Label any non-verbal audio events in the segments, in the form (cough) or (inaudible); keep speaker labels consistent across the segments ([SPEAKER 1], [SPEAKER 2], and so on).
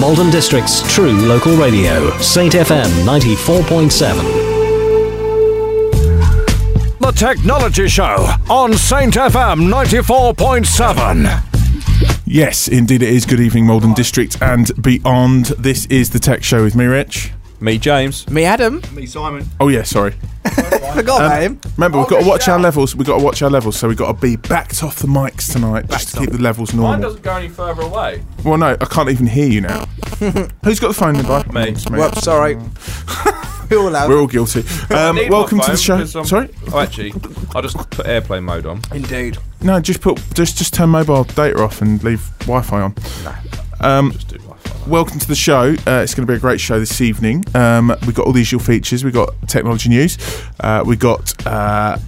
[SPEAKER 1] Malden District's true local radio, Saint FM 94.7.
[SPEAKER 2] The Technology Show on Saint FM 94.7.
[SPEAKER 3] Yes, indeed it is. Good evening, Malden District and beyond. This is the Tech Show with me, Rich.
[SPEAKER 4] Me, James.
[SPEAKER 5] Me, Adam. Um,
[SPEAKER 3] Oh yeah, sorry.
[SPEAKER 5] Forgot about him.
[SPEAKER 3] Remember, we've got to watch our levels. We've got to watch our levels, so we've got to be backed off the mics tonight just to keep the levels
[SPEAKER 4] Mine
[SPEAKER 3] normal.
[SPEAKER 4] doesn't go any further away.
[SPEAKER 3] Well, no, I can't even hear
[SPEAKER 4] (laughs)
[SPEAKER 3] you now. Who's got the phone nearby?
[SPEAKER 4] Me.
[SPEAKER 3] It's me.
[SPEAKER 5] Whoops, (laughs) sorry. we all have.
[SPEAKER 3] We're all
[SPEAKER 4] (laughs)
[SPEAKER 3] guilty. Um, welcome to the show. Sorry.
[SPEAKER 4] Oh, actually, I'll just put airplane mode on.
[SPEAKER 5] Indeed.
[SPEAKER 3] No, just put just just turn mobile data off and leave Wi-Fi on. Um,
[SPEAKER 4] Just do Wi-Fi.
[SPEAKER 3] Welcome to the show. Uh, it's going to be a great show this evening. Um, we've got all the usual features. We've got technology news. Uh, we've got uh,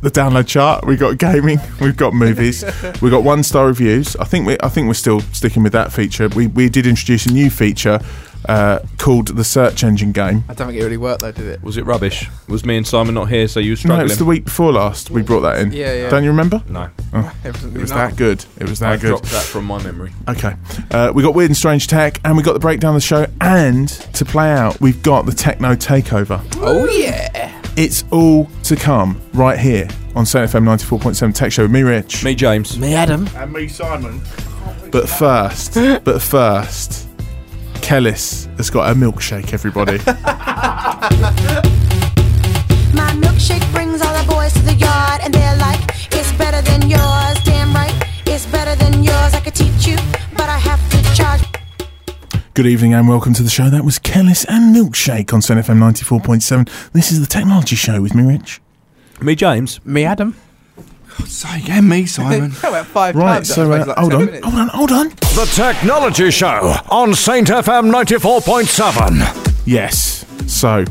[SPEAKER 3] the download chart. We've got gaming. (laughs) We've got movies. we've got one star reviews. I think we I think we're still sticking with that feature. We we did introduce a new feature uh, called the search engine game.
[SPEAKER 5] I don't think it really worked though, did it?
[SPEAKER 4] Was it rubbish? Was me and Simon not here, so you were
[SPEAKER 3] No, it
[SPEAKER 4] struggling?
[SPEAKER 3] was the week before last. We brought that in.
[SPEAKER 5] Yeah, yeah.
[SPEAKER 3] Don't you remember?
[SPEAKER 4] No.
[SPEAKER 5] It wasn't
[SPEAKER 3] It was
[SPEAKER 5] enough.
[SPEAKER 3] that good. It was that
[SPEAKER 4] I
[SPEAKER 3] Oh, good.
[SPEAKER 4] dropped that from my memory.
[SPEAKER 3] Okay. Uh, we got Weird and Strange Tech, and we got the breakdown of the show, and to play out, we've got the Techno Takeover.
[SPEAKER 5] Oh yeah.
[SPEAKER 3] It's all to come right here on FM 94.7 Tech Show with me, Rich.
[SPEAKER 4] Me, James.
[SPEAKER 5] Me, Adam.
[SPEAKER 6] And me, Simon.
[SPEAKER 3] But first, but first, Kellis has got a milkshake, everybody.
[SPEAKER 7] My milkshake brings all the boys to the yard, and they're like, it's better than yours. Damn right, it's better than yours. I could teach you, but I have to charge.
[SPEAKER 3] Good evening and welcome to the show. That was Kellis and Milkshake on FM 94.7. This is the Technology Show with me, Rich.
[SPEAKER 4] Me, James.
[SPEAKER 5] Me, Adam. Um,
[SPEAKER 6] So, yeah, me, Simon.
[SPEAKER 5] That went five
[SPEAKER 3] Right,
[SPEAKER 5] times. that
[SPEAKER 3] so
[SPEAKER 5] was
[SPEAKER 3] uh,
[SPEAKER 5] like
[SPEAKER 3] hold
[SPEAKER 5] 10
[SPEAKER 3] on,
[SPEAKER 5] minutes.
[SPEAKER 3] hold on, hold on.
[SPEAKER 2] (laughs) The Technology Show on Saint FM 94.7.
[SPEAKER 3] Yes. So,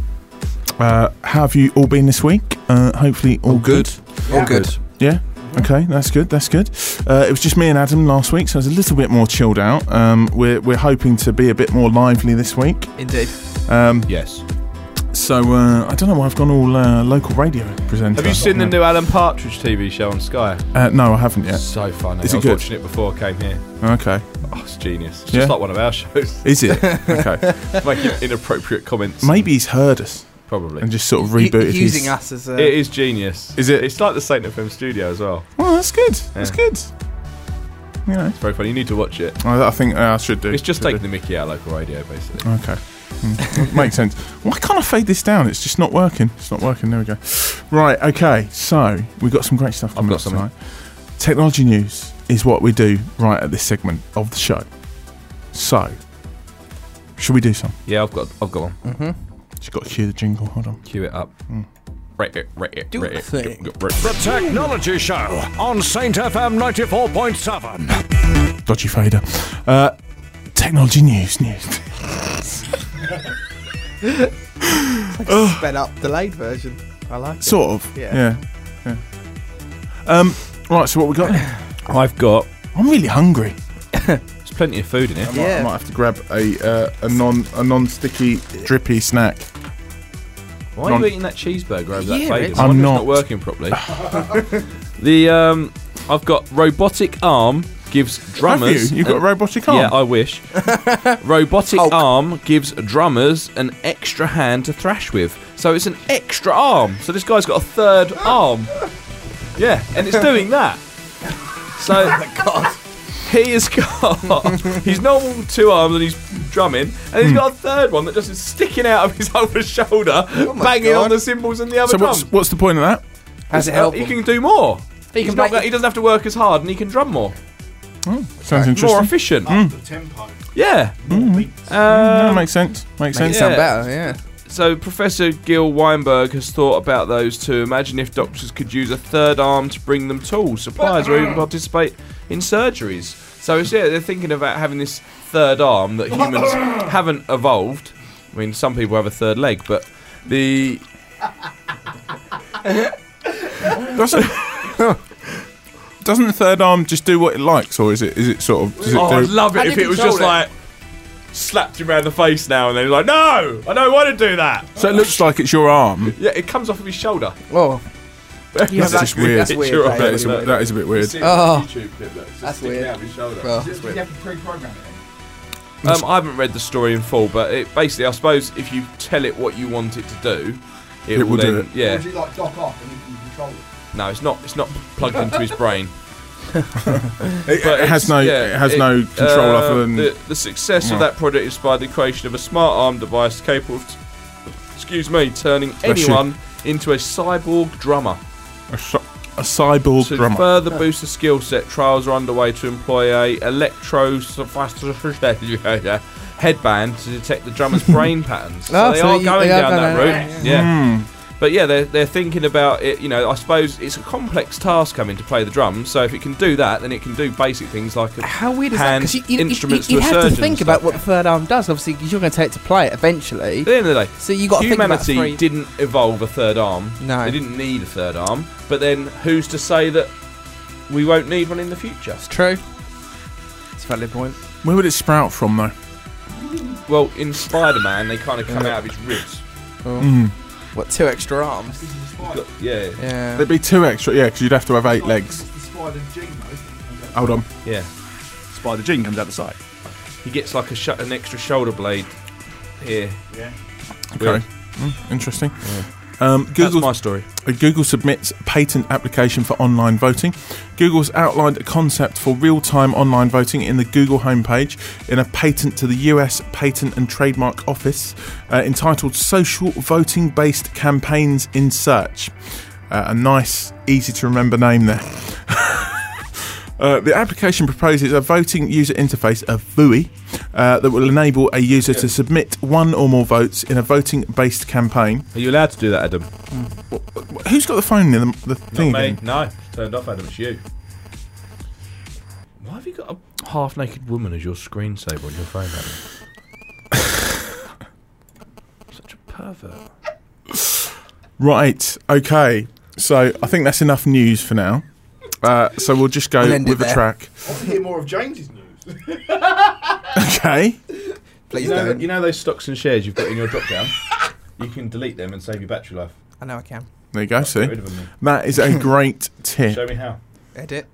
[SPEAKER 3] uh, how have you all been this week? Uh, hopefully, all, good.
[SPEAKER 5] All good.
[SPEAKER 3] Yeah. Okay, that's good. That's good. Uh, it was just me and Adam last week, so it was a little bit more chilled out. Um, we're we're hoping to be a bit more lively this week.
[SPEAKER 5] Indeed.
[SPEAKER 4] Yes.
[SPEAKER 3] So uh, I don't know why I've gone all uh, local radio presenter.
[SPEAKER 4] Have you seen the new Alan Partridge TV show on Sky?
[SPEAKER 3] Uh, no, I haven't yet.
[SPEAKER 4] So funny.
[SPEAKER 3] Is
[SPEAKER 4] I
[SPEAKER 3] it
[SPEAKER 4] was
[SPEAKER 3] good?
[SPEAKER 4] watching it before I came here.
[SPEAKER 3] Okay.
[SPEAKER 4] Oh, it's genius. It's
[SPEAKER 3] Yeah?
[SPEAKER 4] just like one of our (laughs) shows.
[SPEAKER 3] Is it?
[SPEAKER 4] (laughs)
[SPEAKER 3] okay.
[SPEAKER 4] Making inappropriate comments.
[SPEAKER 3] Maybe he's heard us
[SPEAKER 4] Probably.
[SPEAKER 3] and just sort of
[SPEAKER 5] U-
[SPEAKER 3] rebooted. his-
[SPEAKER 5] using us as
[SPEAKER 4] It
[SPEAKER 5] a.
[SPEAKER 4] is genius.
[SPEAKER 3] Is it-
[SPEAKER 4] It's like the Saint FM studio as well.
[SPEAKER 3] Well, Oh, that's good. That's
[SPEAKER 4] Yeah.
[SPEAKER 3] good. You know,
[SPEAKER 4] It's very funny. You need to watch it.
[SPEAKER 3] I, I think uh, I should do.
[SPEAKER 4] It's just
[SPEAKER 3] should do.
[SPEAKER 4] taking the mickey out of local radio, basically.
[SPEAKER 3] Okay. Mm. (laughs) Makes sense. Why can't I fade this down? It's just not working. It's not working. There we go. Right. Okay. So we've got some great stuff coming
[SPEAKER 4] got
[SPEAKER 3] up
[SPEAKER 4] something.
[SPEAKER 3] tonight. Technology news is what we do right at this segment of the show. So, should we do some?
[SPEAKER 4] Yeah, I've got, I've got one.
[SPEAKER 3] Just got to cue the jingle. Hold on.
[SPEAKER 4] Cue it up. Right it, right it,
[SPEAKER 5] Do
[SPEAKER 4] right
[SPEAKER 5] the
[SPEAKER 4] it.
[SPEAKER 5] thing.
[SPEAKER 4] Right
[SPEAKER 2] The Technology Show on Saint FM 94.7.
[SPEAKER 3] Dodgy fader. Uh, technology news. News. (laughs)
[SPEAKER 5] sped up, delayed version. I like it.
[SPEAKER 3] sort of.
[SPEAKER 5] Yeah.
[SPEAKER 3] Yeah. Yeah. Um. Right. So what we got?
[SPEAKER 4] I've got.
[SPEAKER 3] I'm really hungry.
[SPEAKER 4] There's plenty of food in it.
[SPEAKER 3] Might- I
[SPEAKER 5] Yeah.
[SPEAKER 3] might have to grab a uh, a non a non sticky drippy snack.
[SPEAKER 4] Why are
[SPEAKER 3] Non-
[SPEAKER 4] you eating that cheeseburger over that
[SPEAKER 5] Yeah,
[SPEAKER 4] fader?
[SPEAKER 5] it's-
[SPEAKER 4] I wonder if it's
[SPEAKER 3] I'm not.
[SPEAKER 4] not working properly. the um, I've got robotic arm gives drummers.
[SPEAKER 3] Have you? You've got a
[SPEAKER 4] an-
[SPEAKER 3] robotic arm.
[SPEAKER 4] Yeah, I
[SPEAKER 5] (laughs)
[SPEAKER 4] wish. robotic
[SPEAKER 5] Hulk.
[SPEAKER 4] arm gives drummers an extra hand to thrash with. So it's an extra arm. So this guy's got a third arm. Yeah, and it's doing that.
[SPEAKER 5] (laughs) Oh
[SPEAKER 4] So he has got his normal two arms and he's drumming, and
[SPEAKER 5] Hmm.
[SPEAKER 4] he's got a third one that just is sticking out of his (laughs) other shoulder,
[SPEAKER 5] Oh my
[SPEAKER 4] banging on
[SPEAKER 5] God.
[SPEAKER 4] the cymbals and the other
[SPEAKER 3] so
[SPEAKER 4] drum.
[SPEAKER 3] what's what's the point of that?
[SPEAKER 5] How's it
[SPEAKER 4] Uh,
[SPEAKER 5] help?
[SPEAKER 4] he can do more. He,
[SPEAKER 5] can
[SPEAKER 4] can not,
[SPEAKER 5] play-
[SPEAKER 4] he doesn't have to work as hard, and he can drum more,
[SPEAKER 3] Sounds
[SPEAKER 4] more
[SPEAKER 3] interesting.
[SPEAKER 4] efficient.
[SPEAKER 6] The
[SPEAKER 5] Hmm.
[SPEAKER 6] tempo.
[SPEAKER 4] Yeah.
[SPEAKER 3] that makes sense. Makes
[SPEAKER 5] Make it
[SPEAKER 3] sense.
[SPEAKER 5] sound
[SPEAKER 4] Yeah.
[SPEAKER 5] better. Yeah.
[SPEAKER 4] So Professor Gil Weinberg has thought about those two. Imagine if doctors could use a third arm to bring them tools, supplies, or even participate in surgeries. So it's, yeah, they're thinking about having this third arm that
[SPEAKER 5] (laughs)
[SPEAKER 4] humans haven't evolved. I mean, some people have a third leg, but the
[SPEAKER 3] Doesn't, doesn't the third arm just do what it likes, or is it is it sort of? Does it
[SPEAKER 4] oh,
[SPEAKER 3] do,
[SPEAKER 4] I'd love
[SPEAKER 5] How
[SPEAKER 4] it
[SPEAKER 5] do
[SPEAKER 4] if
[SPEAKER 5] you
[SPEAKER 4] it was
[SPEAKER 5] control
[SPEAKER 4] just
[SPEAKER 5] it?
[SPEAKER 4] like slapped him around the face now and then he's like, no, I don't want to do that.
[SPEAKER 3] so it looks like it's your arm.
[SPEAKER 4] Yeah, it comes off of his shoulder.
[SPEAKER 5] Well,
[SPEAKER 4] Yeah,
[SPEAKER 3] That's just weird.
[SPEAKER 5] That's
[SPEAKER 4] It's
[SPEAKER 5] weird.
[SPEAKER 4] your
[SPEAKER 5] though,
[SPEAKER 4] own
[SPEAKER 3] That is, a
[SPEAKER 5] isn't
[SPEAKER 3] bit,
[SPEAKER 5] it?
[SPEAKER 3] that is a bit weird.
[SPEAKER 5] Oh.
[SPEAKER 4] YouTube clip, look, it's just
[SPEAKER 5] That's
[SPEAKER 4] sticking
[SPEAKER 5] weird.
[SPEAKER 4] out of his shoulder.
[SPEAKER 5] Well,
[SPEAKER 6] You have to pre program it.
[SPEAKER 8] eh?
[SPEAKER 4] Um, I haven't read the story in full, but it basically, I suppose, if you tell it what you want it to do, it,
[SPEAKER 3] It will do
[SPEAKER 4] then-
[SPEAKER 3] it.
[SPEAKER 4] Yeah.
[SPEAKER 8] Would you like dock off and you can control it?
[SPEAKER 4] No, it's not. It's not plugged into his
[SPEAKER 3] (laughs)
[SPEAKER 4] brain.
[SPEAKER 3] It,
[SPEAKER 4] But
[SPEAKER 3] it has
[SPEAKER 4] it's-
[SPEAKER 3] no.
[SPEAKER 4] yeah,
[SPEAKER 3] it has no control
[SPEAKER 4] uh,
[SPEAKER 3] other than.
[SPEAKER 4] the, the success of that project inspired the creation of a smart arm device capable of, excuse me, turning
[SPEAKER 3] you.
[SPEAKER 4] anyone into a cyborg drummer.
[SPEAKER 3] a, cy- a cyborg
[SPEAKER 4] To
[SPEAKER 3] drummer.
[SPEAKER 4] further boost the skill set, trials are underway to employ a electro (laughs) headband to detect the drummer's brain patterns. So
[SPEAKER 5] Oh,
[SPEAKER 4] they
[SPEAKER 5] so
[SPEAKER 4] are
[SPEAKER 5] you-
[SPEAKER 4] going
[SPEAKER 5] they are
[SPEAKER 4] down that
[SPEAKER 5] going
[SPEAKER 4] route. Yeah. But yeah, they're, they're thinking about it. You know, I suppose it's a complex task coming to play the drums. So if it can do that, then it can do basic things like a
[SPEAKER 5] How weird is
[SPEAKER 4] hand
[SPEAKER 5] that? 'Cause you, you,
[SPEAKER 4] instruments
[SPEAKER 5] you, you
[SPEAKER 4] to a
[SPEAKER 5] have to
[SPEAKER 4] surgeon
[SPEAKER 5] think
[SPEAKER 4] and
[SPEAKER 5] about
[SPEAKER 4] stuff.
[SPEAKER 5] what the third arm does, obviously, because you're going to take it to play it eventually.
[SPEAKER 4] At the end of the day,
[SPEAKER 5] So you got to think about
[SPEAKER 4] humanity
[SPEAKER 5] three.
[SPEAKER 4] didn't evolve a third arm.
[SPEAKER 5] No.
[SPEAKER 4] they didn't need a third arm. But then, who's to say that we won't need one in the future?
[SPEAKER 5] True. It's a valid point.
[SPEAKER 3] Where would it sprout from, though?
[SPEAKER 4] Well, in Spider-Man, they kind of come out of his ribs.
[SPEAKER 5] What two extra arms?
[SPEAKER 8] This is the spider.
[SPEAKER 4] Got- yeah,
[SPEAKER 5] Yeah.
[SPEAKER 3] There'd be two extra, yeah, because you'd have to have eight legs.
[SPEAKER 8] It's the spider gene, though, isn't it?
[SPEAKER 3] Hold on.
[SPEAKER 4] yeah.
[SPEAKER 6] Spider Gene comes out the side.
[SPEAKER 4] He gets like a sh- an extra shoulder blade here.
[SPEAKER 8] Yeah.
[SPEAKER 4] Weird.
[SPEAKER 3] Okay. Mm, interesting. Um,
[SPEAKER 4] That's
[SPEAKER 3] Google
[SPEAKER 4] my story.
[SPEAKER 3] Uh, Google submits patent application for online voting. Google's outlined a concept for real-time online voting in the Google homepage in a patent to the US Patent and Trademark Office uh, entitled Social Voting Based Campaigns in Search. Uh, a nice, easy to remember name there. (laughs) Uh, the application proposes a voting user interface, a VUI, uh, that will enable a user to submit one or more votes in a voting based campaign.
[SPEAKER 4] Are you allowed to do that, Adam?
[SPEAKER 3] Who's got the phone in the, the thing? again?
[SPEAKER 4] No, turned off, Adam. It's you. Why have you got a half-naked woman as your screensaver on your phone, Adam? (laughs) Such a pervert.
[SPEAKER 3] Right. Okay. So I think that's enough news for now. Uh, so we'll just go
[SPEAKER 5] We'll end it
[SPEAKER 3] with the
[SPEAKER 5] there.
[SPEAKER 3] track.
[SPEAKER 8] I want to hear more of James's news.
[SPEAKER 3] (laughs)
[SPEAKER 8] (laughs)
[SPEAKER 3] Okay.
[SPEAKER 5] Please
[SPEAKER 4] You know,
[SPEAKER 5] don't.
[SPEAKER 4] you know those stocks and shares you've got in your drop-down? you can delete them and save your battery life.
[SPEAKER 5] I know I can.
[SPEAKER 3] There you go.
[SPEAKER 4] Get
[SPEAKER 3] See,
[SPEAKER 4] rid of them.
[SPEAKER 3] that is a great
[SPEAKER 4] Show
[SPEAKER 3] tip.
[SPEAKER 4] me how.
[SPEAKER 5] Edit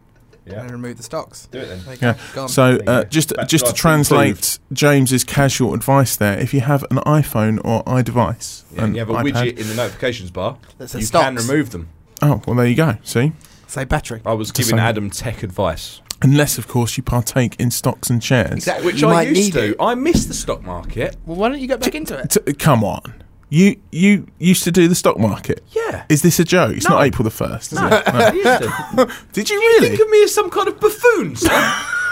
[SPEAKER 4] Yeah.
[SPEAKER 5] and remove the stocks.
[SPEAKER 4] Do it then.
[SPEAKER 5] There you go.
[SPEAKER 3] Yeah.
[SPEAKER 5] Gone.
[SPEAKER 3] So
[SPEAKER 4] There you go.
[SPEAKER 3] uh, just
[SPEAKER 4] Back to
[SPEAKER 3] just to
[SPEAKER 4] life
[SPEAKER 3] translate James's casual advice there, if you have an iPhone or iDevice,
[SPEAKER 4] Yeah, and
[SPEAKER 3] an
[SPEAKER 4] you have a
[SPEAKER 3] iPad-
[SPEAKER 4] widget in the notifications bar.
[SPEAKER 5] That says
[SPEAKER 4] you can
[SPEAKER 5] stocks.
[SPEAKER 4] remove them.
[SPEAKER 3] Oh well, there you go. See,
[SPEAKER 5] Say battery.
[SPEAKER 4] I was
[SPEAKER 3] It's the
[SPEAKER 4] giving
[SPEAKER 3] same.
[SPEAKER 4] Adam tech advice,
[SPEAKER 3] unless of course you partake in stocks and shares.
[SPEAKER 5] Exactly.
[SPEAKER 4] which
[SPEAKER 5] You
[SPEAKER 4] I
[SPEAKER 5] might
[SPEAKER 4] used
[SPEAKER 5] need
[SPEAKER 4] to.
[SPEAKER 5] it.
[SPEAKER 4] I missed the stock market. (laughs)
[SPEAKER 5] Well, why don't you get back into it?
[SPEAKER 3] T- come on, you you used to do the stock market.
[SPEAKER 4] Yeah.
[SPEAKER 3] Is this a joke? It's not April the first. is
[SPEAKER 4] (laughs)
[SPEAKER 3] it?
[SPEAKER 4] I used to.
[SPEAKER 3] Did you really?
[SPEAKER 4] Think of me as some kind of buffoon, son.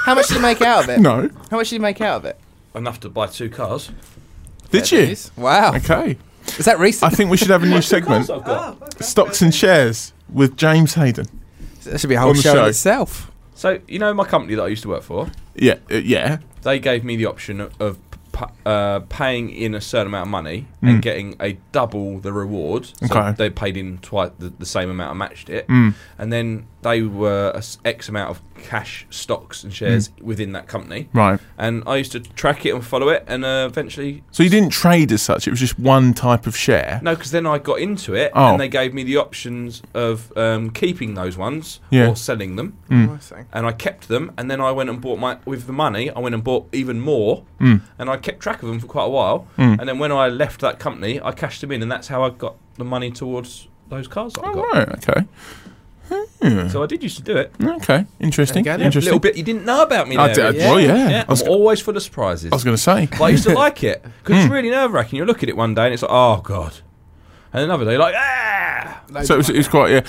[SPEAKER 5] How much did you make out of
[SPEAKER 3] (laughs)
[SPEAKER 5] it?
[SPEAKER 3] no.
[SPEAKER 5] How much did you make out of it?
[SPEAKER 4] (laughs) Enough to buy two cars.
[SPEAKER 3] Did you?
[SPEAKER 5] Wow.
[SPEAKER 3] Okay.
[SPEAKER 5] Is that
[SPEAKER 3] I
[SPEAKER 5] recent?
[SPEAKER 3] think we
[SPEAKER 4] (laughs)
[SPEAKER 3] should have a new
[SPEAKER 4] Cars
[SPEAKER 3] segment:
[SPEAKER 4] I've got.
[SPEAKER 5] Oh.
[SPEAKER 3] stocks and shares with James Hayden.
[SPEAKER 5] That should be a whole
[SPEAKER 3] on the
[SPEAKER 5] show,
[SPEAKER 3] show.
[SPEAKER 5] in itself.
[SPEAKER 4] So you know my company that I used to work for.
[SPEAKER 3] Yeah, uh, yeah.
[SPEAKER 4] They gave me the option of- of p- uh, paying in a certain amount of money and getting a double the reward. So
[SPEAKER 3] Mm. Okay. Mm.
[SPEAKER 4] They paid in twice the, the same amount and matched it. And then they were a s- X amount of cash, stocks, and shares within that company.
[SPEAKER 3] Mm. Right.
[SPEAKER 4] and I used to track it and follow it, and uh, eventually,
[SPEAKER 3] So you didn't trade as such; it was just one type of share.
[SPEAKER 4] no, because then I got into it,
[SPEAKER 3] Oh.
[SPEAKER 4] and they gave me the options of um, keeping those ones
[SPEAKER 3] Yeah.
[SPEAKER 4] or selling them,
[SPEAKER 3] Mm.
[SPEAKER 5] I see.
[SPEAKER 4] and I kept them, and then I went and bought my with the money, I went and bought even more,
[SPEAKER 3] Mm.
[SPEAKER 4] and I kept track of them for quite a while, and then when I left that company, I cashed them in, and that's how I got the money towards those cars that I got.
[SPEAKER 3] Oh, Right. Okay.
[SPEAKER 4] So I did used to do it.
[SPEAKER 3] Okay. Interesting.
[SPEAKER 5] There you go.
[SPEAKER 4] A
[SPEAKER 3] Interesting.
[SPEAKER 4] little bit you didn't know about me.
[SPEAKER 3] I
[SPEAKER 4] there,
[SPEAKER 3] did- uh,
[SPEAKER 4] Ian.
[SPEAKER 3] well, yeah. I
[SPEAKER 4] I
[SPEAKER 3] was
[SPEAKER 4] am always full of surprises.
[SPEAKER 3] I was Mm. going
[SPEAKER 4] (laughs)
[SPEAKER 3] to say.
[SPEAKER 4] But I used to
[SPEAKER 3] (laughs)
[SPEAKER 4] like it because it's really nerve wracking. You look at it one day and it's like, oh god, and another day like, ah.
[SPEAKER 3] So it was, it was quite. Yeah.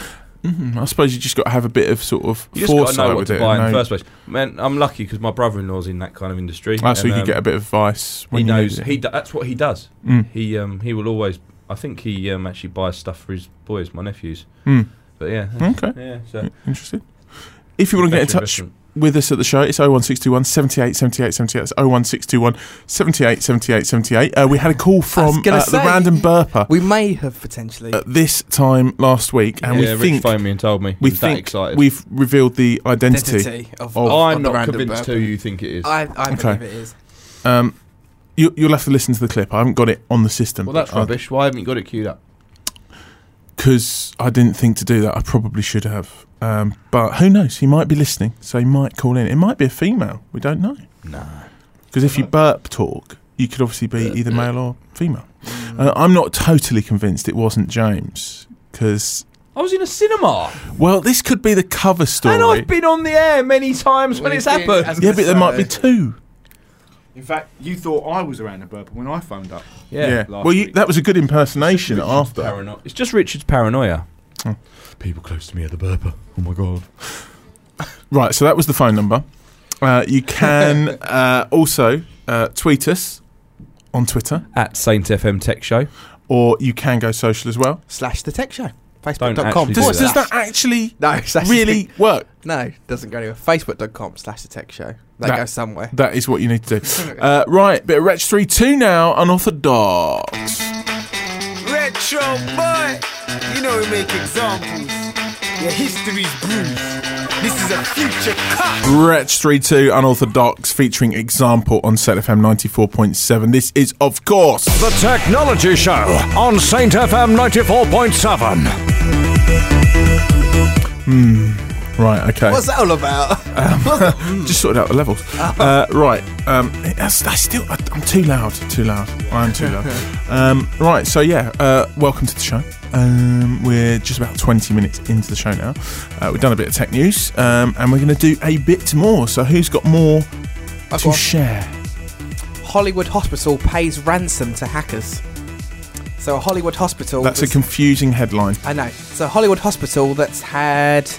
[SPEAKER 3] Mhm, I suppose you just got to have a bit of sort of
[SPEAKER 4] You just got to
[SPEAKER 3] foresight
[SPEAKER 4] know what
[SPEAKER 3] with
[SPEAKER 4] to
[SPEAKER 3] it.
[SPEAKER 4] buy
[SPEAKER 3] and
[SPEAKER 4] in the
[SPEAKER 3] know-
[SPEAKER 4] first place. Man, I'm lucky because my brother-in-law's in that kind of industry.
[SPEAKER 3] Ah, so
[SPEAKER 4] and,
[SPEAKER 3] you
[SPEAKER 4] um,
[SPEAKER 3] could get a bit of advice
[SPEAKER 4] He
[SPEAKER 3] when you
[SPEAKER 4] knows.
[SPEAKER 3] needed
[SPEAKER 4] He
[SPEAKER 3] it.
[SPEAKER 4] do, that's what he does. He um he will always. I think he um actually buys stuff for his boys, my nephews.
[SPEAKER 3] Mm.
[SPEAKER 4] But yeah,
[SPEAKER 3] Okay.
[SPEAKER 4] yeah. So
[SPEAKER 3] Interesting. If you want to get in
[SPEAKER 4] better
[SPEAKER 3] touch
[SPEAKER 4] investment.
[SPEAKER 3] with us at the show, it's 0161 78 78 78. It's 01621 78 78 78. Uh, we had a call from
[SPEAKER 5] gonna
[SPEAKER 3] uh, the
[SPEAKER 5] say.
[SPEAKER 3] random burper
[SPEAKER 5] We may have potentially.
[SPEAKER 3] at this time last week, and
[SPEAKER 4] yeah,
[SPEAKER 3] we
[SPEAKER 4] Rich
[SPEAKER 3] think
[SPEAKER 4] phoned me and told me.
[SPEAKER 3] we
[SPEAKER 4] He was that
[SPEAKER 3] think
[SPEAKER 4] excited.
[SPEAKER 3] we've revealed the identity.
[SPEAKER 5] identity
[SPEAKER 3] of-
[SPEAKER 5] of, of
[SPEAKER 4] I'm not
[SPEAKER 5] the Oh, random
[SPEAKER 4] convinced
[SPEAKER 5] burp.
[SPEAKER 4] who you think it is.
[SPEAKER 5] I, I believe
[SPEAKER 3] Oh. Okay.
[SPEAKER 5] it is.
[SPEAKER 3] Um, you, you'll have to listen to the clip. I haven't got it on the system.
[SPEAKER 4] well, that's rubbish. Why haven't you got it queued up?
[SPEAKER 3] Because I didn't think to do that. I probably should have. Um, but who knows? He might be listening, so he might call in. It might be a female. We don't know.
[SPEAKER 4] Nah.
[SPEAKER 3] Because if you burp talk, you could obviously be either male or female. Uh, I'm not totally convinced it wasn't James. Because,
[SPEAKER 4] I was in a cinema,
[SPEAKER 3] well, this could be the cover story.
[SPEAKER 4] and I've been on the air many times when
[SPEAKER 5] We
[SPEAKER 4] it's
[SPEAKER 5] did
[SPEAKER 4] happened.
[SPEAKER 5] as a
[SPEAKER 3] yeah, but there might be two.
[SPEAKER 6] In fact, you thought I was around a burp when I phoned up.
[SPEAKER 4] yeah,
[SPEAKER 3] yeah.
[SPEAKER 6] last
[SPEAKER 3] Well, you,
[SPEAKER 6] week.
[SPEAKER 3] that was a good impersonation after.
[SPEAKER 6] Parano-
[SPEAKER 4] it's just Richard's paranoia.
[SPEAKER 9] People close to me at the burper. Oh my god.
[SPEAKER 3] Right, so that was the phone number. Uh, you can
[SPEAKER 4] (laughs)
[SPEAKER 3] uh, also uh, tweet us on Twitter,
[SPEAKER 4] At Saint FM Tech Show.
[SPEAKER 3] or you can go social as well.
[SPEAKER 5] Slash the tech show.
[SPEAKER 4] actually
[SPEAKER 5] Facebook.com.
[SPEAKER 4] do
[SPEAKER 3] Does,
[SPEAKER 4] that.
[SPEAKER 3] does that actually (laughs)
[SPEAKER 5] No, (laughs) slash
[SPEAKER 3] really work?
[SPEAKER 5] No, doesn't go anywhere. Facebook.com slash the tech show. That,
[SPEAKER 3] That-
[SPEAKER 5] goes somewhere.
[SPEAKER 3] That is what you need to do. Uh, right, bit of Retch 3 2 now, unorthodox.
[SPEAKER 10] Retro boy, you know we make examples. Your history's bruised. This is a future cut.
[SPEAKER 3] Retch 3 2 unorthodox featuring example on Set FM 94.7. This is, of course,
[SPEAKER 2] The Technology Show on Saint FM 94.7.
[SPEAKER 3] right, okay.
[SPEAKER 5] What's that all about?
[SPEAKER 3] Just sorted out the levels.
[SPEAKER 5] Ah.
[SPEAKER 3] Uh, right. Um, that's, that's still. I, I'm too loud. Too loud. I am too
[SPEAKER 5] (laughs)
[SPEAKER 3] loud. Um, right. So yeah. Uh, welcome to the show. Um, we're just about 20 minutes into the show now. Uh, we've done a bit of tech news, um, and we're going to do a bit more. So who's got more
[SPEAKER 5] I've
[SPEAKER 3] to
[SPEAKER 5] got
[SPEAKER 3] share?
[SPEAKER 5] Hollywood Hospital pays ransom to hackers. So a Hollywood hospital.
[SPEAKER 3] That's a
[SPEAKER 5] was-
[SPEAKER 3] confusing headline.
[SPEAKER 5] I know. So Hollywood Hospital that's had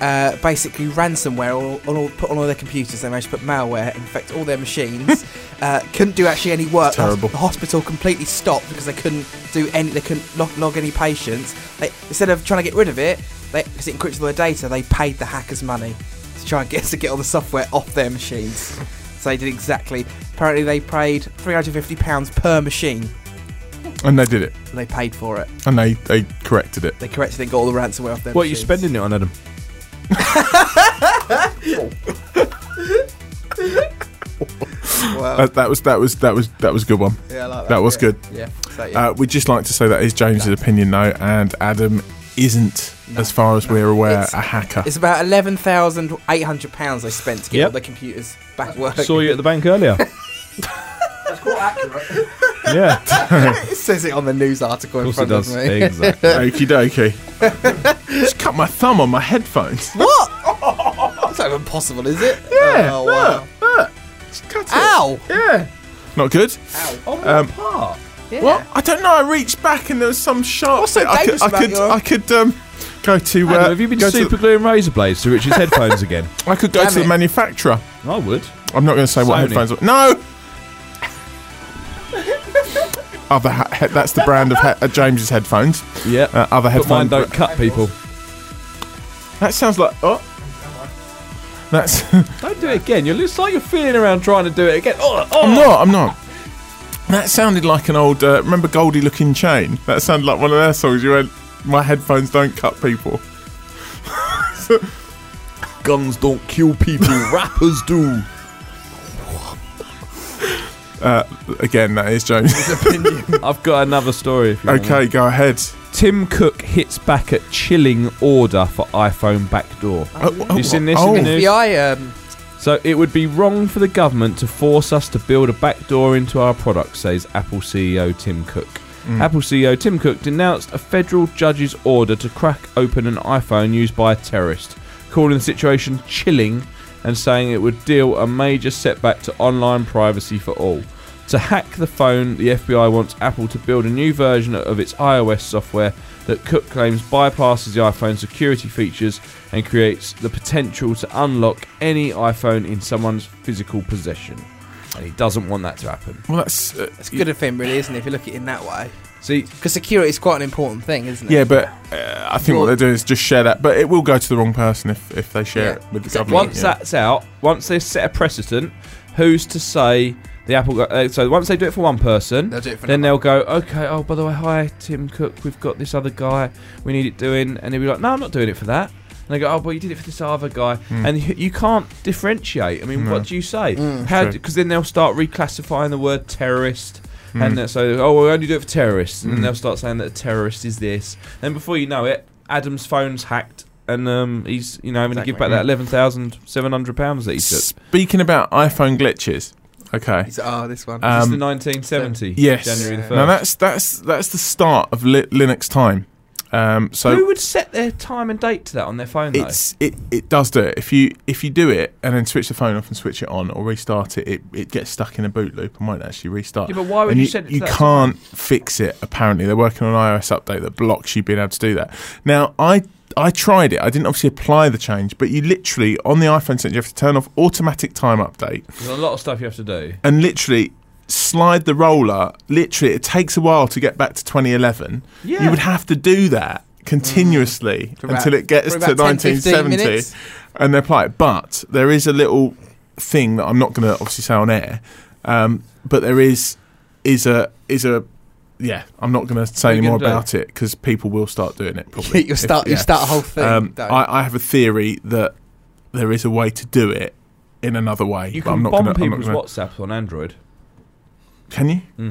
[SPEAKER 5] uh, basically ransomware all, on all, put on all their computers. They managed to put malware, infect all their machines. uh, couldn't do actually any work.
[SPEAKER 3] It's terrible.
[SPEAKER 5] The hospital completely stopped because they couldn't do any. They couldn't log, log any patients. They, instead of trying to get rid of it, because it encrypted all their data, they paid the hackers money to try and get (laughs) to get all the software off their machines. So they did exactly. Apparently, they paid three hundred fifty pounds per machine.
[SPEAKER 3] And they did it.
[SPEAKER 5] They paid for it.
[SPEAKER 3] And they they corrected it.
[SPEAKER 5] They corrected and got all the ransomware off their.
[SPEAKER 4] What are you
[SPEAKER 5] machines.
[SPEAKER 4] spending it on, Adam?
[SPEAKER 5] Well,
[SPEAKER 3] That, Uh, that was that was that was that was a good one.
[SPEAKER 5] yeah, I like that.
[SPEAKER 3] That was
[SPEAKER 5] yeah.
[SPEAKER 3] good.
[SPEAKER 5] Yeah. So, yeah.
[SPEAKER 3] Uh, we'd just like to say that is James's opinion though, and Adam isn't, as far as we're aware,
[SPEAKER 5] It's-
[SPEAKER 3] a hacker.
[SPEAKER 5] It's about eleven thousand eight hundred pounds they spent to get
[SPEAKER 4] Yep.
[SPEAKER 5] all the computers back working.
[SPEAKER 4] Saw you at the bank (laughs) earlier.
[SPEAKER 8] That's quite accurate.
[SPEAKER 3] (laughs)
[SPEAKER 4] yeah, of
[SPEAKER 5] (laughs) it says it on the news article in
[SPEAKER 4] course it
[SPEAKER 5] front of
[SPEAKER 4] does.
[SPEAKER 5] me.
[SPEAKER 4] Exactly.
[SPEAKER 3] Okie dokie. (laughs) Just cut my thumb on my headphones.
[SPEAKER 5] What? (laughs) That's not even possible, is it?
[SPEAKER 3] Yeah,
[SPEAKER 5] Oh,
[SPEAKER 3] look,
[SPEAKER 5] wow.
[SPEAKER 3] look. Just cut it.
[SPEAKER 5] Ow!
[SPEAKER 3] Yeah. Not good.
[SPEAKER 4] On what
[SPEAKER 3] Um,
[SPEAKER 4] part?
[SPEAKER 3] What? I don't know. I reached back and there was some sharp.
[SPEAKER 5] What's so
[SPEAKER 3] I could,
[SPEAKER 5] dangerous
[SPEAKER 3] I
[SPEAKER 5] about
[SPEAKER 3] could,
[SPEAKER 5] your-
[SPEAKER 3] I could um, go to. Uh,
[SPEAKER 4] Adam, have you been
[SPEAKER 3] go to the-
[SPEAKER 4] super gluing razor blades to Richard's headphones
[SPEAKER 3] (laughs)
[SPEAKER 4] again?
[SPEAKER 3] I could go
[SPEAKER 5] Damn
[SPEAKER 3] to the
[SPEAKER 5] it.
[SPEAKER 3] manufacturer.
[SPEAKER 4] I would.
[SPEAKER 3] I'm not going to say what
[SPEAKER 4] Sony.
[SPEAKER 3] headphones. Are. No. (laughs) Other ha- he- that's the brand of he- uh, James's headphones.
[SPEAKER 4] Yeah.
[SPEAKER 3] Uh, other
[SPEAKER 4] but mine
[SPEAKER 3] headphones.
[SPEAKER 4] don't cut people.
[SPEAKER 3] That sounds like oh. That's (laughs)
[SPEAKER 4] Don't do it again. You're, it's like you're feeling around trying to do it again. Oh, oh.
[SPEAKER 3] (laughs) I'm not. I'm not. That sounded like an old. Uh, remember Goldie Looking Chain? That sounded like one of their songs. You went, my headphones don't cut people. (laughs)
[SPEAKER 9] Guns don't kill
[SPEAKER 3] (laughs)
[SPEAKER 9] people, rappers do.
[SPEAKER 3] Uh, Again, that is James.
[SPEAKER 4] I've got another story. If you want.
[SPEAKER 3] okay, go ahead.
[SPEAKER 4] Tim Cook hits back at chilling order for iPhone backdoor.
[SPEAKER 3] Oh, oh,
[SPEAKER 4] You seen this
[SPEAKER 3] oh.
[SPEAKER 4] in the news?
[SPEAKER 5] FBI. Um,
[SPEAKER 4] So it would be wrong for the government to force us to build a backdoor into our products, says Apple CEO Tim Cook. Apple CEO Tim Cook denounced a federal judge's order to crack open an iPhone used by a terrorist, calling the situation chilling and saying it would deal a major setback to online privacy for all. To hack the phone, the FBI wants Apple to build a new version of its iOS software that Cook claims bypasses the iPhone's security features and creates the potential to unlock any iPhone in someone's physical possession. And he doesn't want that to happen.
[SPEAKER 3] Well, that's uh,
[SPEAKER 5] it's good of him, really, isn't it? If you look at it in that way,
[SPEAKER 4] See,
[SPEAKER 5] because security is quite an important thing, isn't it?
[SPEAKER 3] yeah, but uh, I think what they're doing is just share that. But it will go to the wrong person if, if they share
[SPEAKER 5] Yeah.
[SPEAKER 3] it with the
[SPEAKER 5] So
[SPEAKER 3] government.
[SPEAKER 4] once
[SPEAKER 3] yeah.
[SPEAKER 4] that's out, once they set a precedent, who's to say the Apple? Go- uh, so once they do it for one person,
[SPEAKER 5] They'll do it for
[SPEAKER 4] then they'll go, okay. Oh, by the way, hi Tim Cook. We've got this other guy. We need it doing, and he'll be like, no, I'm not doing it for that. And they go, oh, but you did it for this other guy,
[SPEAKER 3] Hmm.
[SPEAKER 4] and you, you can't differentiate. I mean, what do you say? How?
[SPEAKER 3] True.
[SPEAKER 4] Because then they'll start reclassifying the word terrorist.
[SPEAKER 3] Hmm.
[SPEAKER 4] And uh, so, oh, we only do it for terrorists, and then they'll start saying that a terrorist is this. Then before you know it, Adam's phone's hacked, and um, he's you know having to give back that eleven thousand seven hundred pounds that he took.
[SPEAKER 3] Speaking about iPhone glitches, Okay.
[SPEAKER 5] He's like, oh, this
[SPEAKER 4] Is
[SPEAKER 5] one.
[SPEAKER 4] this
[SPEAKER 3] Um,
[SPEAKER 4] the 1970?
[SPEAKER 3] Yes.
[SPEAKER 4] January the 1st.
[SPEAKER 3] Now that's that's that's the start of li- Linux time. Um, so
[SPEAKER 4] Who would set their time and date to that on their phone, though?
[SPEAKER 3] it's it, it does do it. If you if you do it and then switch the phone off and switch it on or restart it, it, it gets stuck in a boot loop and won't actually restart.
[SPEAKER 4] Yeah, but why would
[SPEAKER 3] And
[SPEAKER 4] you set it to
[SPEAKER 3] You
[SPEAKER 4] that
[SPEAKER 3] can't fix it. Apparently, they're working on an iOS update that blocks you being able to do that. Now I. I tried it. I didn't obviously apply the change, but you literally on the iPhone set you have to turn off automatic time update,
[SPEAKER 4] There's a lot of stuff you have to do.
[SPEAKER 3] and literally slide the roller. Literally, it takes a while to get back to 2011.
[SPEAKER 4] Yeah. Mm.
[SPEAKER 3] You would have to do that continuously
[SPEAKER 5] For about-
[SPEAKER 3] until it gets
[SPEAKER 5] for
[SPEAKER 3] to
[SPEAKER 5] about 10, 15
[SPEAKER 3] 1970
[SPEAKER 5] minutes. (laughs)
[SPEAKER 3] and they apply it. But there is a little thing that I'm not going to obviously say on air, um, but there is is a is a yeah, I'm not going to say
[SPEAKER 4] you
[SPEAKER 3] any more
[SPEAKER 4] gonna do?
[SPEAKER 3] about it because people will start doing it. Probably
[SPEAKER 4] (laughs)
[SPEAKER 5] You'll start- you'll start a whole thing,
[SPEAKER 3] Um,
[SPEAKER 5] don't you?
[SPEAKER 3] I, I have a theory that there is a way to do it in another way.
[SPEAKER 4] You
[SPEAKER 3] but I'm
[SPEAKER 4] can
[SPEAKER 3] not
[SPEAKER 4] bomb
[SPEAKER 3] gonna, I'm not
[SPEAKER 4] people's
[SPEAKER 3] gonna-
[SPEAKER 4] WhatsApps on Android.
[SPEAKER 3] Can you?
[SPEAKER 6] You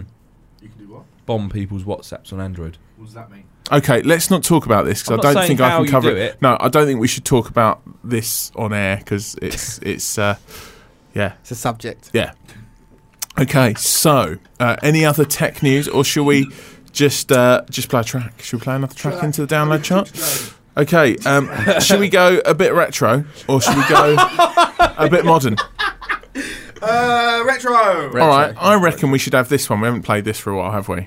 [SPEAKER 6] can do what?
[SPEAKER 4] Bomb people's WhatsApps on Android.
[SPEAKER 6] What does that mean?
[SPEAKER 3] Okay, let's not talk about this
[SPEAKER 4] I'm
[SPEAKER 3] because
[SPEAKER 4] not
[SPEAKER 3] I don't
[SPEAKER 4] saying
[SPEAKER 3] think I
[SPEAKER 4] how
[SPEAKER 3] can
[SPEAKER 4] you
[SPEAKER 3] cover
[SPEAKER 4] do
[SPEAKER 3] it.
[SPEAKER 4] it.
[SPEAKER 3] No, I don't think we should talk about this on air because it's it's uh, yeah
[SPEAKER 5] It's a subject.
[SPEAKER 3] yeah. Okay, so uh, any other tech news, or shall we just uh, just play a track? Should we play another track into the download chart? Okay, um, should we go a bit retro, or should we go a bit modern?
[SPEAKER 6] Uh, retro.
[SPEAKER 3] All right, I reckon we should have this one. We haven't played this for a while, have we?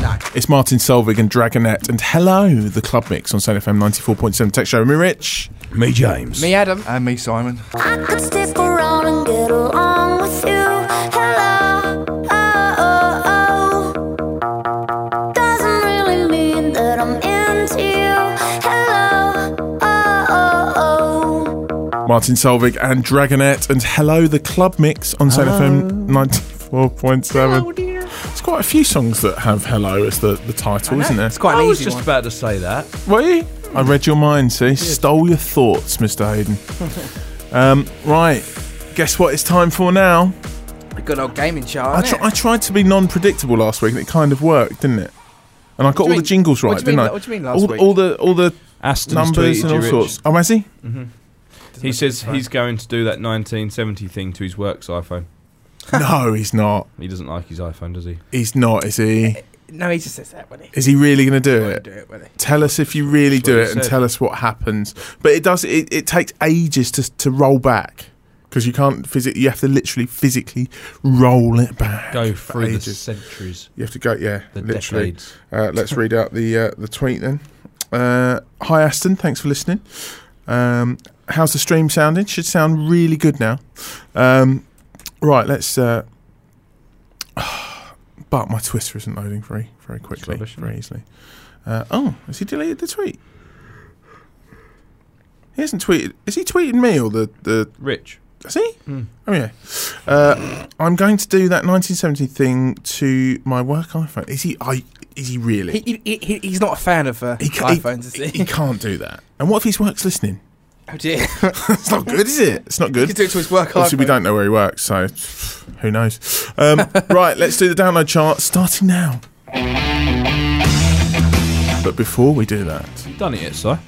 [SPEAKER 5] No.
[SPEAKER 3] It's Martin Solvig and Dragonette, and hello, the club mix on Sound FM 94.7 Tech Show. Me, Rich.
[SPEAKER 2] Me, James.
[SPEAKER 5] Me, Adam.
[SPEAKER 8] And me, Simon.
[SPEAKER 7] I could stick around and get along with you. Hello, oh, oh, oh. Doesn't really mean that I'm into you. Hello, oh, oh, oh.
[SPEAKER 3] Martin Solvig and Dragonette, and hello, the club mix on Sound
[SPEAKER 5] Oh.
[SPEAKER 3] FM 94.7. It's quite a few songs that have hello as the, the title, isn't there?
[SPEAKER 5] It's quite Mm.
[SPEAKER 4] I
[SPEAKER 5] an
[SPEAKER 4] was
[SPEAKER 5] easy
[SPEAKER 4] just
[SPEAKER 5] one.
[SPEAKER 4] about to say that.
[SPEAKER 3] Wait, I read your mind, see? Stole your thoughts, Mr.
[SPEAKER 5] (laughs)
[SPEAKER 3] Hayden. um, right, guess what it's time for now?
[SPEAKER 5] A good old gaming
[SPEAKER 3] I,
[SPEAKER 5] chart.
[SPEAKER 3] tr-
[SPEAKER 5] innit?
[SPEAKER 3] I tried to be non-predictable last week, and it kind of worked, didn't it? And I got
[SPEAKER 5] do you
[SPEAKER 3] all
[SPEAKER 5] mean-
[SPEAKER 3] the jingles
[SPEAKER 5] what
[SPEAKER 3] right,
[SPEAKER 5] do you
[SPEAKER 3] didn't
[SPEAKER 5] mean-
[SPEAKER 3] I?
[SPEAKER 5] what do you mean last
[SPEAKER 3] all,
[SPEAKER 5] week?
[SPEAKER 3] all the all the
[SPEAKER 4] Aston's
[SPEAKER 3] numbers
[SPEAKER 4] tweeted
[SPEAKER 3] and
[SPEAKER 4] you,
[SPEAKER 3] all
[SPEAKER 4] Rich.
[SPEAKER 3] sorts. Oh, has he?
[SPEAKER 5] (laughs)
[SPEAKER 4] He says he's going to do that 1970 thing to his work's iPhone.
[SPEAKER 3] no, he's not.
[SPEAKER 4] He doesn't like his iPhone, does he?
[SPEAKER 3] He's not, is he?
[SPEAKER 5] no, he just says that when he
[SPEAKER 3] Is he really going to do it?
[SPEAKER 5] do it, when he.
[SPEAKER 3] Tell us if you really
[SPEAKER 4] That's what
[SPEAKER 3] do
[SPEAKER 4] he
[SPEAKER 3] it, and
[SPEAKER 4] said.
[SPEAKER 3] tell us what happens. But it does. It, it takes ages to to roll back because you can't physically. You have to literally physically roll it back.
[SPEAKER 4] Go
[SPEAKER 3] for
[SPEAKER 4] through the
[SPEAKER 3] ages.
[SPEAKER 4] centuries,
[SPEAKER 3] You have to go. Yeah,
[SPEAKER 4] the
[SPEAKER 3] literally.
[SPEAKER 4] decades.
[SPEAKER 3] Uh, let's read out the uh, the tweet then. Uh, hi Aston, thanks for listening. Um, how's the stream sounding? Should sound really good now. Um, right, let's. Uh, (sighs) but my Twitter isn't loading very very quickly,
[SPEAKER 4] rubbish, isn't
[SPEAKER 3] very easily. Uh, oh, has he deleted the tweet? He hasn't tweeted. Is he tweeting me or the the
[SPEAKER 4] Rich.
[SPEAKER 3] is he?
[SPEAKER 4] Mm.
[SPEAKER 3] Oh yeah. Uh, I'm going to do that 1970 thing to my work iPhone. Is he? I is he really?
[SPEAKER 5] He, he, he- he, he's not a fan of uh,
[SPEAKER 3] He ca- he-
[SPEAKER 5] iPhones, is he?
[SPEAKER 3] he can't do that. And what if his work's listening?
[SPEAKER 5] (laughs) oh dear.
[SPEAKER 3] It's not good, is it? It's not
[SPEAKER 5] he
[SPEAKER 3] good.
[SPEAKER 5] can do it to his work.
[SPEAKER 3] Obviously, we
[SPEAKER 5] iPhone.
[SPEAKER 3] don't know where he works, so who knows? Um,
[SPEAKER 5] (laughs)
[SPEAKER 3] right, let's do the download chart starting now. But before we do that,
[SPEAKER 4] You've done it yet, sir?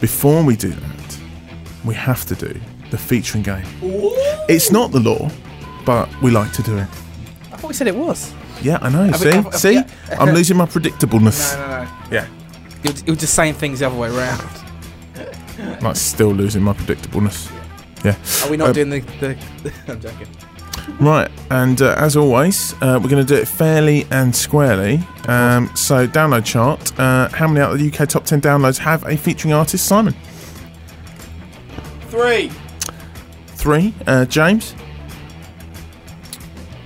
[SPEAKER 3] before we do that, we have to do the featuring game. It's not the law, but we like to do it.
[SPEAKER 5] I thought he said it was.
[SPEAKER 3] Yeah, I know.
[SPEAKER 5] we-
[SPEAKER 3] See,
[SPEAKER 5] have we-
[SPEAKER 3] see,
[SPEAKER 5] yeah. (laughs)
[SPEAKER 3] I'm losing my predictableness.
[SPEAKER 5] no, no.
[SPEAKER 3] Yeah,
[SPEAKER 5] He was, he was just saying things the other way round.
[SPEAKER 3] like still losing my predictableness. Yeah.
[SPEAKER 5] Are we not
[SPEAKER 3] Um,
[SPEAKER 5] doing the? the (laughs) I'm joking.
[SPEAKER 3] Right, and uh, as always, uh, we're going to do it fairly and squarely. Um, so, download chart. Uh, how many out of the UK top 10 downloads have a featuring artist, Simon?
[SPEAKER 6] Three.
[SPEAKER 3] Three. Uh, James,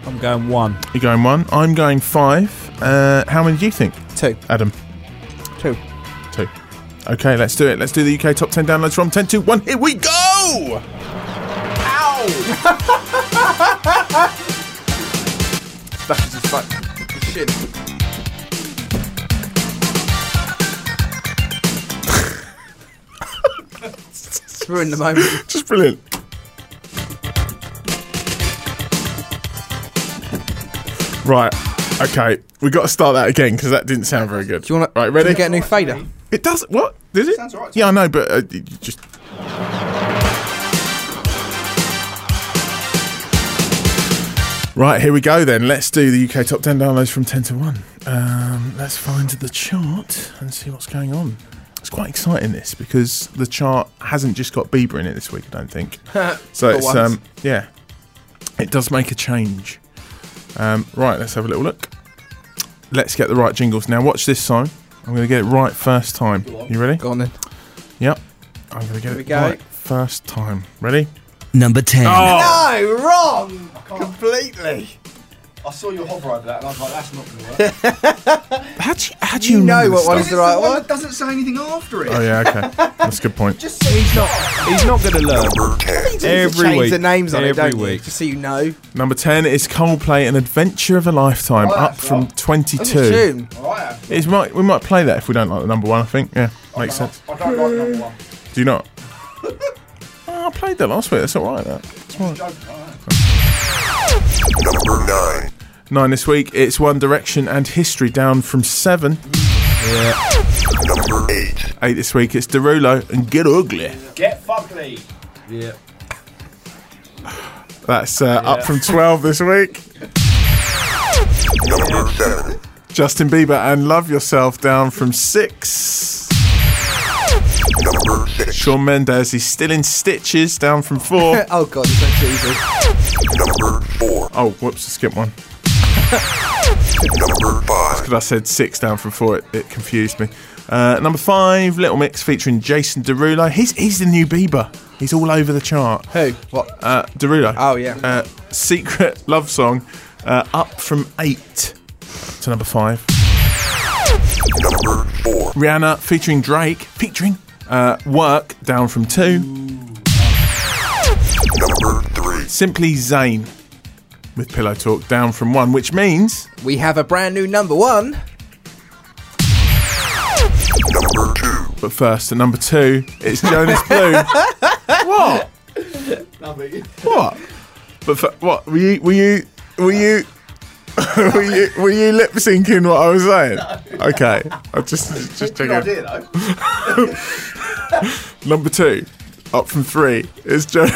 [SPEAKER 4] I'm going one.
[SPEAKER 3] you're going one. I'm going five. Uh, how many do you think,
[SPEAKER 5] Two.
[SPEAKER 3] Adam?
[SPEAKER 5] Two.
[SPEAKER 3] Two. Okay, let's do it. Let's do the UK top 10 downloads from 10 to 1. Here we go! Ow!
[SPEAKER 5] That was just like shit. (laughs) Just Ruined the moment.
[SPEAKER 3] Just brilliant. Right. Okay, we got to start that again because that didn't sound very good.
[SPEAKER 5] Do you want to?
[SPEAKER 3] Right, ready?
[SPEAKER 5] Get a new fader.
[SPEAKER 3] It does. What? Did it?
[SPEAKER 6] Sounds alright to
[SPEAKER 3] yeah, I know, but uh, you just. Right, here we go then. Let's do the UK top 10 downloads from 10 to 1. Um, let's find the chart and see what's going on. It's quite exciting, this, because the chart hasn't just got Bieber in it this week, I don't
[SPEAKER 5] (laughs)
[SPEAKER 3] think. so
[SPEAKER 5] For
[SPEAKER 3] it's,
[SPEAKER 5] once.
[SPEAKER 3] um, yeah, it does make a change. Um, right, let's have a little look. Let's get the right jingles. Now, watch this song. I'm going to get it right first time. You ready?
[SPEAKER 5] Go on then.
[SPEAKER 3] Yep. I'm going to get
[SPEAKER 5] Here we
[SPEAKER 3] it
[SPEAKER 5] go.
[SPEAKER 3] right first time. Ready?
[SPEAKER 11] Number 10.
[SPEAKER 5] No, wrong.
[SPEAKER 6] Completely. I saw you hover over that and I was like, that's not going to work.
[SPEAKER 3] How do you, how do
[SPEAKER 5] You know
[SPEAKER 3] remember
[SPEAKER 5] what one's
[SPEAKER 3] stuff?
[SPEAKER 5] the right
[SPEAKER 6] The one
[SPEAKER 5] one.
[SPEAKER 6] that doesn't say anything after it.
[SPEAKER 3] Oh, yeah, okay.
[SPEAKER 5] (laughs)
[SPEAKER 3] That's a good point.
[SPEAKER 5] Just so he's not.
[SPEAKER 4] He's not going to learn. Every
[SPEAKER 5] change
[SPEAKER 4] week.
[SPEAKER 5] the names on it,
[SPEAKER 4] Every
[SPEAKER 5] don't you?
[SPEAKER 4] week.
[SPEAKER 5] Just so you know.
[SPEAKER 3] Number 10 is Coldplay, An Adventure of a Lifetime, up from 22.
[SPEAKER 5] That's a tune. (laughs)
[SPEAKER 6] Alright,
[SPEAKER 3] It's might, we might play that if we don't like the number one, I think. Yeah, makes sense.
[SPEAKER 6] I don't like number one.
[SPEAKER 3] Do you
[SPEAKER 5] (laughs)
[SPEAKER 3] not? Oh, I played that last week. That's all right, that.
[SPEAKER 9] Number nine.
[SPEAKER 3] Nine this week, it's One Direction and History down from seven.
[SPEAKER 9] Number eight.
[SPEAKER 3] Eight this week, it's Derulo and Get Ugly.
[SPEAKER 6] Get fuckly.
[SPEAKER 4] Yeah.
[SPEAKER 3] (sighs) That's uh, up from 12 this week.
[SPEAKER 9] Number seven.
[SPEAKER 3] Justin Bieber and Love Yourself down from six.
[SPEAKER 9] Number six.
[SPEAKER 3] Shawn Mendes, he's still in stitches down from
[SPEAKER 5] (laughs)
[SPEAKER 3] four.
[SPEAKER 5] Oh god, it's so cheesy.
[SPEAKER 9] Number four.
[SPEAKER 3] oh, whoops, I skipped one.
[SPEAKER 9] Number five.
[SPEAKER 3] But I said six down from four. It, it confused me. Uh, number five, Little Mix featuring Jason Derulo. He's he's the new Bieber. He's all over the chart.
[SPEAKER 5] Who? What?
[SPEAKER 3] Uh, Derulo.
[SPEAKER 5] Oh, yeah.
[SPEAKER 3] Uh, Secret love song, uh, up from eight to number five.
[SPEAKER 9] Number four.
[SPEAKER 3] Rihanna featuring Drake featuring uh, Work down from two.
[SPEAKER 9] Number three.
[SPEAKER 3] Simply Zayn with Pillow Talk down from one, which means
[SPEAKER 5] We have a brand new number one.
[SPEAKER 9] Number two.
[SPEAKER 3] But first, at number two, it's Jonas Blue. what? What? But for, what? Were you? Were you? Were you? (laughs) were you? Were you lip syncing what I was saying? Okay, I just just check it.
[SPEAKER 6] though.
[SPEAKER 3] Number two, up from three, is (laughs) Jonas.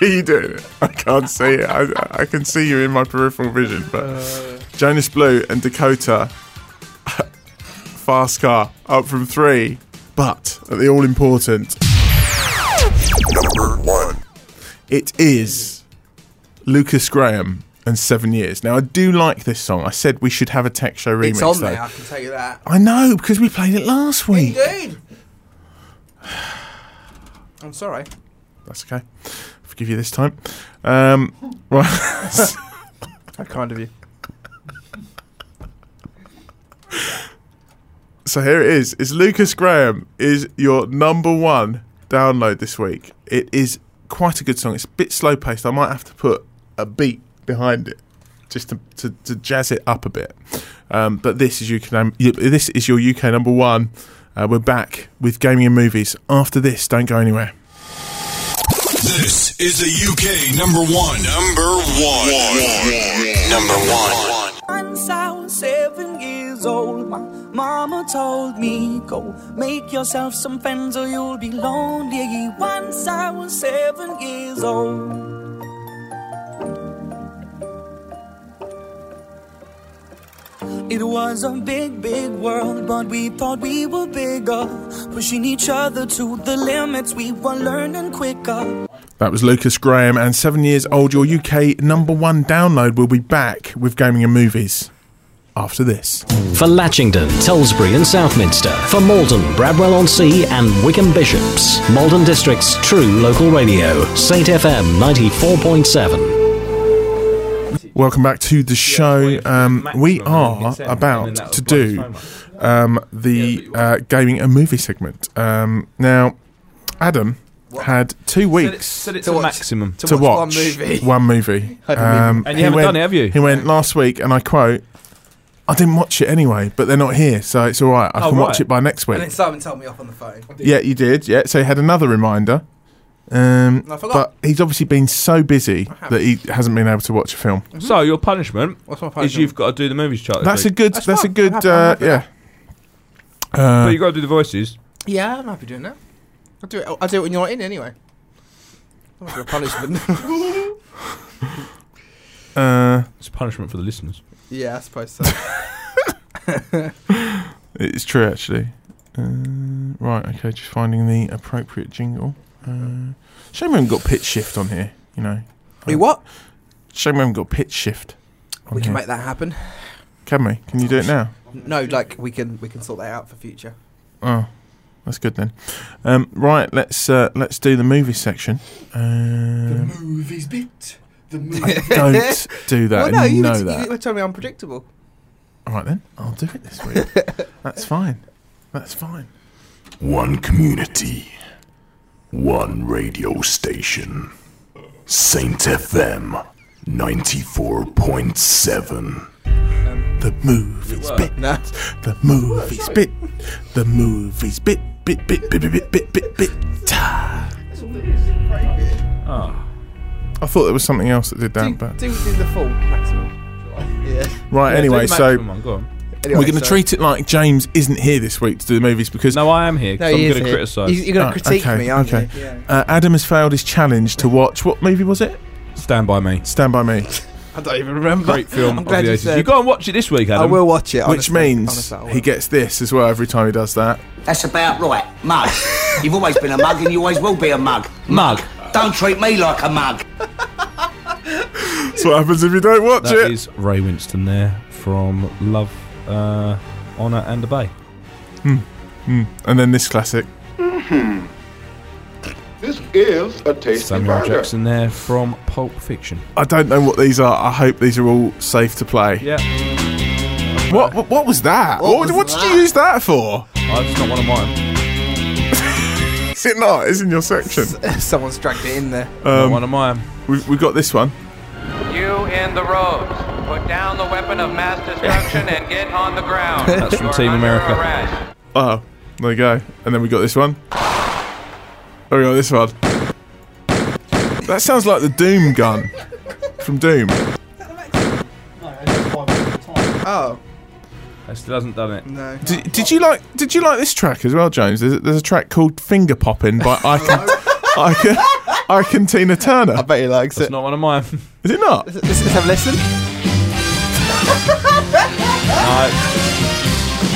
[SPEAKER 3] Are you doing it? I can't see it. I, I can see you in my peripheral vision, but
[SPEAKER 5] Uh.
[SPEAKER 3] Jonas Blue and Dakota (laughs) Fast Car up from three, but at the all important
[SPEAKER 9] Number one.
[SPEAKER 3] It is Lucas Graham and Seven Years. Now, I do like this song. I said we should have a Tech Show remix.
[SPEAKER 5] It's on
[SPEAKER 3] though.
[SPEAKER 5] there, I can tell you that.
[SPEAKER 3] I know, because we played it last week.
[SPEAKER 5] Dude! I'm sorry.
[SPEAKER 3] That's okay. Forgive you this time. Um, right.
[SPEAKER 5] How kind of you.
[SPEAKER 3] so here it is. Is Lucas Graham is your number one download this week. It is quite a good song. It's a bit slow paced. I might have to put a beat behind it just to, to, to jazz it up a bit. Um, but this is UK. num- y- This is your UK number one. Uh, we're back with gaming and movies. After this, don't go anywhere.
[SPEAKER 12] This is the UK number one. Number one. Number one.
[SPEAKER 11] Once I was seven years old, my mama told me, Go make yourself some friends or you'll be lonely. Once I was seven years old. It was a big, big world, but we thought we were bigger. Pushing each other to the limits, we were learning quicker.
[SPEAKER 3] That was Lucas Graham and Seven Years Old, your UK number one download. We'll be back with gaming and movies after this.
[SPEAKER 1] For Latchington, Tulsbury and Southminster. For Malden, Bradwell-on-Sea and Wickham Bishops. Malden District's true local radio. Saint FM 94.7.
[SPEAKER 3] Welcome back to the show. Um, we are about to do um, the uh, gaming and movie segment. Um, now, Adam had
[SPEAKER 4] Set
[SPEAKER 3] two
[SPEAKER 4] it,
[SPEAKER 3] weeks
[SPEAKER 4] set it
[SPEAKER 5] To
[SPEAKER 4] to,
[SPEAKER 5] watch.
[SPEAKER 4] maximum.
[SPEAKER 5] To,
[SPEAKER 3] to
[SPEAKER 5] watch,
[SPEAKER 3] watch
[SPEAKER 5] one movie.
[SPEAKER 3] (laughs) one movie.
[SPEAKER 5] I didn't even-
[SPEAKER 4] And you haven't
[SPEAKER 3] went-
[SPEAKER 4] done it, have you?
[SPEAKER 3] He went last week, and I quote, I didn't watch it anyway, but they're not here, so it's all right. I
[SPEAKER 4] Oh,
[SPEAKER 3] can watch
[SPEAKER 4] right.
[SPEAKER 3] it by next week.
[SPEAKER 5] And then Simon told me off on the phone.
[SPEAKER 3] Yeah, you did. Yeah, so he had another reminder. Um,
[SPEAKER 5] I
[SPEAKER 3] but
[SPEAKER 5] forgot.
[SPEAKER 3] he's obviously been so busy that he hasn't been able to watch a film.
[SPEAKER 4] So your punishment
[SPEAKER 5] What's my phone?
[SPEAKER 4] is you've got to do the movies chart. this
[SPEAKER 3] That's a
[SPEAKER 4] week.
[SPEAKER 3] good. That's,
[SPEAKER 5] That's
[SPEAKER 3] a
[SPEAKER 5] fine.
[SPEAKER 3] good.
[SPEAKER 5] I'm happy-
[SPEAKER 3] Uh,
[SPEAKER 5] I'm happy
[SPEAKER 3] yeah.
[SPEAKER 5] with
[SPEAKER 4] But
[SPEAKER 3] Uh,
[SPEAKER 4] you got to do the voices.
[SPEAKER 5] Yeah, I'm happy doing that. I'll do it, I'll do it when you're not in anyway. I'm not gonna punish them.
[SPEAKER 3] uh,
[SPEAKER 4] punishment for the listeners.
[SPEAKER 5] Yeah, I suppose so.
[SPEAKER 3] It's true, actually. Uh, right, okay, just finding the appropriate jingle. Uh, shame we haven't got pitch shift on here, you know.
[SPEAKER 5] Wait, what?
[SPEAKER 3] Shame we haven't got pitch shift. on
[SPEAKER 5] we can
[SPEAKER 3] here.
[SPEAKER 5] make that happen.
[SPEAKER 3] Can we? Can you do it now?
[SPEAKER 5] No, like we can we can sort that out for future.
[SPEAKER 3] Oh, that's good then. Um, right, let's uh, let's do the movie section. Um,
[SPEAKER 6] Movies bit. The
[SPEAKER 3] I don't do that.
[SPEAKER 5] (laughs) well, no,
[SPEAKER 3] and you
[SPEAKER 5] you
[SPEAKER 3] know
[SPEAKER 5] were,
[SPEAKER 3] that.
[SPEAKER 5] You were telling me (laughs) unpredictable.
[SPEAKER 3] All right then, I'll do it this
[SPEAKER 5] (laughs)
[SPEAKER 3] week. that's fine. That's fine.
[SPEAKER 12] One community, one radio station. Saint FM 94.7.
[SPEAKER 3] The movies bit. The movies bit. The movies bit. Bit bit bit bit bit bit bit bit.
[SPEAKER 4] Ah.
[SPEAKER 3] I thought there was something else that did that, but
[SPEAKER 5] Do do the full maximum. Yeah.
[SPEAKER 3] right.
[SPEAKER 4] Yeah, do
[SPEAKER 3] anyway,
[SPEAKER 4] the
[SPEAKER 3] so
[SPEAKER 4] maximum one, go on.
[SPEAKER 3] we're
[SPEAKER 5] Anyway,
[SPEAKER 3] going to
[SPEAKER 5] so-
[SPEAKER 3] treat it like James isn't here this week to do the movies because Ah,
[SPEAKER 4] No, I am here. 'cause
[SPEAKER 5] No, he
[SPEAKER 4] I'm
[SPEAKER 5] is
[SPEAKER 4] going to
[SPEAKER 5] here.
[SPEAKER 4] criticise.
[SPEAKER 5] He's- you're gonna
[SPEAKER 3] Oh,
[SPEAKER 5] critique me, aren't you? Yeah.
[SPEAKER 3] Uh, Adam has failed his challenge to watch what movie was it?
[SPEAKER 4] Stand by me.
[SPEAKER 3] Stand by me.
[SPEAKER 5] (laughs) I don't even remember.
[SPEAKER 4] Great film of
[SPEAKER 5] I'm glad
[SPEAKER 4] the
[SPEAKER 5] you
[SPEAKER 4] 80s.
[SPEAKER 5] said.
[SPEAKER 4] You go and watch it this week, Adam.
[SPEAKER 5] I will watch it.
[SPEAKER 3] Which
[SPEAKER 5] honestly.
[SPEAKER 3] means
[SPEAKER 5] Honestly, I will.
[SPEAKER 3] he gets this as well every time he does that.
[SPEAKER 13] That's about right. Mug. You've always been a mug and you always will be a mug.
[SPEAKER 4] Mug.
[SPEAKER 13] Don't treat me like a mug.
[SPEAKER 3] That's what happens if you don't watch
[SPEAKER 4] That
[SPEAKER 3] it.
[SPEAKER 4] is Ray Winston there from Love, uh, Honor, and Obey.
[SPEAKER 3] Hmm. And then this classic.
[SPEAKER 14] This is a tasty
[SPEAKER 4] Samuel
[SPEAKER 14] burger.
[SPEAKER 4] Jackson there from Pulp Fiction.
[SPEAKER 3] I don't know what these are. I hope these are all safe to play.
[SPEAKER 4] Yeah. oh,
[SPEAKER 3] What, what what was that?
[SPEAKER 4] What
[SPEAKER 3] What,
[SPEAKER 4] was
[SPEAKER 3] what did you use that for?
[SPEAKER 4] Oh, it's not one of mine.
[SPEAKER 3] Is it not? It's in your section.
[SPEAKER 5] (laughs) Someone's dragged it
[SPEAKER 3] (laughs)
[SPEAKER 5] in there.
[SPEAKER 3] Um,
[SPEAKER 4] one of mine.
[SPEAKER 3] We've, we've got this one.
[SPEAKER 15] You in the robes, put down the weapon of mass destruction and get on the ground.
[SPEAKER 4] That's from
[SPEAKER 15] You're
[SPEAKER 4] Team
[SPEAKER 15] under
[SPEAKER 4] America.
[SPEAKER 15] arrest.
[SPEAKER 3] Oh, there you go. And then we got this one. Oh, we got this one. That sounds like the Doom gun from Doom.
[SPEAKER 5] Oh.
[SPEAKER 4] It still hasn't done it.
[SPEAKER 5] No.
[SPEAKER 3] Did, did you like? Did you like this track as well, James? There's, a- there's a track called "Finger Poppin' by Ike, Ike, Ike and Tina Turner. I bet he likes
[SPEAKER 4] It's not one of mine. (laughs)
[SPEAKER 3] Is it not?
[SPEAKER 5] Let's, let's have a listen.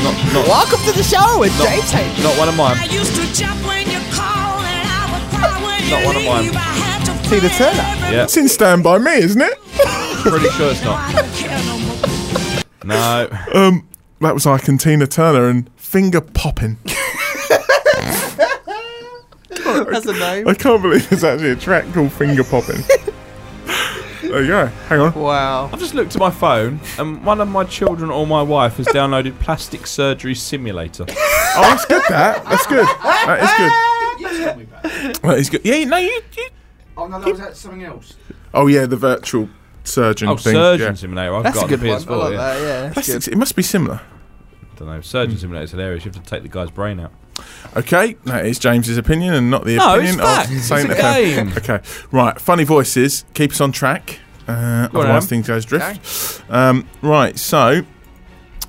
[SPEAKER 4] Not, not,
[SPEAKER 5] (laughs) Welcome to the show with
[SPEAKER 4] Not-
[SPEAKER 5] James Hayden.
[SPEAKER 4] not one of (laughs) mine.
[SPEAKER 7] used to jump when you called and I would cry when
[SPEAKER 4] Not one of mine.
[SPEAKER 5] Tina Turner.
[SPEAKER 4] Yeah.
[SPEAKER 3] It's in Stand By Me, isn't it?
[SPEAKER 4] Pretty sure it's not. No.
[SPEAKER 3] Um, that was Ike and Tina Turner and "Finger Poppin'.
[SPEAKER 5] That's a name.
[SPEAKER 3] I can't believe there's actually a track called "Finger Poppin'. there you go. Hang on.
[SPEAKER 5] Wow.
[SPEAKER 4] I've just looked at my phone, and one of my children or my wife has downloaded Plastic Surgery Simulator.
[SPEAKER 3] Oh, that's good. That that's good. That is good. That is good. Yeah. No, you. you
[SPEAKER 6] Oh no, that was that something else.
[SPEAKER 3] oh yeah, the virtual surgeon
[SPEAKER 4] Oh,
[SPEAKER 3] thing.
[SPEAKER 4] Surgeon
[SPEAKER 3] yeah.
[SPEAKER 4] Simulator. I've
[SPEAKER 5] That's
[SPEAKER 4] got
[SPEAKER 5] a good
[SPEAKER 4] the
[SPEAKER 5] one.
[SPEAKER 4] PS4.
[SPEAKER 5] I like
[SPEAKER 4] yeah.
[SPEAKER 5] that. Yeah. That's
[SPEAKER 3] Plastics-
[SPEAKER 5] good.
[SPEAKER 3] It must be similar.
[SPEAKER 4] don't know. Surgeon Simulator is hilarious. You have to take the guy's brain out.
[SPEAKER 3] Okay, that is James's opinion and not the
[SPEAKER 4] No, it's
[SPEAKER 3] opinion
[SPEAKER 4] facts.
[SPEAKER 3] of
[SPEAKER 4] It's
[SPEAKER 3] Saint
[SPEAKER 4] a
[SPEAKER 3] FM.
[SPEAKER 4] game.
[SPEAKER 3] Okay, right. Funny voices. Keep us on track. Uh,
[SPEAKER 4] Go on,
[SPEAKER 3] otherwise,
[SPEAKER 4] Adam.
[SPEAKER 3] things goes drift. Um, right. So,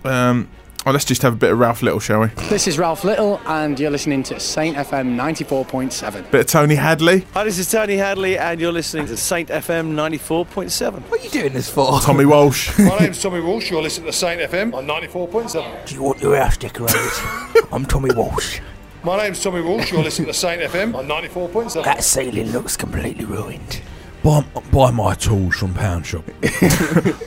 [SPEAKER 3] um, oh, let's just have a bit of Ralph Little, shall we?
[SPEAKER 16] (laughs) This is Ralph Little, and you're listening to Saint FM 94.7.
[SPEAKER 3] Bit of Tony Hadley,
[SPEAKER 17] Hi, this is Tony Hadley, and you're listening to Saint FM 94.7.
[SPEAKER 5] What are you doing this for? (laughs)
[SPEAKER 3] Tommy Walsh.
[SPEAKER 18] My name's Tommy Walsh. You're listening to Saint FM on 94.7.
[SPEAKER 5] Do you want your
[SPEAKER 18] (laughs)
[SPEAKER 5] house decorated? I'm Tommy Walsh.
[SPEAKER 18] My name's Tommy Walsh. You're listening to Saint FM on 94.7.
[SPEAKER 5] That ceiling looks completely ruined.
[SPEAKER 4] Buy, buy my tools from Pound Shop.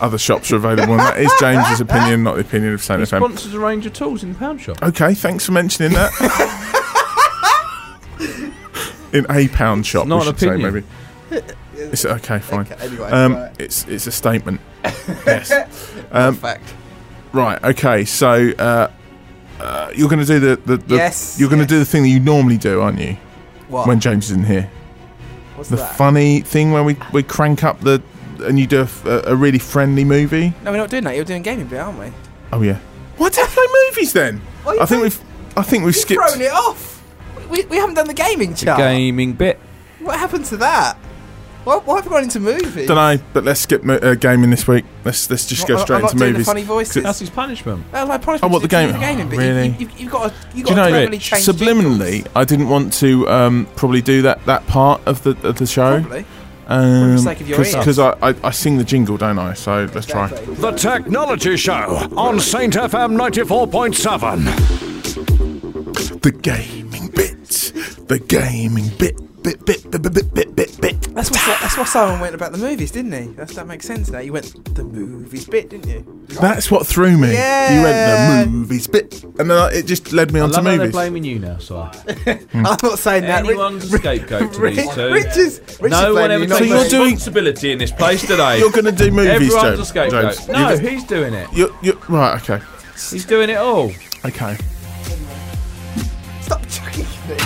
[SPEAKER 3] Other shops are available. And that is James's opinion, not the opinion of Saint FM.
[SPEAKER 4] Sponsors a range of tools in the Pound Shop.
[SPEAKER 3] Okay, thanks for
[SPEAKER 4] (laughs)
[SPEAKER 3] mentioning that. In a pound shop,
[SPEAKER 4] not
[SPEAKER 3] we
[SPEAKER 4] an
[SPEAKER 3] should say
[SPEAKER 4] opinion.
[SPEAKER 3] maybe.
[SPEAKER 4] (laughs)
[SPEAKER 3] It's okay, fine.
[SPEAKER 5] anyway,
[SPEAKER 3] Um,
[SPEAKER 5] right.
[SPEAKER 3] it's it's a
[SPEAKER 4] (laughs)
[SPEAKER 3] statement. yes. Um,
[SPEAKER 5] Fact.
[SPEAKER 3] right. Okay. So uh, uh, you're going to do the, the, the
[SPEAKER 5] Yes,
[SPEAKER 3] You're going to do the thing that you normally do, aren't you?
[SPEAKER 5] What?
[SPEAKER 3] When James isn't here,
[SPEAKER 5] What's
[SPEAKER 3] the
[SPEAKER 5] that?
[SPEAKER 3] funny thing where we we crank up the and you do a f- a, a really friendly movie.
[SPEAKER 5] no, we're not doing that. You're doing gaming bit, aren't we?
[SPEAKER 3] Oh yeah. Why do you play movies then?
[SPEAKER 5] Why you
[SPEAKER 3] I think we've I think we've
[SPEAKER 5] You've
[SPEAKER 3] skipped.
[SPEAKER 5] thrown it off. We, we haven't done the gaming chart.
[SPEAKER 4] Gaming bit.
[SPEAKER 5] What happened to that? Why, why have we gone into movies?
[SPEAKER 3] Don't know, but let's skip mo- uh, gaming this week. Let's let's just
[SPEAKER 5] Well,
[SPEAKER 3] go
[SPEAKER 5] I'm-
[SPEAKER 3] straight
[SPEAKER 5] I'm not
[SPEAKER 3] into
[SPEAKER 5] doing the
[SPEAKER 3] movies.
[SPEAKER 5] funny voices.
[SPEAKER 4] That's his punishment.
[SPEAKER 5] Oh, like punishment
[SPEAKER 3] Oh, what, the
[SPEAKER 5] system
[SPEAKER 3] game-
[SPEAKER 5] for gaming, but
[SPEAKER 3] Really?
[SPEAKER 5] You, you, you've got to, you've
[SPEAKER 3] Do
[SPEAKER 5] got
[SPEAKER 3] you know,
[SPEAKER 5] to totally change
[SPEAKER 3] subliminally, I didn't want to um, probably do that, that part of the of the show.
[SPEAKER 5] Probably.
[SPEAKER 3] Um,
[SPEAKER 5] the sake of your ears.
[SPEAKER 3] Because I, I, I sing the jingle, don't I? So let's try.
[SPEAKER 2] The Technology Show on Saint FM 94.7.
[SPEAKER 3] The gaming bit. The gaming bit. Bit, bit, bit, bit, bit, bit, bit, bit.
[SPEAKER 5] That's what that's what Simon went about the movies, didn't he? That's, that makes sense now. You went the movies bit, didn't you?
[SPEAKER 3] That's what threw me. You
[SPEAKER 5] Yeah.
[SPEAKER 3] went the movies bit, and then it just led me
[SPEAKER 4] I
[SPEAKER 3] on to
[SPEAKER 4] love how they're
[SPEAKER 3] movies.
[SPEAKER 4] blaming you now, so
[SPEAKER 3] Hmm.
[SPEAKER 5] I'm not saying that.
[SPEAKER 4] (laughs)
[SPEAKER 5] Rich-
[SPEAKER 4] Anyone's (laughs) a scapegoat to
[SPEAKER 5] Rich-
[SPEAKER 4] these two.
[SPEAKER 5] Rich is- Rich is
[SPEAKER 4] no one
[SPEAKER 5] blaming
[SPEAKER 4] ever
[SPEAKER 5] you,
[SPEAKER 4] takes
[SPEAKER 5] not me. So you're doing-
[SPEAKER 4] responsibility in this place today.
[SPEAKER 3] (laughs) You're gonna do movies,
[SPEAKER 4] Everyone's
[SPEAKER 3] James-
[SPEAKER 4] a scapegoat.
[SPEAKER 3] James.
[SPEAKER 4] No,
[SPEAKER 3] You're-
[SPEAKER 4] he's doing it.
[SPEAKER 3] You, you, right, okay,
[SPEAKER 4] He's doing it all.
[SPEAKER 3] okay.
[SPEAKER 5] Stop chucking me.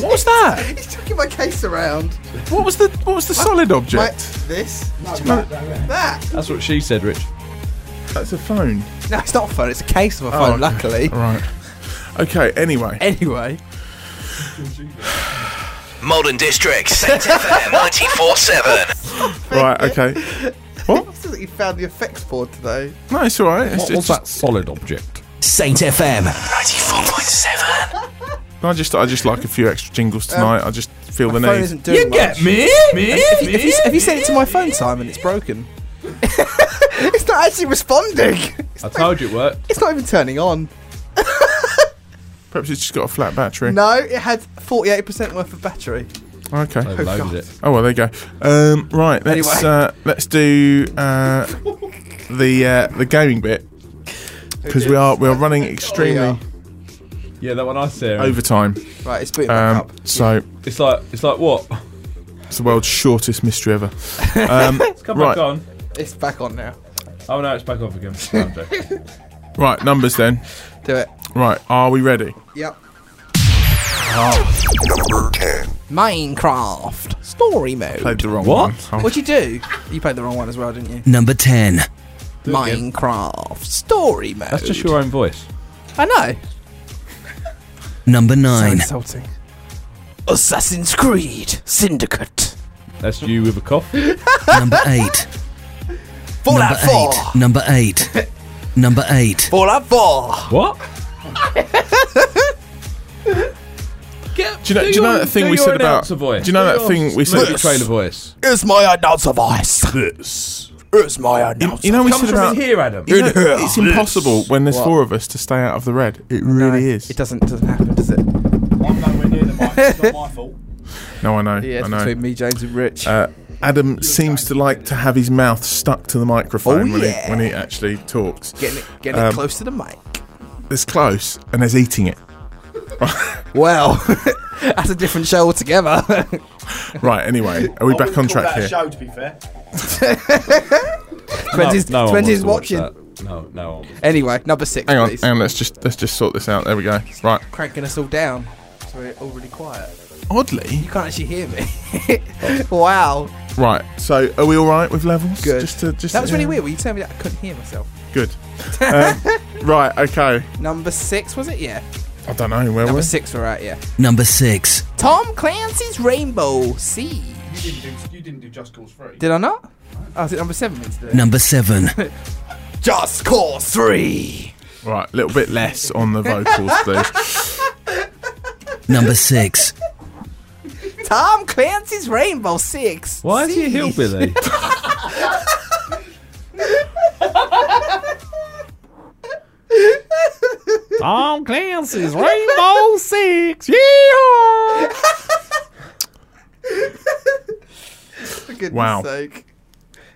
[SPEAKER 3] What was that?
[SPEAKER 5] He's chucking my case around.
[SPEAKER 3] What was the what was the solid object?
[SPEAKER 5] My, this?
[SPEAKER 3] that,
[SPEAKER 5] that.
[SPEAKER 4] That's what she said, Rich.
[SPEAKER 3] That's a phone.
[SPEAKER 5] No, it's not a phone. It's a case of a
[SPEAKER 3] Oh,
[SPEAKER 5] phone.
[SPEAKER 3] okay.
[SPEAKER 5] Luckily.
[SPEAKER 3] Right. Okay. Anyway.
[SPEAKER 5] Anyway.
[SPEAKER 19] Molden District, Saint FM 94.7.
[SPEAKER 3] Right. Okay. What?
[SPEAKER 5] It says that you found the effects board today.
[SPEAKER 3] No, it's all right. It's,
[SPEAKER 4] What
[SPEAKER 3] it's
[SPEAKER 4] was that
[SPEAKER 3] just-
[SPEAKER 4] solid object?
[SPEAKER 19] Saint FM 94.7.
[SPEAKER 3] I just I just like a few extra jingles tonight. I just feel the
[SPEAKER 5] My phone
[SPEAKER 3] need.
[SPEAKER 5] isn't doing much. Have you, have you- have you sent it to my phone, Simon? It's broken. (laughs) it's not actually responding.
[SPEAKER 4] I told you it worked.
[SPEAKER 5] It's not even turning on.
[SPEAKER 3] Perhaps it's just got a flat battery.
[SPEAKER 5] No, it had 48% worth of battery.
[SPEAKER 3] Okay.
[SPEAKER 4] They've
[SPEAKER 5] Oh,
[SPEAKER 4] loaded
[SPEAKER 5] God.
[SPEAKER 4] it.
[SPEAKER 3] (laughs) Oh well, there you go. Um, right, let's
[SPEAKER 5] Anyway.
[SPEAKER 3] uh, let's do uh, the uh, the gaming bit because we are we are running extremely
[SPEAKER 4] Yeah, that one I see.
[SPEAKER 3] overtime.
[SPEAKER 5] Right, it's booting back
[SPEAKER 3] Um,
[SPEAKER 5] up.
[SPEAKER 3] so
[SPEAKER 4] It's like it's like what? (laughs)
[SPEAKER 3] it's the world's shortest mystery ever. Um,
[SPEAKER 4] It's come
[SPEAKER 3] right,
[SPEAKER 4] back on.
[SPEAKER 5] It's back on now.
[SPEAKER 4] Oh no, it's back off
[SPEAKER 3] (laughs)
[SPEAKER 4] again. No, I'm joking.
[SPEAKER 3] right, numbers then.
[SPEAKER 5] Do it.
[SPEAKER 3] Right, are we ready?
[SPEAKER 5] Yep. Minecraft story mode.
[SPEAKER 3] Played the wrong
[SPEAKER 19] What?
[SPEAKER 3] one. Oh,
[SPEAKER 5] What'd you do? You played the wrong one as well, didn't you?
[SPEAKER 19] Number 10.
[SPEAKER 5] Minecraft story mode.
[SPEAKER 4] That's just your own voice.
[SPEAKER 5] I know.
[SPEAKER 19] Number
[SPEAKER 5] So
[SPEAKER 19] 9.
[SPEAKER 5] insulting. Assassin's Creed Syndicate.
[SPEAKER 4] That's you with a
[SPEAKER 3] (laughs)
[SPEAKER 4] cough.
[SPEAKER 19] Number 8.
[SPEAKER 5] Fallout
[SPEAKER 19] number
[SPEAKER 5] 4.
[SPEAKER 19] 8. Number 8.
[SPEAKER 5] (laughs)
[SPEAKER 19] Number 8.
[SPEAKER 5] Fallout 4.
[SPEAKER 4] What?
[SPEAKER 3] Do you know? Do, you know that thing we said about? Do you know
[SPEAKER 4] Oh,
[SPEAKER 3] that thing we said?
[SPEAKER 4] Movie trailer
[SPEAKER 3] (laughs)
[SPEAKER 4] voice.
[SPEAKER 5] It's my announcer voice. This is my announcer.
[SPEAKER 3] You know we
[SPEAKER 4] Comes
[SPEAKER 3] said
[SPEAKER 4] from
[SPEAKER 3] about
[SPEAKER 4] in here, Adam.
[SPEAKER 3] You know,
[SPEAKER 5] In here.
[SPEAKER 3] it's impossible when there's
[SPEAKER 5] What?
[SPEAKER 3] four of us to stay out of the red. It really is.
[SPEAKER 5] It doesn't doesn't happen, does it?
[SPEAKER 6] I'm nowhere near the mic. It's not my fault.
[SPEAKER 3] No, I know.
[SPEAKER 5] Yeah, it's
[SPEAKER 3] I know.
[SPEAKER 5] between me, James, and Rich.
[SPEAKER 3] Uh, Adam seems to like to have his mouth stuck to the microphone
[SPEAKER 5] Oh,
[SPEAKER 3] when,
[SPEAKER 5] yeah.
[SPEAKER 3] he, when he actually talks.
[SPEAKER 5] getting it, getting
[SPEAKER 3] um,
[SPEAKER 5] it close to the mic.
[SPEAKER 3] There's close and there's eating it.
[SPEAKER 5] Well, (laughs) that's a different show altogether. (laughs)
[SPEAKER 3] Right, anyway, are we
[SPEAKER 6] I
[SPEAKER 3] back
[SPEAKER 6] wouldn't call
[SPEAKER 3] on track
[SPEAKER 6] that a
[SPEAKER 3] here?
[SPEAKER 6] show, to be fair.
[SPEAKER 5] Twenty's
[SPEAKER 4] no, no one
[SPEAKER 5] Twenty's
[SPEAKER 4] wants to
[SPEAKER 5] watching.
[SPEAKER 4] watch that. No, no. one wants-
[SPEAKER 5] Anyway, number six,
[SPEAKER 3] Hang on,
[SPEAKER 5] please.
[SPEAKER 3] hang on, let's just let's just sort this out. There we go. Right.
[SPEAKER 5] Cranking us all down, so we're all really quiet.
[SPEAKER 3] Oddly.
[SPEAKER 5] You can't actually hear me. (laughs) wow,
[SPEAKER 3] Right. So are we alright with levels?
[SPEAKER 5] Good.
[SPEAKER 3] Just to just
[SPEAKER 5] that was really
[SPEAKER 3] yeah.
[SPEAKER 5] weird. When you told me that, I couldn't hear myself.
[SPEAKER 3] Good. Um, right, okay.
[SPEAKER 5] Number six was it? Yeah,
[SPEAKER 3] I don't know, where
[SPEAKER 5] number
[SPEAKER 3] was
[SPEAKER 5] six we're at. Yeah,
[SPEAKER 19] Number 6.
[SPEAKER 5] Tom Clancy's Rainbow Siege.
[SPEAKER 6] You didn't do, you didn't do Just Cause 3.
[SPEAKER 5] Did I not? Oh, is it number seven? we need to do?
[SPEAKER 19] Number 7.
[SPEAKER 5] (laughs) Just Cause Three.
[SPEAKER 3] Right, a little bit less on the vocals, please.
[SPEAKER 19] Number 6.
[SPEAKER 5] Tom Clancy's Rainbow Six.
[SPEAKER 4] Why is he a
[SPEAKER 5] Siege.
[SPEAKER 4] hillbilly? Tom Clancy's Rainbow Six. Yeah.
[SPEAKER 5] For goodness
[SPEAKER 3] Wow.
[SPEAKER 5] sake.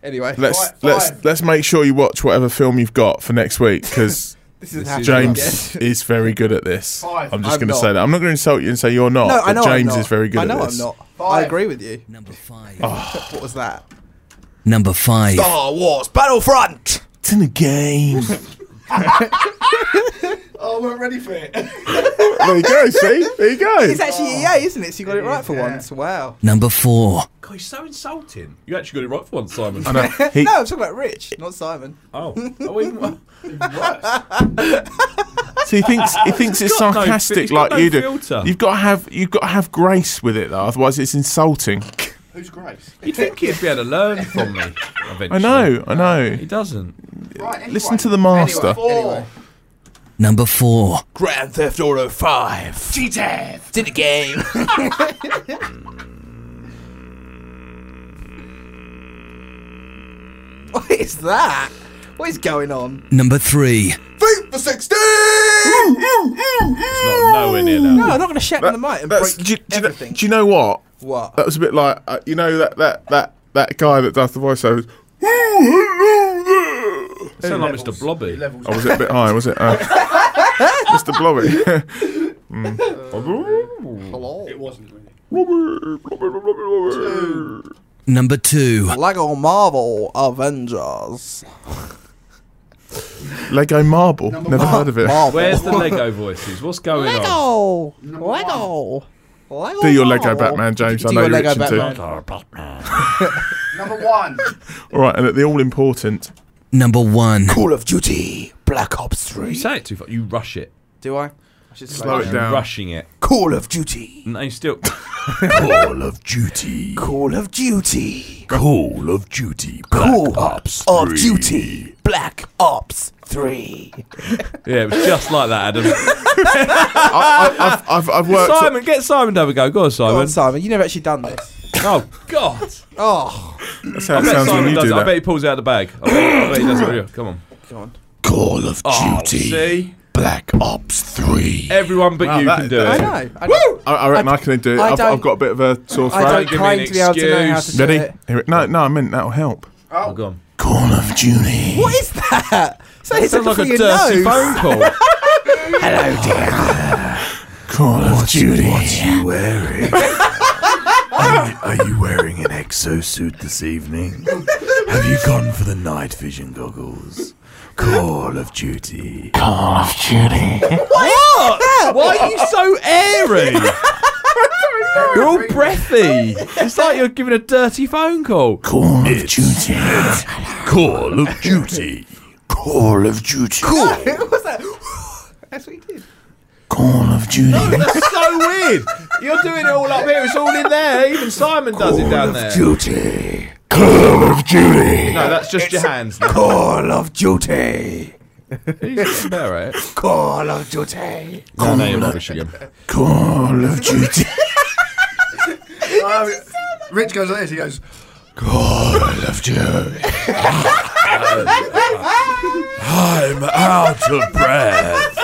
[SPEAKER 5] Anyway,
[SPEAKER 3] Let's
[SPEAKER 5] right,
[SPEAKER 3] let's
[SPEAKER 5] fine.
[SPEAKER 3] let's make sure you watch whatever film you've got for next week because
[SPEAKER 5] (laughs) This isn't
[SPEAKER 4] This
[SPEAKER 5] happening
[SPEAKER 4] is-
[SPEAKER 3] James is very good at this.
[SPEAKER 6] Five.
[SPEAKER 3] I'm just
[SPEAKER 5] I'm
[SPEAKER 3] going to
[SPEAKER 5] not.
[SPEAKER 3] say that. I'm not going to insult you and say you're not.
[SPEAKER 5] No, I
[SPEAKER 3] but
[SPEAKER 5] know I'm
[SPEAKER 3] James
[SPEAKER 5] not.
[SPEAKER 3] is very good
[SPEAKER 5] I know
[SPEAKER 3] at this. Ah.
[SPEAKER 5] I'm not. I
[SPEAKER 6] Five.
[SPEAKER 5] agree with you.
[SPEAKER 19] Number 5.
[SPEAKER 5] What was that?
[SPEAKER 19] Number 5.
[SPEAKER 5] Star Wars Battlefront.
[SPEAKER 3] It's in the
[SPEAKER 5] (laughs)
[SPEAKER 3] game.
[SPEAKER 6] Oh, I weren't ready for it.
[SPEAKER 3] (laughs) there you go. See, there you go.
[SPEAKER 5] It's actually EA, isn't it? So you got it right for once. Wow.
[SPEAKER 19] Number 4.
[SPEAKER 4] God, he's so insulting. You actually got it right for once, Simon.
[SPEAKER 3] I know. He,
[SPEAKER 5] No, I'm talking about Rich, not Simon.
[SPEAKER 4] (laughs)
[SPEAKER 5] (laughs)
[SPEAKER 4] Oh, oh even,
[SPEAKER 3] so he thinks he thinks it's
[SPEAKER 4] He's got no fi-
[SPEAKER 3] sarcastic,
[SPEAKER 4] he's got
[SPEAKER 3] like
[SPEAKER 4] no
[SPEAKER 3] you do.
[SPEAKER 4] filter.
[SPEAKER 3] You've got to have you've got to have grace with it, though. Otherwise, it's insulting.
[SPEAKER 6] Who's Grace?
[SPEAKER 4] you'd think he'd be able to learn from me. Eventually.
[SPEAKER 3] I know. I know.
[SPEAKER 4] He doesn't.
[SPEAKER 6] Right, anyway.
[SPEAKER 3] Listen to the master.
[SPEAKER 6] Four.
[SPEAKER 19] Number
[SPEAKER 7] (laughs)
[SPEAKER 19] 4.
[SPEAKER 5] Grand Theft Auto 5. GTA. Did the game. What is that? What is going on?
[SPEAKER 19] Number three.
[SPEAKER 5] Food for 16!
[SPEAKER 4] nowhere near that.
[SPEAKER 5] No, I'm not going to shout in the mic and
[SPEAKER 3] That's-
[SPEAKER 5] break
[SPEAKER 3] do, you, do you know,
[SPEAKER 5] everything.
[SPEAKER 3] do you know what?
[SPEAKER 5] What?
[SPEAKER 3] That was a bit like uh, you know that that that that guy that does the voiceovers.
[SPEAKER 4] Sound like Mr. Blobby.
[SPEAKER 3] Oh, was it a bit high? Was it? Oh.
[SPEAKER 5] (laughs)
[SPEAKER 3] Mr. Blobby. Hello.
[SPEAKER 6] It wasn't really.
[SPEAKER 19] Number two.
[SPEAKER 5] Lego Marvel Avengers.
[SPEAKER 3] Lego Marble. Never heard of it.
[SPEAKER 5] Oh.
[SPEAKER 4] Where's the Lego voices? What's going on?
[SPEAKER 5] Lego! Lego! Lego!
[SPEAKER 3] Do your Lego Batman, James.
[SPEAKER 5] Do
[SPEAKER 3] I know
[SPEAKER 5] your
[SPEAKER 3] you're
[SPEAKER 5] Lego
[SPEAKER 3] itching
[SPEAKER 5] Batman.
[SPEAKER 6] Number one.
[SPEAKER 3] to. All right, and at the all important.
[SPEAKER 19] Number one.
[SPEAKER 5] Call of Duty Black Ops 3.
[SPEAKER 4] You say it too far. You rush it.
[SPEAKER 5] Do I? I should
[SPEAKER 3] Slow it
[SPEAKER 4] You're
[SPEAKER 3] down.
[SPEAKER 4] Rushing it.
[SPEAKER 5] Call of Duty.
[SPEAKER 4] No, you still.
[SPEAKER 9] Call of Duty.
[SPEAKER 5] Call of Duty.
[SPEAKER 9] Call of Duty.
[SPEAKER 5] Call
[SPEAKER 9] Black Ops
[SPEAKER 5] of
[SPEAKER 9] 3.
[SPEAKER 5] Duty Black Ops 3.
[SPEAKER 4] Yeah, it was just like that, Adam.
[SPEAKER 3] I, I, I've, I've, I've worked.
[SPEAKER 4] Simon, get Simon to have a go. Go on, Simon.
[SPEAKER 5] Go on, Simon, you never actually done this.
[SPEAKER 4] Oh, God.
[SPEAKER 5] Oh,
[SPEAKER 3] That's
[SPEAKER 4] I
[SPEAKER 3] how it
[SPEAKER 4] bet
[SPEAKER 3] sounds when
[SPEAKER 4] Simon
[SPEAKER 3] you
[SPEAKER 4] does
[SPEAKER 3] do
[SPEAKER 4] it. I bet
[SPEAKER 3] that.
[SPEAKER 4] he pulls it out of the bag. I bet, I bet he does it. real. Come on.
[SPEAKER 5] Go on.
[SPEAKER 9] Call of
[SPEAKER 4] Oh,
[SPEAKER 9] Duty.
[SPEAKER 4] see?
[SPEAKER 9] Black Ops 3.
[SPEAKER 4] Everyone but you
[SPEAKER 3] that-
[SPEAKER 4] can do
[SPEAKER 3] that-
[SPEAKER 4] it.
[SPEAKER 5] I know. I, don't,
[SPEAKER 3] I, I reckon I, can do it.
[SPEAKER 5] I
[SPEAKER 3] I've,
[SPEAKER 5] don't-
[SPEAKER 3] I've got a bit of a sore
[SPEAKER 5] I
[SPEAKER 3] throat.
[SPEAKER 5] don't
[SPEAKER 4] give me
[SPEAKER 5] claim
[SPEAKER 4] an
[SPEAKER 5] to be able to know how to
[SPEAKER 4] excuse.
[SPEAKER 5] do
[SPEAKER 3] Ready?
[SPEAKER 5] it.
[SPEAKER 3] Here it- No, no, I meant that'll help.
[SPEAKER 4] Oh, go on.
[SPEAKER 9] Call of Duty.
[SPEAKER 5] What is (laughs) that? Say
[SPEAKER 4] Sounds
[SPEAKER 5] something
[SPEAKER 4] like
[SPEAKER 5] from
[SPEAKER 4] a
[SPEAKER 5] your
[SPEAKER 4] dirty
[SPEAKER 5] nose.
[SPEAKER 4] phone call.
[SPEAKER 9] Call of Duty. What are you wearing? (laughs) are, are you wearing an exosuit this evening? Have you gone for the night vision goggles? Call of Duty. Call of Duty.
[SPEAKER 4] What? Why are you so airy? (laughs) You're all breathy. It's like you're giving a dirty phone call.
[SPEAKER 9] Call of Duty. Call of Duty. Call of Duty.
[SPEAKER 5] (laughs)
[SPEAKER 9] Call,
[SPEAKER 5] What's that? (gasps) That's what he did.
[SPEAKER 9] Call of Duty.
[SPEAKER 4] That's so weird. You're doing it all up here. It's all in there. Even Simon does it down there.
[SPEAKER 9] Duty. Call of Duty.
[SPEAKER 4] No, that's just your hands.
[SPEAKER 9] Call of Duty.
[SPEAKER 4] He's getting better at it.
[SPEAKER 9] Call of Duty.
[SPEAKER 4] No, no, you're rubbish again.
[SPEAKER 6] (laughs)
[SPEAKER 9] Call of Duty.
[SPEAKER 6] Um, Rich goes like this. He goes,
[SPEAKER 9] Call of Duty. I'm out of breath.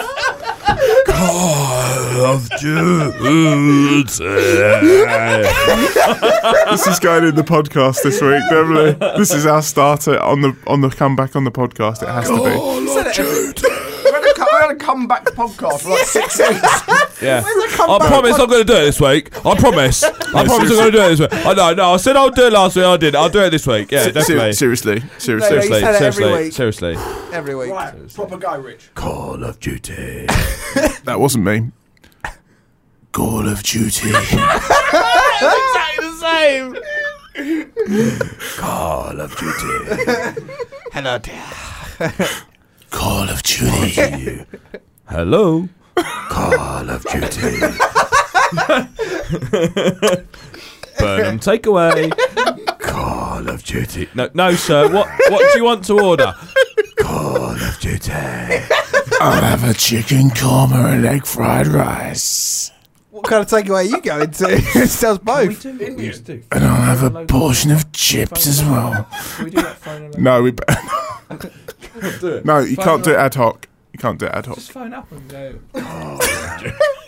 [SPEAKER 9] Call of Duty.
[SPEAKER 3] this is going in the podcast this week, definitely. This is our starter on the on the comeback on the podcast. It has to be.
[SPEAKER 5] (laughs)
[SPEAKER 9] Call of Duty.
[SPEAKER 6] "We're gonna come, we're gonna come back to podcast for like six weeks."
[SPEAKER 4] Yeah. I promise I'm going to do it this week. I promise. I promise I'm going to do it this week. I know, no, I said I'll do it last week. I did. I'll do it this week. Yeah,
[SPEAKER 3] Se-
[SPEAKER 4] definitely.
[SPEAKER 3] se- seriously, seriously.
[SPEAKER 5] No, no, you
[SPEAKER 4] Seriously,
[SPEAKER 5] said it every
[SPEAKER 4] seriously,
[SPEAKER 5] week.
[SPEAKER 4] seriously.
[SPEAKER 5] Every week.
[SPEAKER 6] right, proper guy, Rich.
[SPEAKER 9] Call of Duty.
[SPEAKER 3] (laughs) That wasn't me.
[SPEAKER 9] Call of
[SPEAKER 3] (laughs)
[SPEAKER 9] Duty.
[SPEAKER 5] Exactly the same.
[SPEAKER 9] Call of Duty.
[SPEAKER 5] Hello, dear.
[SPEAKER 9] Call of Duty.
[SPEAKER 3] (laughs)
[SPEAKER 4] Hello.
[SPEAKER 9] Call of Duty.
[SPEAKER 4] Burnham takeaway.
[SPEAKER 9] Call of Duty.
[SPEAKER 4] No, no, sir. What, what do you want to order?
[SPEAKER 9] Call of Duty. I'll have a chicken korma and egg fried rice.
[SPEAKER 5] What kind of takeaway are you going to? (laughs) it sells both.
[SPEAKER 9] And I'll have a portion of chips as well.
[SPEAKER 3] (laughs) No, we. Be- no, you can't do it ad hoc. You can't do it ad hoc.
[SPEAKER 4] phone up and go.
[SPEAKER 3] (laughs)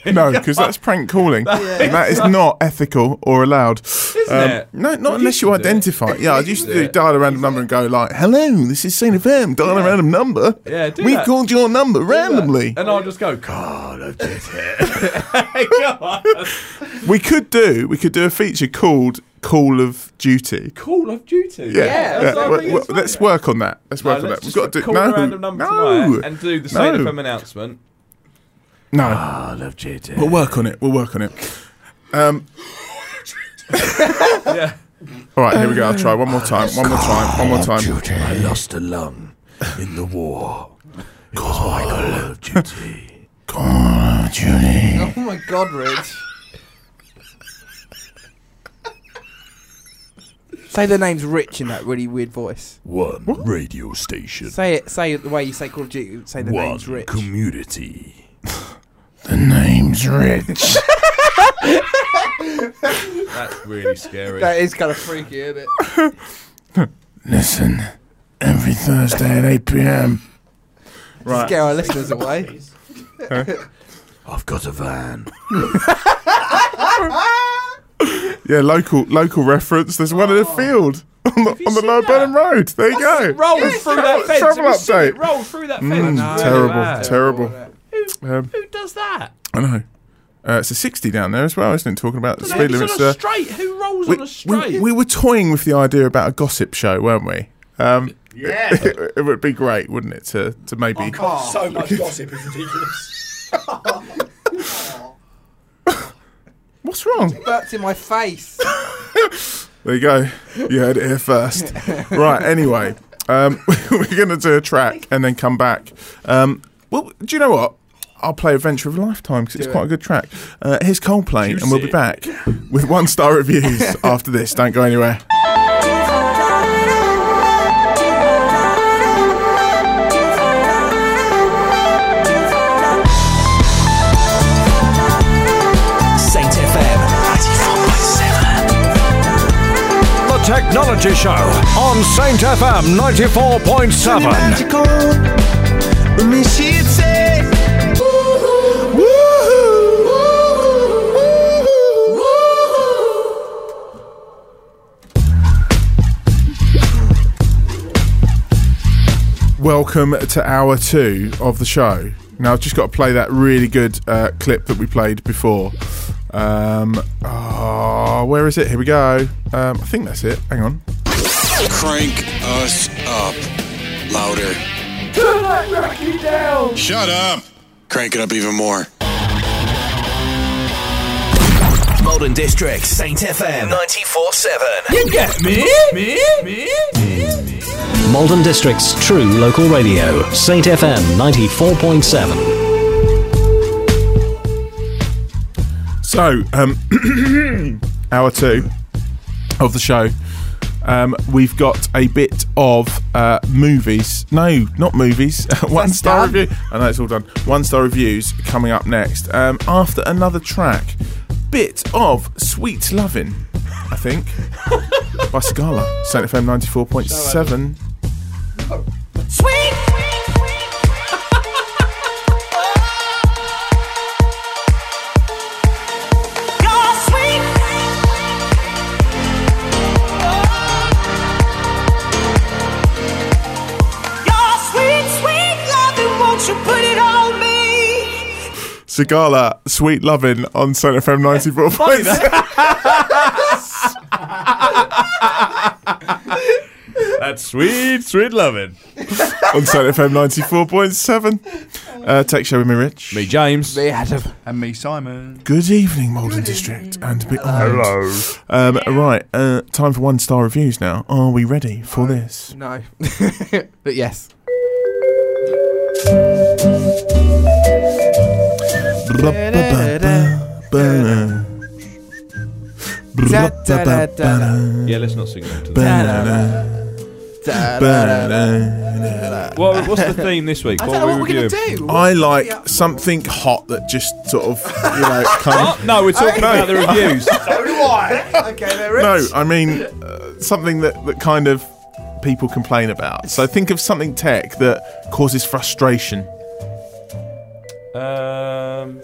[SPEAKER 3] No, because that's prank calling. And that (laughs) is not ethical or allowed. Isn't
[SPEAKER 4] it?
[SPEAKER 3] No, not
[SPEAKER 4] used
[SPEAKER 3] unless you
[SPEAKER 4] to do it.
[SPEAKER 3] identify. it. Yeah, I used to
[SPEAKER 4] do
[SPEAKER 3] do,
[SPEAKER 4] it.
[SPEAKER 3] dial a random number and go like, "Hello, this is Saint FM. Dial a random number.
[SPEAKER 4] Yeah, do
[SPEAKER 3] we
[SPEAKER 4] that.
[SPEAKER 3] called your number randomly.
[SPEAKER 4] (laughs) And I'll just go, Call of Duty. Go on.
[SPEAKER 3] We could do. We could do a feature called Call of Duty.
[SPEAKER 4] Call of Duty.
[SPEAKER 3] Yeah,
[SPEAKER 4] that's what I
[SPEAKER 3] well,
[SPEAKER 4] think
[SPEAKER 3] well,
[SPEAKER 4] it's funny,
[SPEAKER 3] let's
[SPEAKER 4] right?
[SPEAKER 3] work on that. Let's
[SPEAKER 4] No,
[SPEAKER 3] work on
[SPEAKER 4] let's
[SPEAKER 3] that. We've
[SPEAKER 4] just
[SPEAKER 3] got to do
[SPEAKER 4] call
[SPEAKER 3] no,
[SPEAKER 4] a random number
[SPEAKER 3] no,
[SPEAKER 4] tonight and do the
[SPEAKER 3] no,
[SPEAKER 4] same FM announcement.
[SPEAKER 3] No,
[SPEAKER 9] Call of Duty.
[SPEAKER 3] we'll work on it. We'll work on it. Um,
[SPEAKER 4] (laughs) Yeah.
[SPEAKER 3] all right, here we go. I'll try one more time. One more time. One more time.
[SPEAKER 9] I lost a lung in the war. It was my Call of Duty. Call of Duty.
[SPEAKER 5] Oh my god, (laughs) Rich. say the name's Rich in that really weird voice.
[SPEAKER 9] One radio station.
[SPEAKER 5] Say it. Say it the way you say Call of Duty. Say the name's Rich.
[SPEAKER 9] community. (laughs) The name's Rich.
[SPEAKER 4] That's really scary.
[SPEAKER 5] That is kind of freaky, isn't it?
[SPEAKER 9] Listen, every Thursday at 8 p.m.
[SPEAKER 5] Right. Scare our listeners away.
[SPEAKER 9] I've got a van.
[SPEAKER 3] Yeah, local local reference. There's one in
[SPEAKER 4] Oh.
[SPEAKER 3] the field on the, on the Lower Benham Road. There you go.
[SPEAKER 4] rolled through that fence.
[SPEAKER 3] Travel
[SPEAKER 4] Have you seen
[SPEAKER 3] update.
[SPEAKER 4] it roll through that fence?
[SPEAKER 3] Mm,
[SPEAKER 4] It's really bad.
[SPEAKER 3] terrible, terrible. Um,
[SPEAKER 4] Who does that?
[SPEAKER 3] I know. Uh, it's a 60 down there as well, isn't it? Talking about the
[SPEAKER 4] It's
[SPEAKER 3] speed
[SPEAKER 4] on
[SPEAKER 3] limit.
[SPEAKER 4] a straight. Who rolls
[SPEAKER 3] we,
[SPEAKER 4] on a straight?
[SPEAKER 3] we, we were toying with the idea about a gossip show, weren't we? Um,
[SPEAKER 4] Yeah.
[SPEAKER 3] (laughs) it, would be great, wouldn't it, to, to
[SPEAKER 4] Oh,
[SPEAKER 3] maybe. (laughs)
[SPEAKER 8] So much gossip is ridiculous.
[SPEAKER 3] What's wrong?
[SPEAKER 5] (laughs) Burped in my face.
[SPEAKER 3] There you go. You heard it here first. right, anyway, um, (laughs) we're going to do a track and then come back. Um, well, do you know what? I'll play Adventure of a Lifetime because it's
[SPEAKER 9] Do
[SPEAKER 3] quite
[SPEAKER 9] it.
[SPEAKER 3] a good track. Uh, here's Coldplay, and we'll be
[SPEAKER 9] Juicy.
[SPEAKER 3] back with one star reviews
[SPEAKER 9] (laughs)
[SPEAKER 3] after this. Don't go anywhere.
[SPEAKER 12] Saint FM 94.7.
[SPEAKER 2] (laughs) The Technology Show on Saint FM 94.7.
[SPEAKER 8] Magical. Let me see it say.
[SPEAKER 3] Welcome to hour two of the show. Now, I've just got to play that really good uh, clip that we played before. Um, oh, where is it? Here we go. Um, I think that's it. Hang on.
[SPEAKER 12] Crank us up. Louder.
[SPEAKER 8] Turn that Rocky down.
[SPEAKER 12] Shut up. Crank it up even more.
[SPEAKER 19] Molden District, Saint FM 94.7.
[SPEAKER 12] You get me?
[SPEAKER 19] Me? Me?
[SPEAKER 1] Malden District's true local radio, Saint FM 94.7.
[SPEAKER 3] So, um, (coughs) hour two of the show, um, we've got a bit of uh, movies. No, not movies. (laughs) One star review. I know it's all done. One star reviews coming up next. Um, after another track, bit of sweet lovin', I think, by Scala. Saint FM ninety four point seven.
[SPEAKER 8] (laughs) Sweet. You're sweet. You're sweet, sweet loving. Won't you put it on me?
[SPEAKER 3] Sigala, sweet lovin' on Saint FM ninety four point seven.
[SPEAKER 4] (laughs) That's sweet, sweet loving.
[SPEAKER 3] on Saint FM ninety four point seven. Uh, tech show with me, Rich.
[SPEAKER 4] Me, James.
[SPEAKER 5] (laughs) Me, Adam.
[SPEAKER 8] And me, Simon.
[SPEAKER 3] Good evening, Malden District and beyond.
[SPEAKER 8] Hello.
[SPEAKER 3] Um, right, uh, time for one star reviews now. Are we ready for this?
[SPEAKER 5] No. (laughs) but yes.
[SPEAKER 4] Yeah, let's not sing that to Well, what's the theme this week?
[SPEAKER 3] I
[SPEAKER 4] What are we reviewing?
[SPEAKER 3] I like something hot that just sort of, you know, kind of.
[SPEAKER 4] No, we're talking
[SPEAKER 3] (laughs)
[SPEAKER 4] about the reviews.
[SPEAKER 8] So do
[SPEAKER 5] (laughs)
[SPEAKER 8] I. okay, there
[SPEAKER 3] No, I mean uh, something that, that kind of people complain about. So think of something tech that causes frustration.
[SPEAKER 4] Um.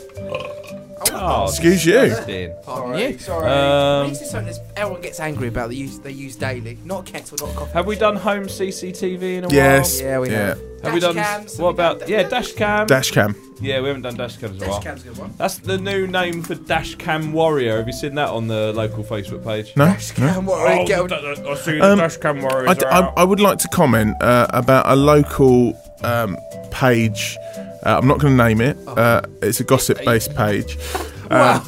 [SPEAKER 4] Oh,
[SPEAKER 3] Excuse you.
[SPEAKER 4] disgusting.
[SPEAKER 5] Sorry.
[SPEAKER 4] Sorry. Um,
[SPEAKER 5] this is something that everyone gets angry about. They use they use daily, not kettle, not coffee.
[SPEAKER 4] Have we done home CCTV in a
[SPEAKER 3] Yes.
[SPEAKER 4] while?
[SPEAKER 3] Yeah, we Yeah. have.
[SPEAKER 4] Have we
[SPEAKER 5] Dash
[SPEAKER 4] done?
[SPEAKER 5] cams,
[SPEAKER 4] what about? yeah, dash cam.
[SPEAKER 3] Dash cam.
[SPEAKER 4] Yeah, we haven't done dash cams in a
[SPEAKER 5] Dash
[SPEAKER 4] while.
[SPEAKER 5] cam's a good one.
[SPEAKER 4] That's the new name for dash cam warrior. Have you seen that on the local Facebook page?
[SPEAKER 3] No, Dash no. cam
[SPEAKER 5] warrior,
[SPEAKER 4] Oh,
[SPEAKER 5] get
[SPEAKER 4] da-
[SPEAKER 5] on-
[SPEAKER 4] da- I've seen
[SPEAKER 3] Um,
[SPEAKER 4] the dash cam warrior.
[SPEAKER 3] I, d- I- I would like to comment uh, about a local um, page. Uh, I'm not going to name it. Uh, it's a gossip-based page. Um,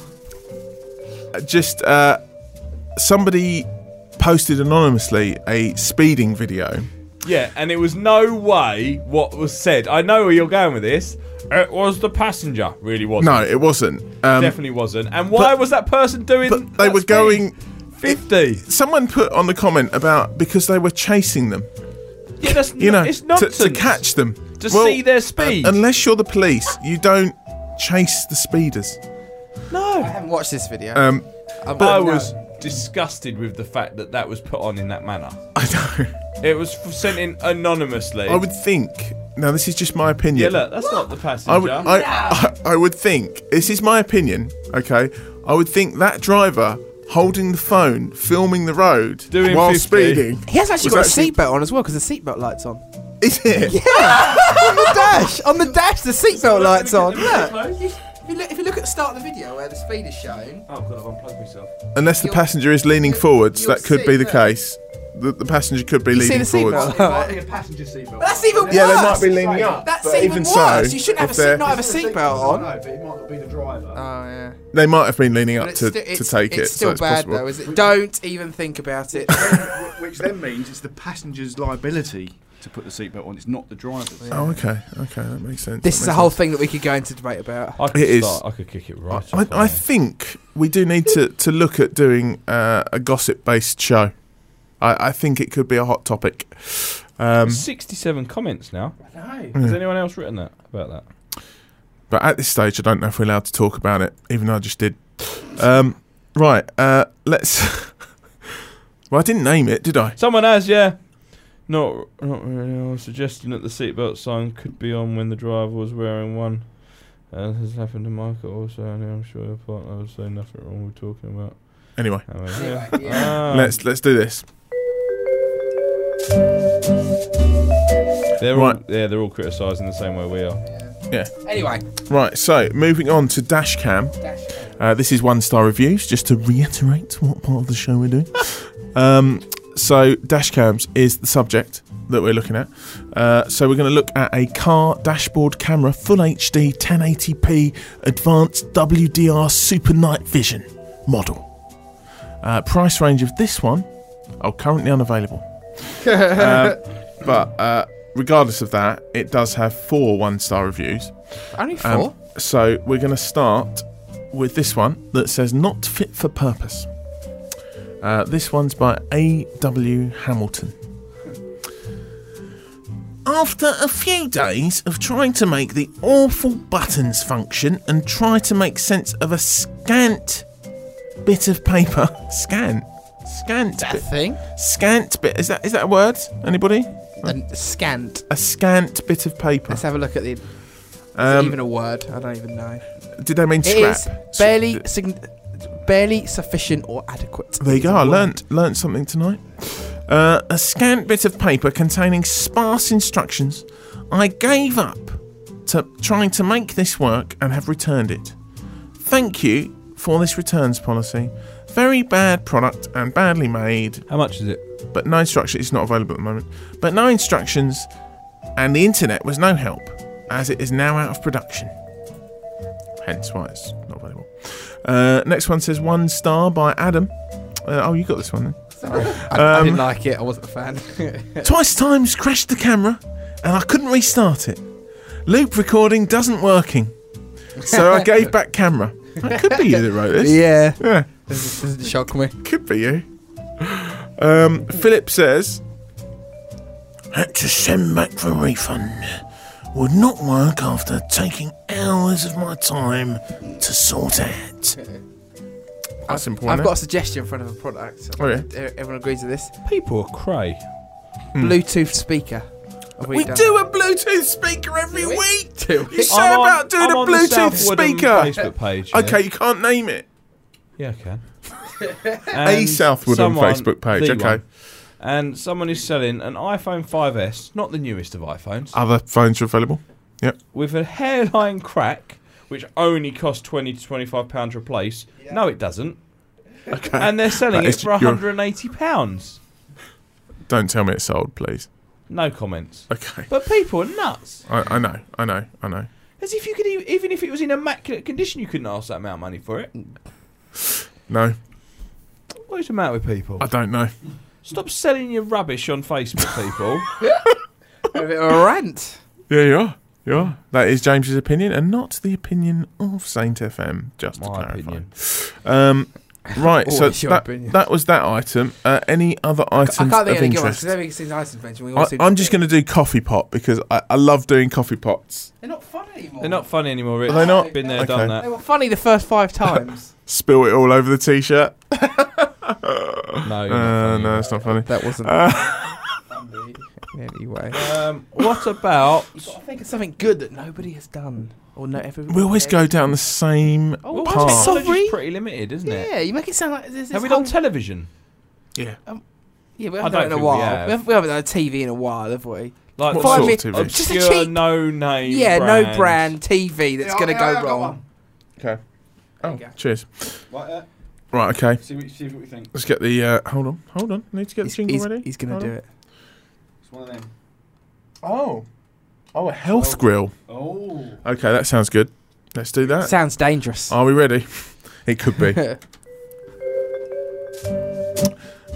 [SPEAKER 3] Just uh, somebody posted anonymously a speeding video.
[SPEAKER 4] Yeah, and it was no way what was said. I know where you're going with this. It was the passenger, really wasn't.
[SPEAKER 3] No, it wasn't. Um,
[SPEAKER 4] definitely wasn't. And why was that person doing?
[SPEAKER 3] They were going.
[SPEAKER 4] 50.
[SPEAKER 3] Someone put on the comment about because they were chasing them.
[SPEAKER 4] Yeah, that's
[SPEAKER 3] you know,
[SPEAKER 4] it's
[SPEAKER 3] to,
[SPEAKER 4] nonsense.
[SPEAKER 3] to catch them.
[SPEAKER 4] To see their speed.
[SPEAKER 3] uh, unless you're the police, you don't chase the speeders. (laughs)
[SPEAKER 4] No.
[SPEAKER 5] I haven't watched this video.
[SPEAKER 3] Um,
[SPEAKER 5] I
[SPEAKER 4] I
[SPEAKER 5] wouldn't
[SPEAKER 4] was
[SPEAKER 5] know.
[SPEAKER 4] disgusted with the fact that that was put on in that manner.
[SPEAKER 3] I know.
[SPEAKER 4] It was f- sent in anonymously.
[SPEAKER 3] I would think. Now, this is just my opinion.
[SPEAKER 4] Yeah, look, that's not the passenger.
[SPEAKER 3] I would, I, I, I would think, this is my opinion, okay? I would think that driver holding the phone, filming the road
[SPEAKER 5] Doing
[SPEAKER 3] while
[SPEAKER 5] 50.
[SPEAKER 3] speeding.
[SPEAKER 5] He has actually
[SPEAKER 3] was
[SPEAKER 5] got a seatbelt on as well because the seatbelt light's on.
[SPEAKER 3] Is it?
[SPEAKER 5] (laughs) Yeah. on the dash. On the dash, the seatbelt light's on. Look.
[SPEAKER 20] If you, look, if you look at the start of the video where the speed is shown. Oh, God, I've unplugged myself.
[SPEAKER 3] Unless the passenger is leaning forwards, that could be the case. The, the passenger could be
[SPEAKER 5] You see
[SPEAKER 3] leaning
[SPEAKER 5] the seatbelt? (laughs)
[SPEAKER 3] forwards.
[SPEAKER 6] a passenger seatbelt.
[SPEAKER 5] But that's even worse.
[SPEAKER 3] Yeah, they might be leaning up,
[SPEAKER 5] That's
[SPEAKER 3] but
[SPEAKER 5] even,
[SPEAKER 3] even so,
[SPEAKER 5] worse. you shouldn't have a
[SPEAKER 3] if
[SPEAKER 5] seat,
[SPEAKER 3] they're-
[SPEAKER 5] not have a seatbelt
[SPEAKER 6] I
[SPEAKER 5] on.
[SPEAKER 6] know, but it might not be the driver.
[SPEAKER 5] Oh yeah.
[SPEAKER 3] They might have been leaning
[SPEAKER 5] But
[SPEAKER 3] up
[SPEAKER 5] it's
[SPEAKER 3] to,
[SPEAKER 5] sti-
[SPEAKER 3] to
[SPEAKER 5] it's-
[SPEAKER 3] take it.
[SPEAKER 5] It's still
[SPEAKER 3] so it's
[SPEAKER 5] bad
[SPEAKER 3] possible.
[SPEAKER 5] though, is it? Don't even think about it.
[SPEAKER 6] Which then means it's the passenger's liability to put the seatbelt on. It's not the driver's.
[SPEAKER 3] Oh, okay, okay, that makes sense.
[SPEAKER 5] (laughs) This
[SPEAKER 3] that makes
[SPEAKER 5] is a whole
[SPEAKER 3] sense.
[SPEAKER 5] thing that we could go into debate about.
[SPEAKER 4] I could
[SPEAKER 3] It is.
[SPEAKER 4] start- I could kick it right. off
[SPEAKER 3] I, I think we do need to, to look at doing uh, a gossip based show. I, I think it could be a hot topic. Um,
[SPEAKER 4] 67 comments now.
[SPEAKER 6] No.
[SPEAKER 4] Has
[SPEAKER 3] Yeah.
[SPEAKER 4] anyone else written that about that?
[SPEAKER 3] but at this stage, I don't know if we're allowed to talk about it, even though I just did. Um, right, uh, let's. (laughs) well, I didn't name it, did I?
[SPEAKER 4] Someone has, yeah. Not, not really. I was suggesting that the seatbelt sign could be on when the driver was wearing one. Uh, this has happened to Michael also, and I'm sure your partner would say nothing wrong with talking about.
[SPEAKER 3] Anyway,
[SPEAKER 4] I mean, yeah. Ah.
[SPEAKER 3] let's let's do this.
[SPEAKER 4] They're
[SPEAKER 3] Right.
[SPEAKER 4] all, yeah, they're all criticising the same way we are.
[SPEAKER 3] Yeah.
[SPEAKER 5] Anyway.
[SPEAKER 3] Right, so moving on to Dashcam. Uh, this is one star reviews, just to reiterate what part of the show we're doing. um, so, Dashcams is the subject that we're looking at. Uh, so, we're going to look at a car dashboard camera, full HD 1080p advanced WDR super night vision model. Uh, price range of this one, oh, currently unavailable. Um, but uh, regardless of that, it does have four one star reviews.
[SPEAKER 5] Only
[SPEAKER 3] Um,
[SPEAKER 5] four?
[SPEAKER 3] so we're going to start with this one that says not fit for purpose. Uh, this one's by A.W. Hamilton. After a few days of trying to make the awful buttons function and try to make sense of a scant bit of paper, (laughs) scant, scant that bit,
[SPEAKER 5] thing,
[SPEAKER 3] scant bit. Is that is that a word? Anybody?
[SPEAKER 5] A scant.
[SPEAKER 3] A scant bit of paper.
[SPEAKER 5] Let's have a look at the. Is
[SPEAKER 3] Um,
[SPEAKER 5] it even a word? I don't even know.
[SPEAKER 3] Did they mean
[SPEAKER 5] It
[SPEAKER 3] scrap?
[SPEAKER 5] is barely, sign- barely sufficient or adequate.
[SPEAKER 3] There you go. I learnt learnt something tonight. Uh, a scant bit of paper containing sparse instructions. I gave up to trying to make this work and have returned it. Thank you for this returns policy. Very bad product and badly made.
[SPEAKER 4] How much is it?
[SPEAKER 3] But no instruction. It's not available at the moment. But no instructions, and the internet was no help, as it is now out of production. Hence why it's not available. Uh, next one says one star by Adam. Uh, oh, you got this one then.
[SPEAKER 5] I, I
[SPEAKER 3] Um,
[SPEAKER 5] didn't like it. I wasn't a fan. (laughs)
[SPEAKER 3] Twice times crashed the camera, and I couldn't restart it. Loop recording doesn't working, so
[SPEAKER 5] (laughs)
[SPEAKER 3] I gave back camera. That could be you that wrote this.
[SPEAKER 5] Yeah.
[SPEAKER 3] Yeah.
[SPEAKER 5] This doesn't shock me.
[SPEAKER 3] Could be you. Um, Philip says, had to send back for refund. Would not work after taking hours of my time to sort out. That's important.
[SPEAKER 5] I've got a suggestion for another product.
[SPEAKER 3] Oh, yeah.
[SPEAKER 5] E- Everyone agrees with this.
[SPEAKER 4] People are cray.
[SPEAKER 3] Hmm.
[SPEAKER 5] Bluetooth speaker. Have
[SPEAKER 3] We
[SPEAKER 5] done
[SPEAKER 3] do a Bluetooth speaker every week.
[SPEAKER 5] Do we?
[SPEAKER 3] You say
[SPEAKER 5] I'm on-
[SPEAKER 3] about doing
[SPEAKER 5] I'm
[SPEAKER 3] a
[SPEAKER 5] on the
[SPEAKER 3] Bluetooth
[SPEAKER 5] South Woodham
[SPEAKER 3] speaker.
[SPEAKER 4] Facebook page, yeah.
[SPEAKER 3] Okay, you can't name it.
[SPEAKER 4] Yeah, I can.
[SPEAKER 3] (laughs) A Southwood on Facebook page,
[SPEAKER 4] the
[SPEAKER 3] okay.
[SPEAKER 4] one. And someone is selling an iPhone 5S, not the newest of iPhones,
[SPEAKER 3] Other phones are available. Yep.
[SPEAKER 4] with a hairline crack, which only costs 20 to 25 pounds to replace. No, it doesn't.
[SPEAKER 3] Okay.
[SPEAKER 4] And they're selling
[SPEAKER 3] That
[SPEAKER 4] it
[SPEAKER 3] is-
[SPEAKER 4] for
[SPEAKER 3] you're-
[SPEAKER 4] 180 pounds.
[SPEAKER 3] Don't tell me it's sold, please.
[SPEAKER 4] No comments.
[SPEAKER 3] Okay.
[SPEAKER 4] But people are nuts.
[SPEAKER 3] I, I know, I know, I know.
[SPEAKER 4] As if you could, e- even if it was in immaculate condition, you couldn't ask that amount of money for it.
[SPEAKER 3] No,
[SPEAKER 4] What is the matter with people?
[SPEAKER 3] I don't know.
[SPEAKER 4] Stop selling your rubbish on
[SPEAKER 3] (laughs)
[SPEAKER 4] Facebook, people.
[SPEAKER 5] a bit of a rant.
[SPEAKER 3] Yeah, you are. You are. That is James's opinion, and not the opinion of Saint FM. Just to clarify. Um, right. so
[SPEAKER 5] (laughs) Always your
[SPEAKER 3] that,
[SPEAKER 5] opinion.
[SPEAKER 3] that was that item. Uh, any other items
[SPEAKER 5] I can't
[SPEAKER 3] of
[SPEAKER 5] think of any good ones
[SPEAKER 3] interest?
[SPEAKER 5] because everything seems nice and mentioned. We all
[SPEAKER 3] I,
[SPEAKER 5] seem
[SPEAKER 3] I'm just going to do coffee pot because I, I love doing coffee pots.
[SPEAKER 5] They're not fun anymore.
[SPEAKER 4] They're not funny anymore, Rich.
[SPEAKER 3] Are they not?
[SPEAKER 4] Been there,
[SPEAKER 3] Okay.
[SPEAKER 4] done
[SPEAKER 5] They
[SPEAKER 4] that.
[SPEAKER 5] were funny the
[SPEAKER 3] (laughs)
[SPEAKER 5] first five times.
[SPEAKER 3] Spill it all over the t-shirt.
[SPEAKER 4] No,
[SPEAKER 3] Uh, no, it's not funny.
[SPEAKER 5] That wasn't.
[SPEAKER 3] Uh,
[SPEAKER 5] Anyway.
[SPEAKER 4] Um, what about?
[SPEAKER 5] You've got to think of something good that nobody has done. Or no, everyone.
[SPEAKER 3] We always go down the same
[SPEAKER 5] Oh,
[SPEAKER 3] path.
[SPEAKER 4] technology's pretty limited, isn't it?
[SPEAKER 5] Yeah, you make it sound like this.
[SPEAKER 4] Have we done television?
[SPEAKER 3] Yeah.
[SPEAKER 5] Yeah, we
[SPEAKER 4] I don't
[SPEAKER 5] haven't done it in
[SPEAKER 4] think
[SPEAKER 5] a
[SPEAKER 4] we
[SPEAKER 5] while. We,
[SPEAKER 4] have.
[SPEAKER 5] haven't, we haven't done a TV in a while, have we?
[SPEAKER 4] Like
[SPEAKER 5] Five
[SPEAKER 4] sort
[SPEAKER 5] minutes-
[SPEAKER 4] of
[SPEAKER 5] just a
[SPEAKER 4] obscure,
[SPEAKER 5] cheap,
[SPEAKER 4] no name.
[SPEAKER 5] yeah, no
[SPEAKER 4] brand.
[SPEAKER 5] brand TV that's
[SPEAKER 6] Yeah,
[SPEAKER 5] gonna
[SPEAKER 6] yeah,
[SPEAKER 5] go
[SPEAKER 6] yeah, I got
[SPEAKER 5] wrong.
[SPEAKER 6] one.
[SPEAKER 3] Okay. Oh,
[SPEAKER 6] go.
[SPEAKER 3] cheers.
[SPEAKER 6] Right there.
[SPEAKER 3] Right, okay.
[SPEAKER 6] See what, see what we think.
[SPEAKER 3] Let's get the. Uh, hold on, hold on. Need to get the jingle
[SPEAKER 5] he's-
[SPEAKER 3] ready.
[SPEAKER 5] he's gonna
[SPEAKER 3] Hold
[SPEAKER 5] do
[SPEAKER 3] on.
[SPEAKER 5] it.
[SPEAKER 6] It's one of them.
[SPEAKER 3] Oh. Oh, a health grill.
[SPEAKER 6] Oh.
[SPEAKER 3] Okay, that sounds good. Let's do that.
[SPEAKER 5] Sounds dangerous.
[SPEAKER 3] Are we ready? (laughs) It could be.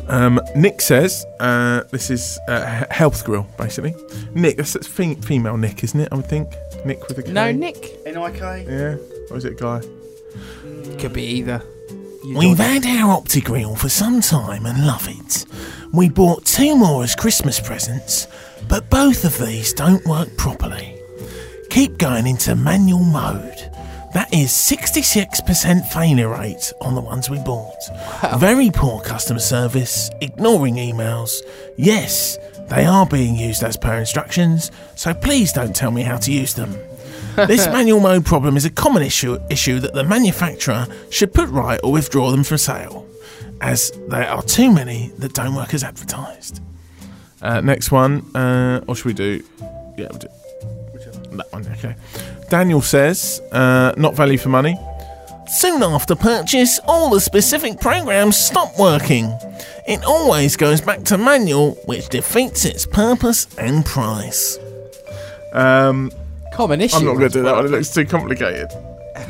[SPEAKER 3] Um, Nick says uh, this is uh, he- health grill, basically. Nick, that's, that's fe- female Nick, isn't it? I would think Nick with a K.
[SPEAKER 5] No, Nick.
[SPEAKER 6] N-I-K.
[SPEAKER 3] Yeah, or is it guy?
[SPEAKER 5] Could be either.
[SPEAKER 21] We've had our OptiGrill for some time and love it. We bought two more as Christmas presents, but both of these don't work properly. Keep going into manual mode. That is 66% failure rate on the ones we bought. Very poor customer service, ignoring emails. Yes, they are being used as per instructions, so please don't tell me how to use them. this manual mode problem is a common issue issue that the manufacturer should put right or withdraw them from sale, as there are too many that don't work as advertised.
[SPEAKER 3] Uh, next one, uh, or should we do? Yeah, we'll do that one. Okay. Daniel says uh, not value for money.
[SPEAKER 21] Soon after purchase, all the specific programs stop working. It always goes back to manual, which defeats its purpose and price.
[SPEAKER 3] Um,
[SPEAKER 5] Common
[SPEAKER 3] I'm not going to do that one. It looks
[SPEAKER 6] (laughs)
[SPEAKER 3] too complicated.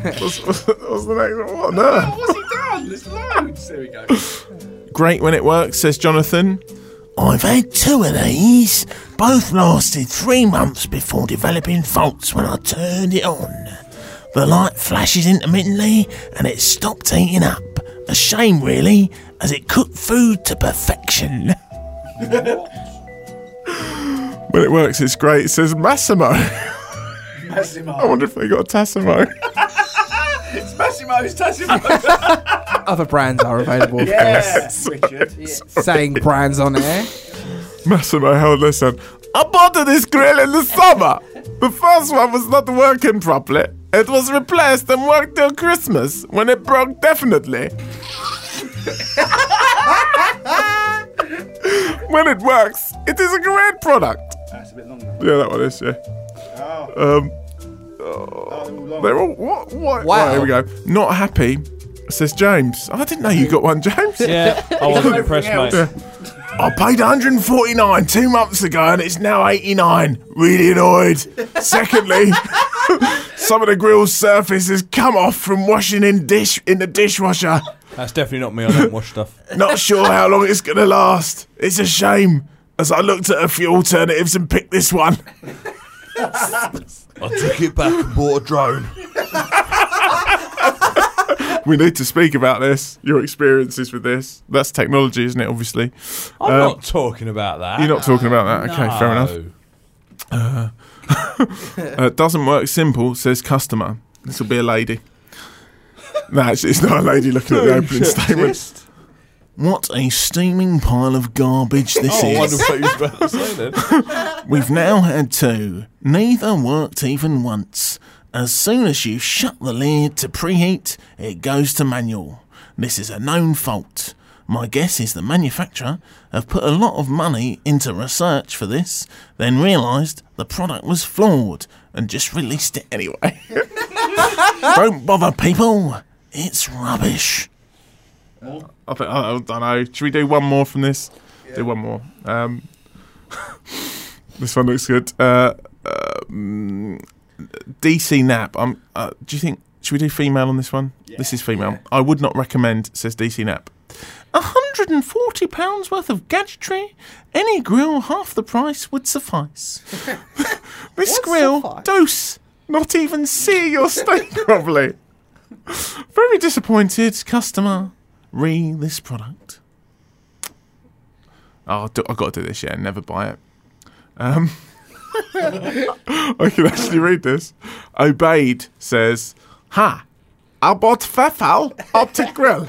[SPEAKER 3] what's, what's, what's the next one? What on earth?
[SPEAKER 6] What's he done? There's loads. There
[SPEAKER 21] (laughs)
[SPEAKER 6] we go.
[SPEAKER 3] Great when it works, says Jonathan.
[SPEAKER 21] I've had two of these. Both lasted three months before developing faults when I turned it on. The light flashes intermittently and it stopped heating up. A shame, really, as it cooked food to perfection. (laughs)
[SPEAKER 3] When it works, it's great, says
[SPEAKER 21] (laughs)
[SPEAKER 3] Massimo.
[SPEAKER 6] Massimo.
[SPEAKER 3] I wonder if they got a Tassimo. (laughs)
[SPEAKER 6] it's Massimo's Tassimo.
[SPEAKER 5] Other brands are
[SPEAKER 20] (laughs)
[SPEAKER 5] available, of
[SPEAKER 6] Yes,
[SPEAKER 5] course.
[SPEAKER 6] Richard.
[SPEAKER 5] Saying brands on air.
[SPEAKER 3] Massimo held this on. I bought this grill in the summer. The first one was not working properly. It was replaced and worked till Christmas when it broke definitely. (laughs) when it works, it is a great product.
[SPEAKER 6] That's a bit long.
[SPEAKER 3] Yeah, that one is, yeah. Um, oh, they're all, what, what?
[SPEAKER 6] Wow.
[SPEAKER 3] Right, here we go. Not happy, says James. Oh, I didn't know you got one, James.
[SPEAKER 5] (laughs)
[SPEAKER 4] Yeah, I wasn't impressed, mate.
[SPEAKER 3] Yeah. I paid 149 two months ago and it's now 89. Really annoyed. Secondly, (laughs) some of the grill's surface has come off from washing in dish in the dishwasher.
[SPEAKER 4] That's definitely not me. I don't wash
[SPEAKER 3] (laughs)
[SPEAKER 4] stuff.
[SPEAKER 3] Not sure how long it's going to last. It's a shame. As I looked at a few alternatives and picked this one.
[SPEAKER 9] I took it back and bought a drone.
[SPEAKER 3] we need to speak about this. Your experiences with this. That's technology, isn't it? Obviously.
[SPEAKER 4] I'm
[SPEAKER 3] Um,
[SPEAKER 4] not talking about that.
[SPEAKER 3] You're not talking about that. Okay, fair enough.
[SPEAKER 4] No.
[SPEAKER 3] Uh, uh, doesn't work simple, says customer. This will be a lady. No, actually, it's not a lady looking at the
[SPEAKER 21] Don't
[SPEAKER 3] opening statement.
[SPEAKER 21] What a steaming pile of garbage
[SPEAKER 3] (laughs)
[SPEAKER 21] this
[SPEAKER 4] Oh, I wonder
[SPEAKER 21] is.
[SPEAKER 4] what he was about to say
[SPEAKER 5] (laughs)
[SPEAKER 4] then.
[SPEAKER 21] We've now had two. Neither worked even once. As soon as you shut the lid to preheat, it goes to manual. This is a known fault. My guess is the manufacturer have put a lot of money into research for this, then realised the product was flawed and just released it anyway. (laughs) Don't bother, people. It's rubbish.
[SPEAKER 3] I, think, I, I don't know. Should we do one more from this? Do one more. Um, this one looks good. Uh, um, DC Nap. Um, uh, do you think should we do female on this one? This is female. I would not recommend. Says DC Nap.
[SPEAKER 21] £140 worth of gadgetry? Any grill half the price would suffice.
[SPEAKER 3] This grill, dose, not even see your steak (laughs) properly.
[SPEAKER 21] Very disappointed customer. Re this product.
[SPEAKER 3] Oh, I'll do, I've got to do this. Yeah, never buy it. Um, (laughs) I can actually read this. Obeyed says, "Ha, I bought Fefal optic grill."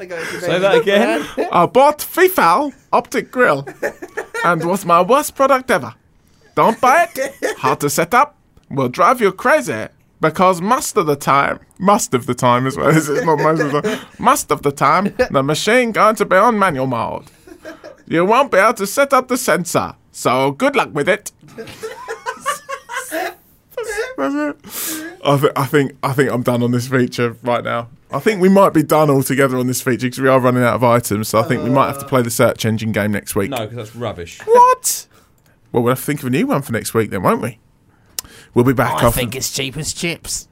[SPEAKER 20] They go into
[SPEAKER 4] Say that again.
[SPEAKER 5] (laughs)
[SPEAKER 3] I bought Fifal optic grill and was my worst product ever. Don't buy it. Hard to set up. Will drive you crazy because most of the time, most of the time as well, it's not most of the time, most of the time, the machine going to be on manual mode. You won't be able to set up the sensor. So good luck with it. (laughs) That's it. I, th- I think I think I'm done on this feature right now. I think we might be done altogether on this feature because we are running out of items. So I think we might have to play the search engine game next week.
[SPEAKER 4] No, because that's rubbish.
[SPEAKER 3] What? Well, we'll have to think of a new one for next week then, won't we? We'll be back.
[SPEAKER 10] I
[SPEAKER 3] off-
[SPEAKER 10] think it's cheap as chips.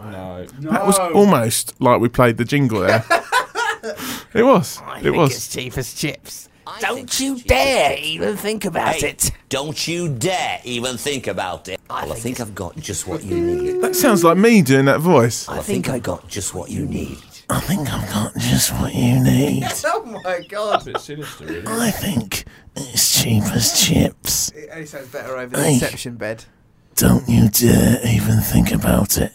[SPEAKER 4] No.
[SPEAKER 3] That was almost like we played the jingle
[SPEAKER 10] (laughs)
[SPEAKER 3] there. it was.
[SPEAKER 10] I
[SPEAKER 3] it
[SPEAKER 10] think
[SPEAKER 3] was.
[SPEAKER 10] it's cheap as chips. Don't you dare even think about
[SPEAKER 13] Hey,
[SPEAKER 10] it.
[SPEAKER 13] Don't you dare even think about it. well, I think I've got just what you need.
[SPEAKER 3] That sounds like me doing that voice.
[SPEAKER 13] I think I got just what you need.
[SPEAKER 21] I think I've got just what you need.
[SPEAKER 20] (laughs) oh my god.
[SPEAKER 4] bit sinister, really.
[SPEAKER 21] I think it's cheap as chips.
[SPEAKER 20] It only sounds better over the
[SPEAKER 21] Hey.
[SPEAKER 20] reception bed.
[SPEAKER 21] Don't you dare even think about it.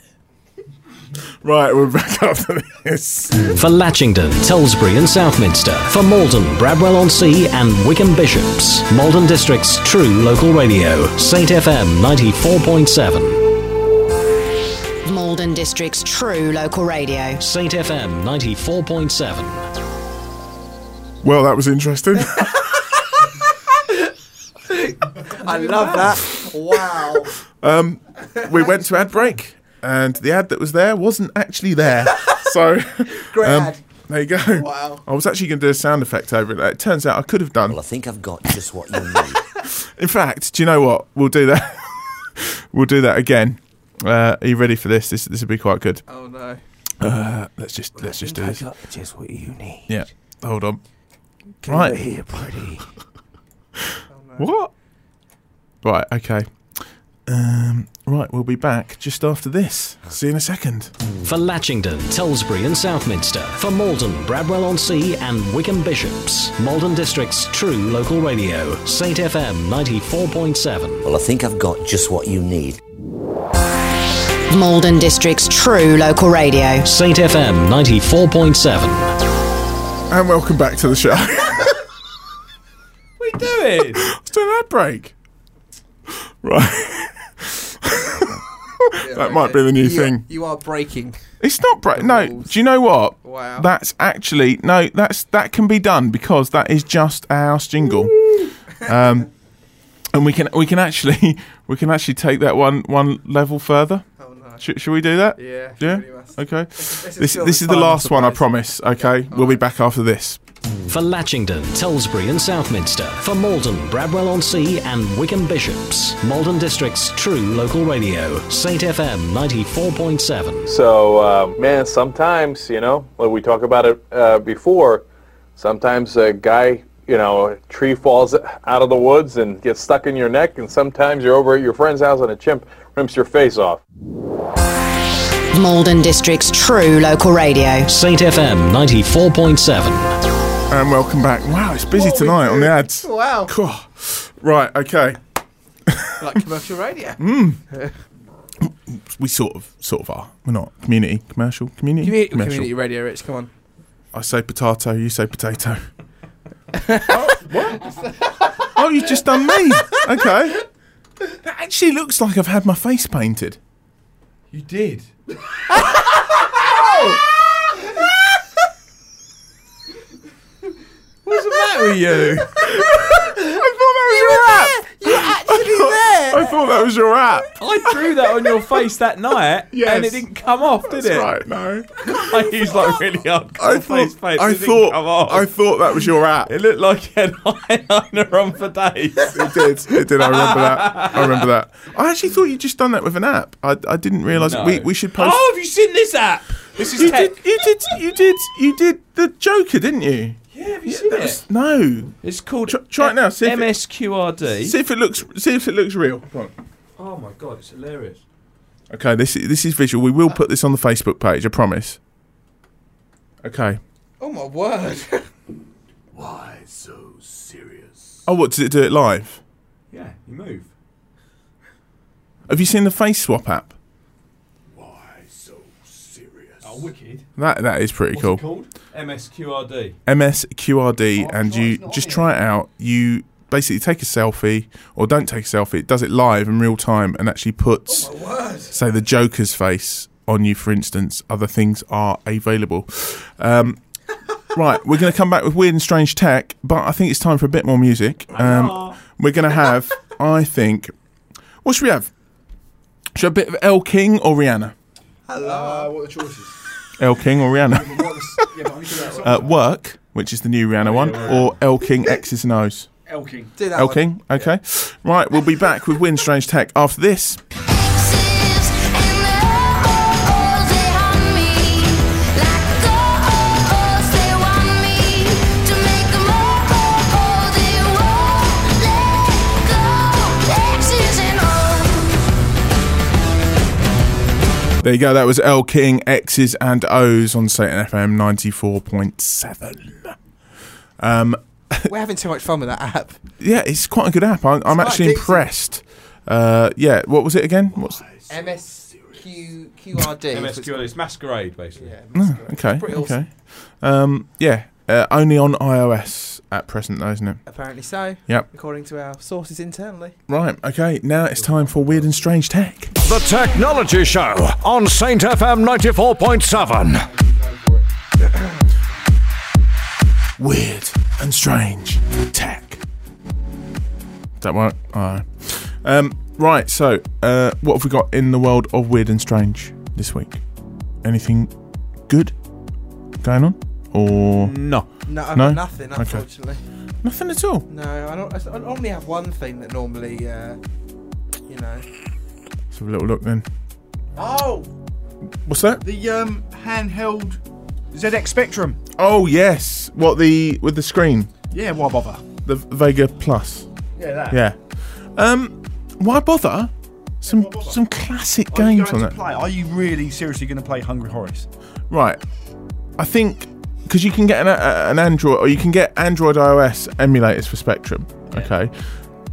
[SPEAKER 3] Right, we're back (laughs) after this.
[SPEAKER 1] For Latchington, Tolsbury and Southminster. For Malden, Bradwell-on-Sea and Wickham Bishops. Malden District's true local radio. Saint FM 94.7.
[SPEAKER 22] Malden District's true local radio.
[SPEAKER 1] Saint FM 94.7.
[SPEAKER 3] Well, that was interesting.
[SPEAKER 20] I love that. Wow.
[SPEAKER 3] Um, we went to ad break, and the ad that was there wasn't actually there. So,
[SPEAKER 20] (laughs) Great
[SPEAKER 3] um,
[SPEAKER 20] ad.
[SPEAKER 3] There you go. Wow. I was actually going to do a sound effect over it. It turns out I could have done. Well, I think I've got just what you need. (laughs) In fact, do you know what? We'll do that. (laughs) we'll do that again. Uh, are you ready for this? This this will be quite good.
[SPEAKER 20] Oh no.
[SPEAKER 3] Uh, let's just let's just do this.
[SPEAKER 20] just what you need.
[SPEAKER 3] Yeah. Hold on.
[SPEAKER 20] Come over
[SPEAKER 3] (laughs)
[SPEAKER 20] here, buddy.
[SPEAKER 3] What? Right. Okay. Um, right. We'll be back just after this. See you in a second.
[SPEAKER 1] For Latchington, Tolsbury and Southminster. For Malden, Bradwell-on-Sea and Wickham Bishops. Malden District's true local radio. Saint FM 94.7.
[SPEAKER 13] Well, I think I've got just what you need.
[SPEAKER 22] Malden District's true local radio.
[SPEAKER 1] Saint FM 94.7.
[SPEAKER 3] And welcome back to the (laughs) show.
[SPEAKER 4] we do it.
[SPEAKER 3] Let's do an ad (laughs) break. Right. that might be the new
[SPEAKER 20] You-
[SPEAKER 3] thing.
[SPEAKER 20] You are breaking.
[SPEAKER 3] It's not break. No, do you know what?
[SPEAKER 20] Wow.
[SPEAKER 3] That's actually no. That's that can be done because that is just our house
[SPEAKER 20] (laughs)
[SPEAKER 3] jingle. Um, and we can we can actually (laughs) we can actually take that one one level further. Oh no! Should, we do that?
[SPEAKER 20] Yeah,
[SPEAKER 3] Yeah.
[SPEAKER 20] really must.
[SPEAKER 3] Okay.
[SPEAKER 20] This is-
[SPEAKER 3] This
[SPEAKER 20] this is
[SPEAKER 3] this
[SPEAKER 20] still
[SPEAKER 3] is
[SPEAKER 20] the
[SPEAKER 3] the
[SPEAKER 20] time, I
[SPEAKER 3] last one. I promise. Okay. We'll be back after this.
[SPEAKER 1] For Latchington, Tolsbury and Southminster. For Malden, Bradwell-on-Sea and Wickham Bishops. Malden District's true local radio. Saint FM 94.7.
[SPEAKER 23] So, uh, man, sometimes, you know, like we talked about it uh, before, sometimes a guy, you know, a tree falls out of the woods and gets stuck in your neck, and sometimes you're over at your friend's house and a chimp rips your face off.
[SPEAKER 22] Malden District's true local radio.
[SPEAKER 1] Saint FM 94.7.
[SPEAKER 3] And welcome back. Wow, it's busy tonight on the ads.
[SPEAKER 21] Oh,
[SPEAKER 20] Wow.
[SPEAKER 3] Right. Okay.
[SPEAKER 20] Like commercial radio.
[SPEAKER 3] Mm. We sort of sort of are. We're not community commercial community
[SPEAKER 20] Community,
[SPEAKER 3] commercial.
[SPEAKER 20] community radio, Rich. Come on.
[SPEAKER 3] I say potato, you
[SPEAKER 4] (laughs)
[SPEAKER 3] say potato. what? oh, you've just done me. Okay. That actually looks like I've had my face painted.
[SPEAKER 4] You
[SPEAKER 3] (laughs)
[SPEAKER 4] did.
[SPEAKER 3] What's the matter with you? I thought that was
[SPEAKER 20] your app. You actually
[SPEAKER 3] (laughs)
[SPEAKER 20] there.
[SPEAKER 3] I thought that was your app.
[SPEAKER 4] I drew that on your face that
[SPEAKER 20] (laughs)
[SPEAKER 4] night, and
[SPEAKER 3] Yes.
[SPEAKER 4] it didn't come off, did
[SPEAKER 3] That's
[SPEAKER 4] it?
[SPEAKER 3] right, no.
[SPEAKER 4] (laughs) I used like really hard
[SPEAKER 3] I
[SPEAKER 4] face paint.
[SPEAKER 3] I
[SPEAKER 4] it didn't
[SPEAKER 3] thought-
[SPEAKER 4] come off.
[SPEAKER 3] I thought that was your app.
[SPEAKER 4] It looked like you had (laughs) eyeliner on for days.
[SPEAKER 3] It did. It did. I remember that. I remember that. I actually thought you'd just done that with an app. I, I didn't realise
[SPEAKER 4] No.
[SPEAKER 3] we, we should post.
[SPEAKER 4] Oh, have you seen this app? This is
[SPEAKER 3] you
[SPEAKER 4] tech.
[SPEAKER 3] did. You did. You did. You did the Joker, didn't you?
[SPEAKER 4] Yeah, have you seen it?
[SPEAKER 3] No.
[SPEAKER 4] It's called.
[SPEAKER 3] Try, try it now. See if it,
[SPEAKER 4] MSQRD.
[SPEAKER 3] (laughs) see if it looks. See if it looks real. Come on.
[SPEAKER 4] Oh my god, it's hilarious.
[SPEAKER 3] Okay, this is this is visual. We will put this on the Facebook page. I promise. Okay.
[SPEAKER 20] Oh
[SPEAKER 4] (laughs)
[SPEAKER 20] my word.
[SPEAKER 9] Why so serious?
[SPEAKER 3] Oh, what does it do? It live.
[SPEAKER 4] Yeah, you move.
[SPEAKER 3] Have you seen the face swap app?
[SPEAKER 9] Why so serious?
[SPEAKER 4] Oh, Oh, wicked.
[SPEAKER 3] That that is pretty
[SPEAKER 4] What's
[SPEAKER 3] cool.
[SPEAKER 4] It called MSQRD.
[SPEAKER 3] MSQRD, and you just try it out. You basically take a selfie, or don't take a selfie. It does it live in real time, and actually puts, say, the Joker's face on you. For instance, other things are available. Um, right, we're going to come back with weird and strange tech, but I think it's time for a bit more music. Um, we're going to have, I think, what should we have? Should we have a bit of El King or Rihanna?
[SPEAKER 6] Hello. Uh, what are the choices?
[SPEAKER 3] El King or Rihanna?
[SPEAKER 6] yeah, but I'm just gonna-
[SPEAKER 3] uh, work, which is the new Rihanna one, or El King X's and O's.
[SPEAKER 6] El King. Do that
[SPEAKER 3] El
[SPEAKER 6] one.
[SPEAKER 3] King, okay. Right, we'll be back with Wind Strange Tech after this. There you go, that was El King X's and O's on Satan FM 94.7. Um,
[SPEAKER 5] We're having too much fun with that app.
[SPEAKER 3] yeah, it's quite a good app. I'm, I'm
[SPEAKER 5] quite
[SPEAKER 3] actually
[SPEAKER 5] addictive.
[SPEAKER 3] impressed. Uh, yeah, what was it again? What's
[SPEAKER 5] MSQ QRD.
[SPEAKER 4] MSQRD. It's masquerade, basically. Yeah.
[SPEAKER 3] Oh, okay.
[SPEAKER 5] Pretty
[SPEAKER 3] Okay.
[SPEAKER 5] awesome.
[SPEAKER 3] Um, yeah. Uh, only on iOS at present, though, isn't it?
[SPEAKER 5] Apparently so.
[SPEAKER 3] Yep.
[SPEAKER 5] According to our sources internally.
[SPEAKER 3] Right. Okay. Now it's time for weird and strange tech.
[SPEAKER 2] The Technology Show on Saint FM 94.7.
[SPEAKER 21] Weird and strange tech.
[SPEAKER 3] That won't. Alright. Um, right. So, uh, what have we got in the world of weird and strange this week? Anything good going on? Or
[SPEAKER 4] no?
[SPEAKER 5] No, I've
[SPEAKER 3] no?
[SPEAKER 5] got nothing, unfortunately.
[SPEAKER 3] Nothing at all.
[SPEAKER 5] No, I, don't, I s- I normally have one thing that normally, uh, you know.
[SPEAKER 3] Let's have a little look then.
[SPEAKER 20] Oh,
[SPEAKER 3] What's that?
[SPEAKER 20] the um handheld ZX Spectrum.
[SPEAKER 3] Oh yes. What the with the screen?
[SPEAKER 20] Yeah, why bother?
[SPEAKER 3] The Vega Plus.
[SPEAKER 20] Yeah, that.
[SPEAKER 3] Yeah. Um, why bother? Some some classic
[SPEAKER 20] Are you
[SPEAKER 3] games on
[SPEAKER 20] going to
[SPEAKER 3] that.
[SPEAKER 20] play? Are you really seriously going to play Hungry Horace?
[SPEAKER 3] Right. I think because you can get an, a, an Android or you can get Android iOS emulators for Spectrum. Okay.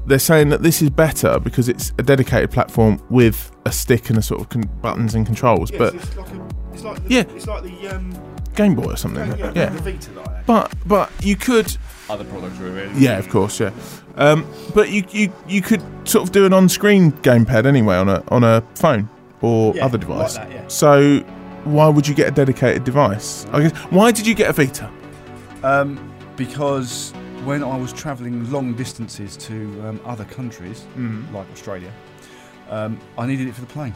[SPEAKER 3] They're saying that this is better because it's a dedicated platform with a stick and a sort of con- buttons and controls.
[SPEAKER 6] Yeah,
[SPEAKER 3] but
[SPEAKER 6] so it's like a, it's like the,
[SPEAKER 3] Yeah.
[SPEAKER 6] it's like the um,
[SPEAKER 3] Game Boy or something.
[SPEAKER 6] yeah,
[SPEAKER 3] Yeah.
[SPEAKER 6] the Vita like that.
[SPEAKER 3] But but you could
[SPEAKER 4] Other products are available.
[SPEAKER 3] yeah, of course, yeah. Um, but you, you you could sort of do an on-screen gamepad anyway on a on a phone or
[SPEAKER 6] Yeah,
[SPEAKER 3] other
[SPEAKER 6] like
[SPEAKER 3] device.
[SPEAKER 6] that, yeah.
[SPEAKER 3] So why would you get a dedicated device? I guess why did you get a Vita?
[SPEAKER 20] Um, because when I was travelling long distances to um, other countries,
[SPEAKER 6] Mm-hmm.
[SPEAKER 20] like Australia, um, I needed it for the plane.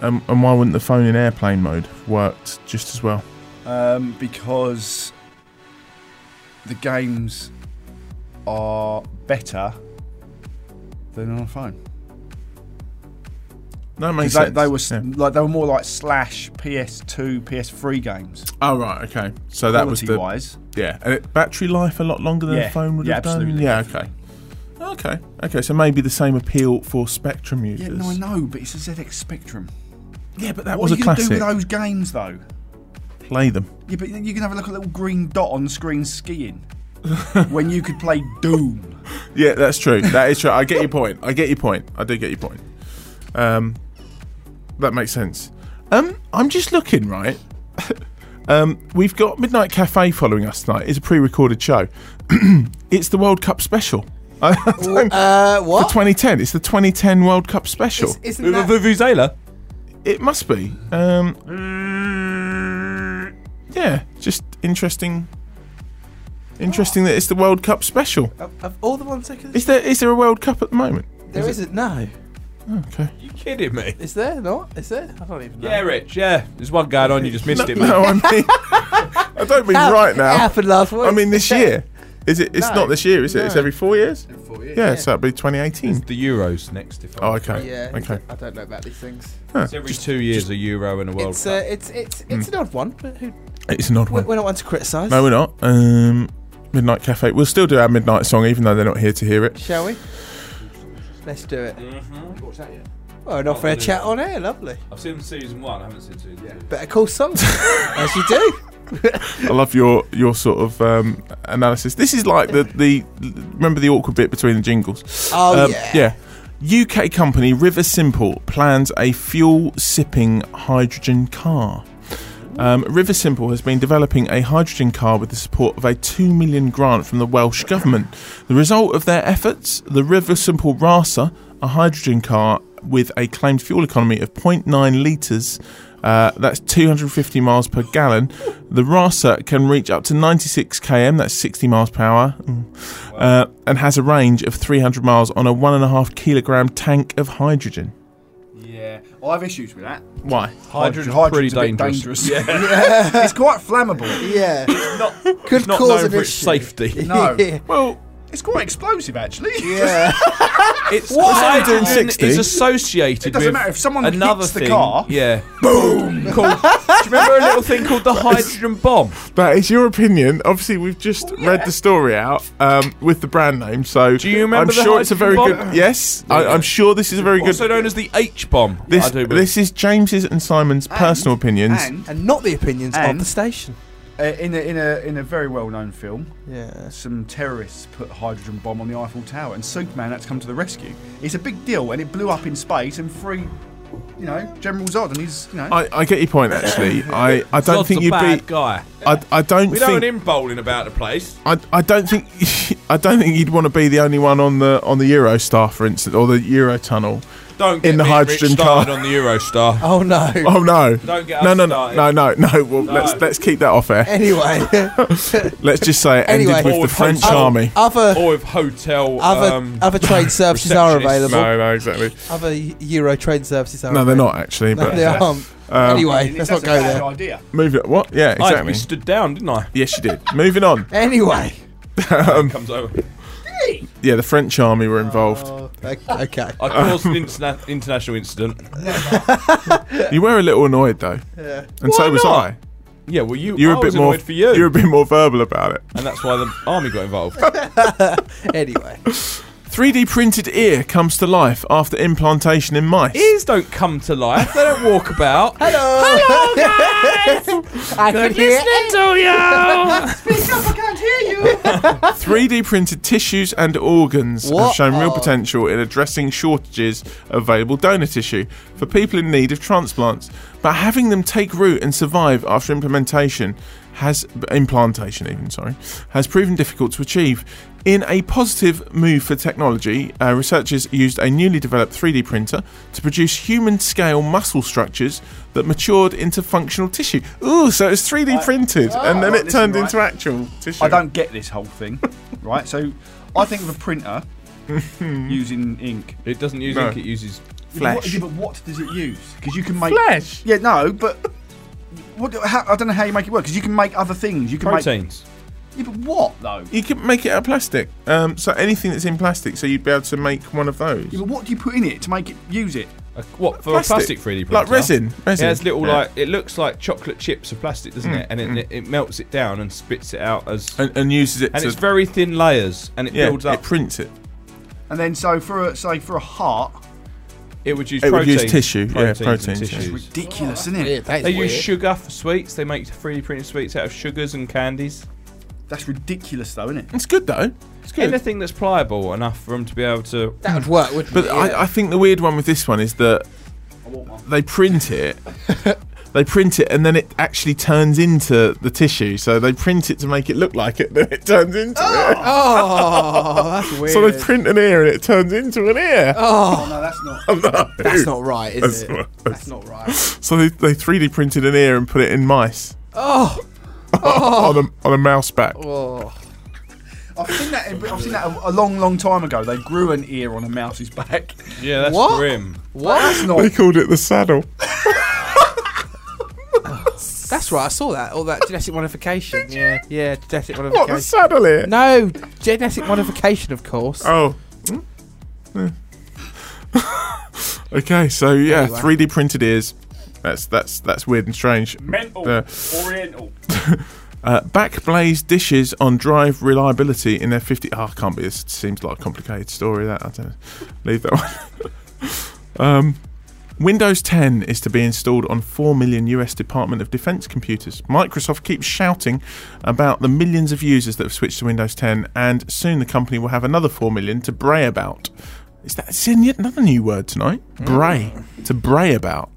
[SPEAKER 3] Um, and why wouldn't the phone in airplane mode have worked just as well?
[SPEAKER 20] Um, because the games are better than on a phone.
[SPEAKER 3] That makes
[SPEAKER 20] 'Cause they,
[SPEAKER 3] sense.
[SPEAKER 20] They were s-
[SPEAKER 3] Yeah.
[SPEAKER 20] like they were more like slash PS2, PS3 games.
[SPEAKER 3] Oh right, okay. So that was the
[SPEAKER 20] Quality-wise.
[SPEAKER 3] yeah. And it, battery life a lot longer than
[SPEAKER 20] Yeah,
[SPEAKER 3] a phone would
[SPEAKER 20] yeah,
[SPEAKER 3] have done.
[SPEAKER 20] absolutely,
[SPEAKER 3] Yeah, okay. Okay, okay. So maybe the same appeal for Spectrum
[SPEAKER 20] Yeah,
[SPEAKER 3] users.
[SPEAKER 20] no, I know, but it's a ZX Spectrum.
[SPEAKER 3] Yeah, but that
[SPEAKER 20] what
[SPEAKER 3] was
[SPEAKER 20] are
[SPEAKER 3] a
[SPEAKER 20] you
[SPEAKER 3] classic.
[SPEAKER 20] gonna do with those games though?
[SPEAKER 3] Play them.
[SPEAKER 20] Yeah, but you can have like a little green dot on the screen skiing
[SPEAKER 3] (laughs)
[SPEAKER 20] when you could play Doom.
[SPEAKER 3] Yeah, that's true. That is true. I get your point. I get your point. I do get your point. Um, that makes sense. Um, I'm just looking right. (laughs) um, we've got Midnight Cafe following us tonight. It's a pre-recorded show. (clears throat) it's the World Cup special. (laughs) uh,
[SPEAKER 5] what?
[SPEAKER 3] For 2010. It's the 2010 World Cup special.
[SPEAKER 5] Is- isn't With that-
[SPEAKER 4] Vuvuzela?
[SPEAKER 3] It must be. Um,
[SPEAKER 5] Mm.
[SPEAKER 3] yeah, just interesting. Interesting that it's the World Cup special.
[SPEAKER 5] Of, of all the ones I could.
[SPEAKER 3] Is there is there a World Cup at the moment?
[SPEAKER 5] There isn't, no.
[SPEAKER 3] Oh, Okay.
[SPEAKER 4] You kidding me?
[SPEAKER 5] Is there not? Is there? I don't even know.
[SPEAKER 4] Yeah, Rich. Yeah, there's one going on. You just missed
[SPEAKER 3] no,
[SPEAKER 4] it, mate.
[SPEAKER 3] no, I mean, I don't mean
[SPEAKER 5] How-
[SPEAKER 3] right now.
[SPEAKER 5] it happened last
[SPEAKER 3] I
[SPEAKER 5] week.
[SPEAKER 3] mean this year. Is it? It's
[SPEAKER 5] No.
[SPEAKER 3] not this year, is it? It's
[SPEAKER 5] No.
[SPEAKER 3] every four years.
[SPEAKER 5] four years,
[SPEAKER 3] Yeah,
[SPEAKER 5] yeah.
[SPEAKER 3] so it'll be 2018.
[SPEAKER 4] The Euros next, if
[SPEAKER 3] Oh,
[SPEAKER 4] I'm
[SPEAKER 3] okay.
[SPEAKER 5] Yeah,
[SPEAKER 3] Okay.
[SPEAKER 5] I don't know about these things.
[SPEAKER 4] It's every two years a Euro and a World
[SPEAKER 5] It's,
[SPEAKER 4] Cup.
[SPEAKER 5] uh, it's it's it's
[SPEAKER 3] Mm.
[SPEAKER 5] an odd one, but who,
[SPEAKER 3] It's an odd
[SPEAKER 5] we're,
[SPEAKER 3] one.
[SPEAKER 5] we're not one to criticise.
[SPEAKER 3] No, we're not. Um, Midnight Cafe. We'll still do our midnight song, even though they're not here to hear it.
[SPEAKER 5] Shall we? Let's do it.
[SPEAKER 4] What's that yet?
[SPEAKER 5] Well, Oh, an off-air chat on air, lovely.
[SPEAKER 4] Mm-hmm. I've seen season one. I haven't seen season two.
[SPEAKER 5] Better call some, (laughs) as you do.
[SPEAKER 3] I love your your sort of um, analysis. This is like the the remember the awkward bit between the jingles.
[SPEAKER 5] Oh, yeah.
[SPEAKER 3] UK company River Simple plans a fuel sipping hydrogen car. Um, River Simple has been developing a hydrogen car with the support of a 2 million grant from the Welsh Government. The result of their efforts, the River Simple Rasa, a hydrogen car with a claimed fuel economy of 0.9 litres. Uh, that's 250 miles per gallon. The Rasa can reach up to 96 km, that's 60 miles per hour, mm, uh, and has a range of 300 miles on a 1.5 kilogram tank of hydrogen.
[SPEAKER 20] Yeah, I have issues with that.
[SPEAKER 3] Why?
[SPEAKER 20] Hydrogen's,
[SPEAKER 3] Hydrogen's a
[SPEAKER 20] pretty
[SPEAKER 3] bit
[SPEAKER 20] dangerous.
[SPEAKER 3] Oh, dangerous.
[SPEAKER 20] (laughs) Yeah.
[SPEAKER 5] it's quite flammable.
[SPEAKER 20] Yeah.
[SPEAKER 3] (laughs)
[SPEAKER 20] (laughs)
[SPEAKER 5] Could
[SPEAKER 2] it's not
[SPEAKER 5] cause
[SPEAKER 2] known
[SPEAKER 5] an
[SPEAKER 2] for its
[SPEAKER 5] issue. (laughs)
[SPEAKER 2] safety.
[SPEAKER 20] No.
[SPEAKER 5] Yeah.
[SPEAKER 20] Well, it's quite explosive, actually. (laughs)
[SPEAKER 5] Yeah.
[SPEAKER 2] (laughs) It's
[SPEAKER 20] What?
[SPEAKER 2] hydrogen
[SPEAKER 20] 160?
[SPEAKER 2] is associated
[SPEAKER 20] It doesn't
[SPEAKER 2] with
[SPEAKER 20] matter if someone
[SPEAKER 2] another
[SPEAKER 20] hits the
[SPEAKER 2] thing,
[SPEAKER 20] car. (laughs)
[SPEAKER 2] Yeah. Boom. (laughs) Cool. Do you remember a little thing called the hydrogen bomb?
[SPEAKER 3] That is your opinion. Obviously, we've just
[SPEAKER 2] Oh,
[SPEAKER 3] read the story out um, with the brand name, so do you
[SPEAKER 2] remember
[SPEAKER 3] I'm
[SPEAKER 2] the
[SPEAKER 3] sure it's a very
[SPEAKER 2] hydrogen
[SPEAKER 3] good.
[SPEAKER 2] bomb?
[SPEAKER 3] Yes, I, I'm sure this is a very
[SPEAKER 2] Also
[SPEAKER 3] good.
[SPEAKER 2] known as the H bomb.
[SPEAKER 3] This,
[SPEAKER 2] I do believe.
[SPEAKER 3] this is James's and Simon's personal opinions.
[SPEAKER 5] and, and not the opinions of
[SPEAKER 20] and-
[SPEAKER 5] the station.
[SPEAKER 20] Uh, in a in a in a very well known film,
[SPEAKER 5] yeah,
[SPEAKER 20] some terrorists put a hydrogen bomb on the Eiffel Tower, and Superman had to come to the rescue. It's a big deal, and it blew up in space and freed, you know, General Zod and his, you know.
[SPEAKER 3] I, I get your point.
[SPEAKER 2] (laughs)
[SPEAKER 3] Actually, I, I don't
[SPEAKER 2] Zod's
[SPEAKER 3] think
[SPEAKER 2] a
[SPEAKER 3] you'd
[SPEAKER 2] bad
[SPEAKER 3] be.
[SPEAKER 2] guy.
[SPEAKER 3] I, I don't
[SPEAKER 2] We
[SPEAKER 3] think.
[SPEAKER 2] don't him bowling about the place.
[SPEAKER 3] I, I don't think (laughs) I don't think you'd want to be the only one on the on the Eurostar, for instance, or the Eurotunnel.
[SPEAKER 2] Don't get
[SPEAKER 3] in the
[SPEAKER 2] me
[SPEAKER 3] hydrogen
[SPEAKER 2] rich
[SPEAKER 3] car.
[SPEAKER 2] started on the Eurostar.
[SPEAKER 3] (laughs)
[SPEAKER 5] Oh no!
[SPEAKER 3] Oh no!
[SPEAKER 2] Don't get
[SPEAKER 3] no,
[SPEAKER 2] us
[SPEAKER 3] no, no,
[SPEAKER 2] started.
[SPEAKER 3] no, no, no. Well,
[SPEAKER 2] No.
[SPEAKER 3] let's let's keep that off air.
[SPEAKER 2] (laughs)
[SPEAKER 5] Anyway,
[SPEAKER 3] (laughs) let's just say it ended
[SPEAKER 5] Anyway.
[SPEAKER 3] with
[SPEAKER 5] Or
[SPEAKER 3] the
[SPEAKER 5] with
[SPEAKER 3] French
[SPEAKER 5] hotel-
[SPEAKER 2] Oh,
[SPEAKER 3] army.
[SPEAKER 5] Other
[SPEAKER 2] or with hotel
[SPEAKER 5] other
[SPEAKER 2] um,
[SPEAKER 5] other
[SPEAKER 2] (laughs)
[SPEAKER 5] trade services are
[SPEAKER 2] receptionist.
[SPEAKER 5] available.
[SPEAKER 3] no, exactly.
[SPEAKER 5] Other Euro trade services are.
[SPEAKER 3] No, they're
[SPEAKER 5] available.
[SPEAKER 3] not actually.
[SPEAKER 5] No,
[SPEAKER 3] but
[SPEAKER 5] they aren't.
[SPEAKER 3] Um,
[SPEAKER 5] anyway, let's not go there. (laughs)
[SPEAKER 20] idea.
[SPEAKER 3] Move it. What? Yeah,
[SPEAKER 2] I
[SPEAKER 3] exactly.
[SPEAKER 2] stood down, didn't I?
[SPEAKER 3] yes, you did. Moving on.
[SPEAKER 5] Anyway,
[SPEAKER 3] um,
[SPEAKER 2] Comes over.
[SPEAKER 3] yeah, the French army were involved.
[SPEAKER 5] okay.
[SPEAKER 2] I caused an interna- international incident.
[SPEAKER 3] you were a little annoyed though,
[SPEAKER 2] Yeah.
[SPEAKER 3] and so
[SPEAKER 2] Why
[SPEAKER 3] was
[SPEAKER 2] not?
[SPEAKER 3] I.
[SPEAKER 2] Yeah, well, you,
[SPEAKER 3] You were
[SPEAKER 2] I
[SPEAKER 3] a bit
[SPEAKER 2] was
[SPEAKER 3] more.
[SPEAKER 2] annoyed for you.
[SPEAKER 3] were a bit more verbal about
[SPEAKER 2] (laughs)
[SPEAKER 3] it.
[SPEAKER 2] and that's why the army got involved.
[SPEAKER 5] anyway,
[SPEAKER 3] 3D printed ear comes to life after implantation in mice.
[SPEAKER 2] ears don't come to life. They don't walk about.
[SPEAKER 5] Hello.
[SPEAKER 24] Hello, guys.
[SPEAKER 5] I
[SPEAKER 24] can
[SPEAKER 5] hear
[SPEAKER 24] Speak up! I can't hear you.
[SPEAKER 3] 3D printed tissues and organs have
[SPEAKER 24] What?
[SPEAKER 3] shown real
[SPEAKER 24] Oh.
[SPEAKER 3] potential in addressing shortages of available donor tissue for people in need of transplants. But having them take root and survive after implementation has implantation even sorry has proven difficult to achieve. In a positive move for technology, uh, researchers used a newly developed 3D printer to produce human scale muscle structures that matured into functional tissue. Ooh, so it's 3D printed and then
[SPEAKER 20] Right,
[SPEAKER 3] it
[SPEAKER 20] Oh, listen,
[SPEAKER 3] turned
[SPEAKER 20] right.
[SPEAKER 3] into actual tissue.
[SPEAKER 20] I don't get this whole thing, (laughs) right? So, I think of a (laughs) printer using ink.
[SPEAKER 2] It doesn't use
[SPEAKER 20] No.
[SPEAKER 2] ink. It uses
[SPEAKER 20] What,
[SPEAKER 2] flesh.
[SPEAKER 20] yeah, but what does it use? Because you can make
[SPEAKER 3] flesh.
[SPEAKER 20] Yeah, no, but what? do- How, I don't know how you make it work. Because you can make other things. You can
[SPEAKER 2] Proteins.
[SPEAKER 20] make. Yeah, but what though?
[SPEAKER 3] You can make it out of plastic. Um, so anything that's in plastic, so you'd be able to make one of those.
[SPEAKER 20] Yeah, but what do you put in it to make it use it?
[SPEAKER 2] A, what for
[SPEAKER 3] Plastic.
[SPEAKER 2] a plastic 3D printer?
[SPEAKER 3] Like resin, resin.
[SPEAKER 2] Yeah, it's little
[SPEAKER 3] Yeah.
[SPEAKER 2] like it looks like chocolate chips of plastic, doesn't
[SPEAKER 3] Mm,
[SPEAKER 2] it? And it,
[SPEAKER 3] mm.
[SPEAKER 2] it, it melts it down and spits it out as
[SPEAKER 3] and, and uses it.
[SPEAKER 2] And
[SPEAKER 3] to-
[SPEAKER 2] it's very thin layers, and it
[SPEAKER 3] Yeah,
[SPEAKER 2] builds up.
[SPEAKER 3] It prints it.
[SPEAKER 20] And then, so for a, say for a heart,
[SPEAKER 2] It would use
[SPEAKER 3] It would
[SPEAKER 2] protein.
[SPEAKER 3] use tissue, yeah,
[SPEAKER 2] Proteins and
[SPEAKER 3] proteins, yeah.
[SPEAKER 2] tissues.
[SPEAKER 20] ridiculous,
[SPEAKER 5] Oh,
[SPEAKER 20] isn't it?
[SPEAKER 2] they use sugar for sweets. They make 3D printed sweets out of sugars and candies.
[SPEAKER 20] That's ridiculous, though, isn't it?
[SPEAKER 3] It's good though. It's good.
[SPEAKER 2] Anything that's pliable enough for them to be able to.
[SPEAKER 5] That would work, wouldn't
[SPEAKER 3] But I, I think the weird one with this one is that they print
[SPEAKER 5] (laughs)
[SPEAKER 3] it. They print it and then it actually turns into the tissue. So they print it to make it look like it, then it turns into it.
[SPEAKER 5] Oh, that's
[SPEAKER 3] (laughs)
[SPEAKER 5] weird.
[SPEAKER 3] So they print an ear and it turns into an ear. (laughs)
[SPEAKER 5] Oh. Oh, no, that's not- that's not right, is it?
[SPEAKER 3] That's
[SPEAKER 5] not right.
[SPEAKER 3] So they, they 3D printed an ear and put it in mice.
[SPEAKER 5] Oh.
[SPEAKER 3] (laughs) on, a, on a mouse back.
[SPEAKER 5] Oh.
[SPEAKER 20] I've seen that. in- I've seen that a, a long, long time ago. They grew an ear on a mouse's back.
[SPEAKER 2] Yeah,
[SPEAKER 3] that's What? grim.
[SPEAKER 5] What?
[SPEAKER 20] That's
[SPEAKER 3] They
[SPEAKER 20] not.
[SPEAKER 3] called it the saddle.
[SPEAKER 5] That's right. I saw that. All that genetic modification. Yeah, yeah, genetic modification.
[SPEAKER 3] the saddle here?
[SPEAKER 5] No, genetic modification, of course.
[SPEAKER 3] Oh. Hmm? (laughs) Okay, so yeah,
[SPEAKER 5] Anyway.
[SPEAKER 3] 3D printed ears. That's that's that's weird and strange.
[SPEAKER 25] Mental.
[SPEAKER 3] Uh,
[SPEAKER 25] Oriental.
[SPEAKER 3] uh, backblaze dishes on drive reliability in their 50. Oh, can't be. This seems like a complicated story. That I don't know. leave that (laughs) one. um, Windows 10 is to be installed on 4 million US Department of Defense computers. Microsoft keeps shouting about the millions of users that have switched to Windows 10, and soon the company will have another 4 million to bray about. Is that is in yet another new word tonight? Bray. To bray about.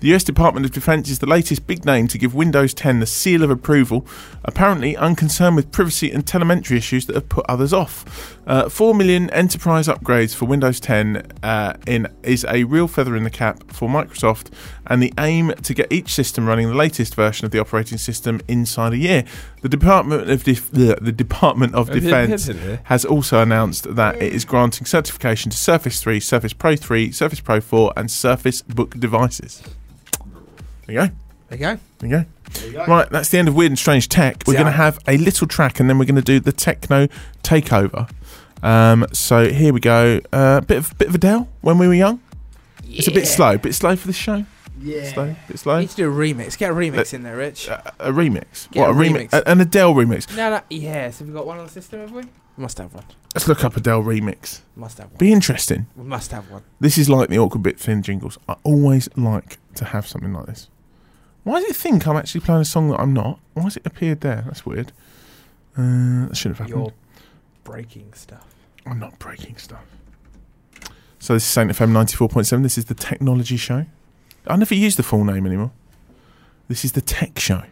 [SPEAKER 3] The US Department of Defense is the latest big name to give Windows 10 the seal of approval, apparently unconcerned with privacy and telemetry issues that have put others off. Uh, 4 million enterprise upgrades for Windows 10 uh, in is a real feather in the cap for Microsoft and the aim to get each system running the latest version of the operating system inside a year. The Department of Def- (laughs) the, the Department of Defense has also announced that it is granting certification to Surface 3, Surface Pro 3, Surface Pro 4, and Surface Book devices. There you go.
[SPEAKER 5] There you go.
[SPEAKER 3] There you go. Right, that's the end of Weird and Strange Tech. We're
[SPEAKER 5] Yeah.
[SPEAKER 3] going to have a little track and then we're going to do the techno takeover. Um, so here we go. Uh, bit of bit of Adele when we were young. It's a bit
[SPEAKER 5] Yeah.
[SPEAKER 3] slow, bit slow for the show.
[SPEAKER 5] Yeah.
[SPEAKER 3] slow, bit slow.
[SPEAKER 5] Need to do a remix. Get a remix in there, Rich.
[SPEAKER 3] A remix.
[SPEAKER 5] Get
[SPEAKER 3] what
[SPEAKER 5] a
[SPEAKER 3] a remix?
[SPEAKER 5] remix.
[SPEAKER 3] A- An Adele remix.
[SPEAKER 5] No, no, yes. Have we got one on the system, have we? Must have one.
[SPEAKER 3] Let's look up Adele remix.
[SPEAKER 5] Must have one.
[SPEAKER 3] Be interesting.
[SPEAKER 5] We must have one.
[SPEAKER 3] This is like the awkward bit thin jingles. I always like to have something like this. Why does it think I'm actually playing a song that I'm not? Why has it appeared there? That's weird. Uh, that should have happened.
[SPEAKER 5] You're breaking stuff.
[SPEAKER 3] I'm not breaking stuff. So this is Saint FM 94.7. This is the technology show. I never use the full name anymore. This is the tech show.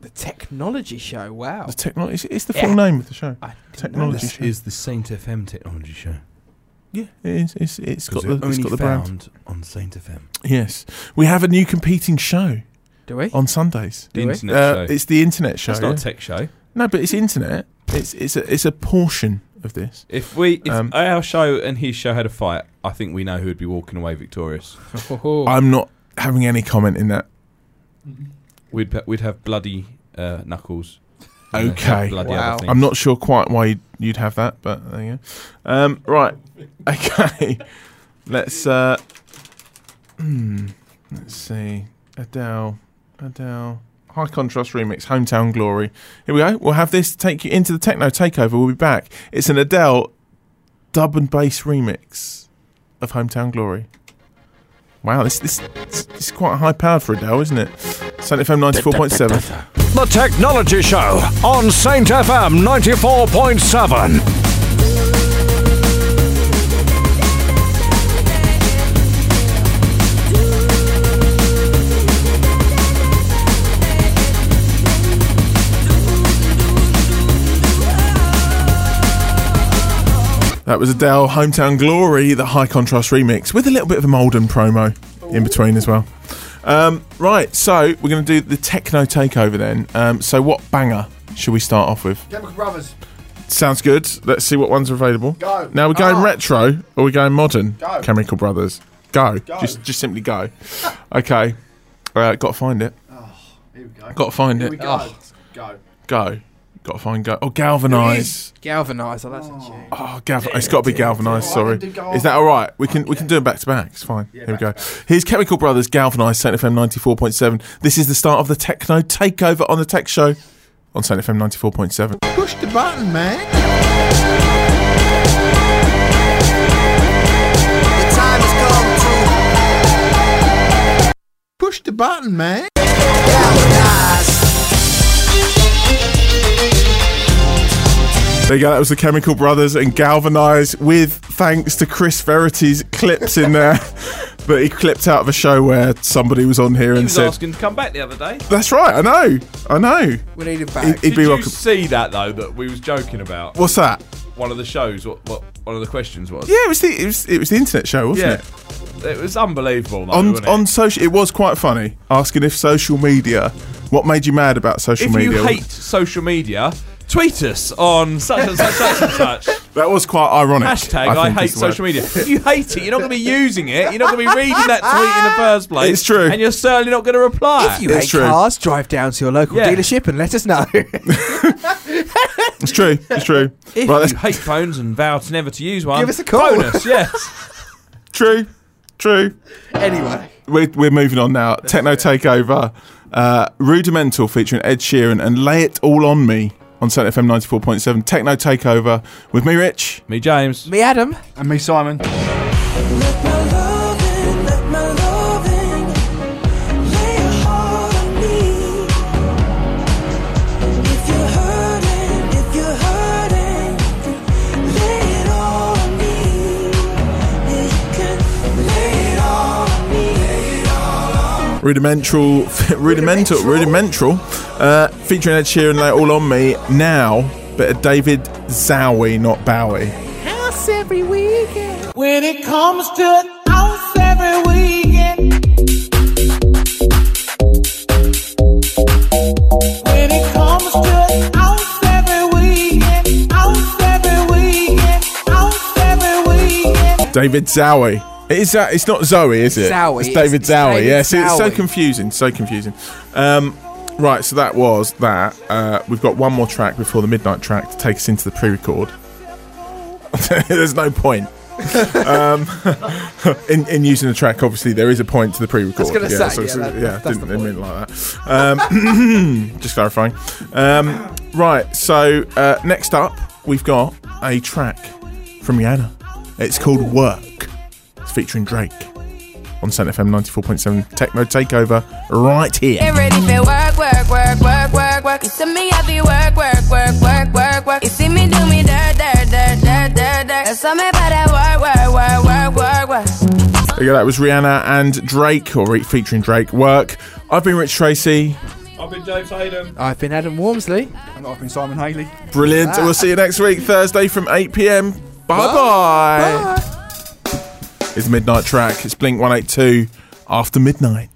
[SPEAKER 5] The technology show. Wow.
[SPEAKER 3] The technology. It's, it's the
[SPEAKER 5] Oh. Yeah.
[SPEAKER 3] full name of the show.
[SPEAKER 5] I didn't know
[SPEAKER 3] technology
[SPEAKER 5] that.
[SPEAKER 3] show.
[SPEAKER 4] is the Saint FM technology show.
[SPEAKER 3] yeah, it's, it's, it's got
[SPEAKER 4] 'Cause
[SPEAKER 3] the,
[SPEAKER 4] we're
[SPEAKER 3] it's
[SPEAKER 4] only
[SPEAKER 3] got the brand.
[SPEAKER 4] found on Saint FM.
[SPEAKER 3] Yes, we have a new competing show.
[SPEAKER 5] Do we
[SPEAKER 3] on Sundays?
[SPEAKER 4] The Do we? internet show.
[SPEAKER 3] Uh, It's the internet show.
[SPEAKER 4] That's not a
[SPEAKER 3] yeah.
[SPEAKER 4] tech show.
[SPEAKER 3] No, but it's internet. It's it's a it's a portion of this.
[SPEAKER 4] If we, if
[SPEAKER 3] Um,
[SPEAKER 4] our show and his show had a fight, I think we know who would be walking away victorious.
[SPEAKER 5] Oh,
[SPEAKER 3] I'm not having any comment in that.
[SPEAKER 4] We'd pe- we'd have bloody uh, knuckles. and a
[SPEAKER 3] Okay.
[SPEAKER 4] bloody other things.
[SPEAKER 3] I'm not sure quite why you'd- you'd have that, but there you go. Um, right. (laughs) Okay. Let's. Uh, (clears throat) hmm, let's see. Adele. Adele. High contrast remix, Hometown Glory. Here we go. We'll have this to take you into the techno takeover. We'll be back. It's an Adele dub and bass remix of Hometown Glory. Wow, this this, this is quite high powered for Adele, isn't it? Saint FM 94.7.
[SPEAKER 2] The Technology Show on Saint FM 94.7.
[SPEAKER 3] That was Adele, Hometown Glory, the high contrast remix with a little bit of a Molden promo in between as well. Um, right, so we're going to do the techno takeover then. Um, so, what banger should we start off with?
[SPEAKER 11] Chemical Brothers.
[SPEAKER 3] Sounds good. Let's see what ones are available.
[SPEAKER 11] Go.
[SPEAKER 3] Now we're going retro or we're going modern.
[SPEAKER 11] Go.
[SPEAKER 3] Chemical Brothers. Go.
[SPEAKER 11] Go.
[SPEAKER 3] Just, just simply go. (laughs) okay. Uh, got to find it.
[SPEAKER 11] Here we go.
[SPEAKER 3] Got to find
[SPEAKER 11] Here
[SPEAKER 3] it.
[SPEAKER 11] We go.
[SPEAKER 3] Oh.
[SPEAKER 11] Go.
[SPEAKER 3] Go. Got to find go. Oh, galvanize.
[SPEAKER 5] Galvanize. Oh, that's a tune.
[SPEAKER 3] Oh, Galv- it's got to be galvanized.
[SPEAKER 5] All right,
[SPEAKER 3] Sorry,
[SPEAKER 5] then do Galvan.
[SPEAKER 3] is that all right? We can we can do it back to back. It's fine. Here we go. Here's Chemical Brothers, galvanized. Saint FM ninety four point seven. This is the start of the techno takeover on the Tech Show on Saint FM ninety four point seven.
[SPEAKER 7] Push the button, man. The time has come to push the button, man.
[SPEAKER 3] There you go. That was the Chemical Brothers and Galvanize with thanks to Chris Verity's clips in there (laughs) that he clipped out of a show where somebody was on here
[SPEAKER 4] He
[SPEAKER 3] and
[SPEAKER 4] was
[SPEAKER 3] said,
[SPEAKER 4] asking to come back the other day.
[SPEAKER 3] "That's right. I know. I know.
[SPEAKER 5] We need him
[SPEAKER 3] He'd- he'd
[SPEAKER 4] Did
[SPEAKER 3] be
[SPEAKER 4] you
[SPEAKER 3] welcome."
[SPEAKER 4] see that though? That we was joking about.
[SPEAKER 3] What's that?
[SPEAKER 4] One of the shows. What? What? One of the questions was.
[SPEAKER 3] Yeah, it was the it was, it was the internet show, wasn't it?
[SPEAKER 4] Yeah. It was unbelievable. Though,
[SPEAKER 3] on
[SPEAKER 4] wasn't it?
[SPEAKER 3] on social, it was quite funny asking if social media. What made you mad about social
[SPEAKER 4] if
[SPEAKER 3] media?
[SPEAKER 4] you hate social media, tweet us on such and such, such and such.
[SPEAKER 3] that was quite ironic.
[SPEAKER 4] Hashtag I,
[SPEAKER 3] think
[SPEAKER 4] hate
[SPEAKER 3] is the word.
[SPEAKER 4] social media. If you hate it, you're not going to be using it. You're not going to be reading that tweet in the first place.
[SPEAKER 5] It's true.
[SPEAKER 4] And you're certainly not going to reply.
[SPEAKER 5] If you hate cars, drive down to your local
[SPEAKER 4] Yeah.
[SPEAKER 5] dealership and let us know.
[SPEAKER 3] It's true. It's true.
[SPEAKER 4] (laughs) If
[SPEAKER 3] Right,
[SPEAKER 4] you hate phones and vow to never to use one,
[SPEAKER 5] Give us a call.
[SPEAKER 4] Bonus, yes.
[SPEAKER 3] True. True.
[SPEAKER 5] anyway.
[SPEAKER 3] We're, we're moving on now. Techno Takeover, uh, Rudimental featuring Ed Sheeran and Lay It All On Me on Saint FM 94.7. Techno Takeover with me, Rich.
[SPEAKER 4] Me, James.
[SPEAKER 5] Me, Adam.
[SPEAKER 11] And me, Simon.
[SPEAKER 3] rudimental, (laughs) rudimental, rudimental, uh, featuring Ed Sheeran. They all on me now, but David Zowie, not Bowie.
[SPEAKER 11] House every weekend. When it comes to house every weekend. When it comes to house every weekend. House every weekend. House every weekend.
[SPEAKER 3] David Zowie. It is, uh, it's not Zoe, is it?
[SPEAKER 11] Zowie.
[SPEAKER 3] It's
[SPEAKER 11] It's-
[SPEAKER 3] David
[SPEAKER 11] it's
[SPEAKER 3] Zowie.
[SPEAKER 11] David
[SPEAKER 3] yeah, see, it's so
[SPEAKER 11] Zowie.
[SPEAKER 3] confusing. So confusing. Um, right, so that was that. Uh, we've got one more track before the midnight track to take us into the pre record. (laughs) There's no
[SPEAKER 11] (laughs)
[SPEAKER 3] point. um, (laughs) in, in using the track, obviously, there is a point to the pre record.
[SPEAKER 11] I was gonna say, yeah, that-
[SPEAKER 3] yeah,
[SPEAKER 11] that's
[SPEAKER 3] didn't, didn't mean it like that. Um, just clarifying. Um, right, so uh, next up, we've got a track from Rihanna. It's called Work. It's featuring Drake on Saint FM 94.7 Techno Takeover right here.
[SPEAKER 26] Get ready for work, work, work, work, work, work. You see me, I be work, work, work, work, work, work. You see me do me dirt, dirt, dirt, dirt, dirt, dirt. There's something about that work, work, work, work, work, work.
[SPEAKER 3] There you go, that was Rihanna and Drake, or re- featuring Drake. Work. I've been Rich Tracy.
[SPEAKER 2] I've been James Hayden.
[SPEAKER 20] I've been Adam Wormsley.
[SPEAKER 2] And I've been Simon Haley.
[SPEAKER 3] Brilliant.
[SPEAKER 2] Ah.
[SPEAKER 3] We'll see you next week, Thursday from 8 pm. Bye bye. It's midnight track. It's Blink 182 after midnight.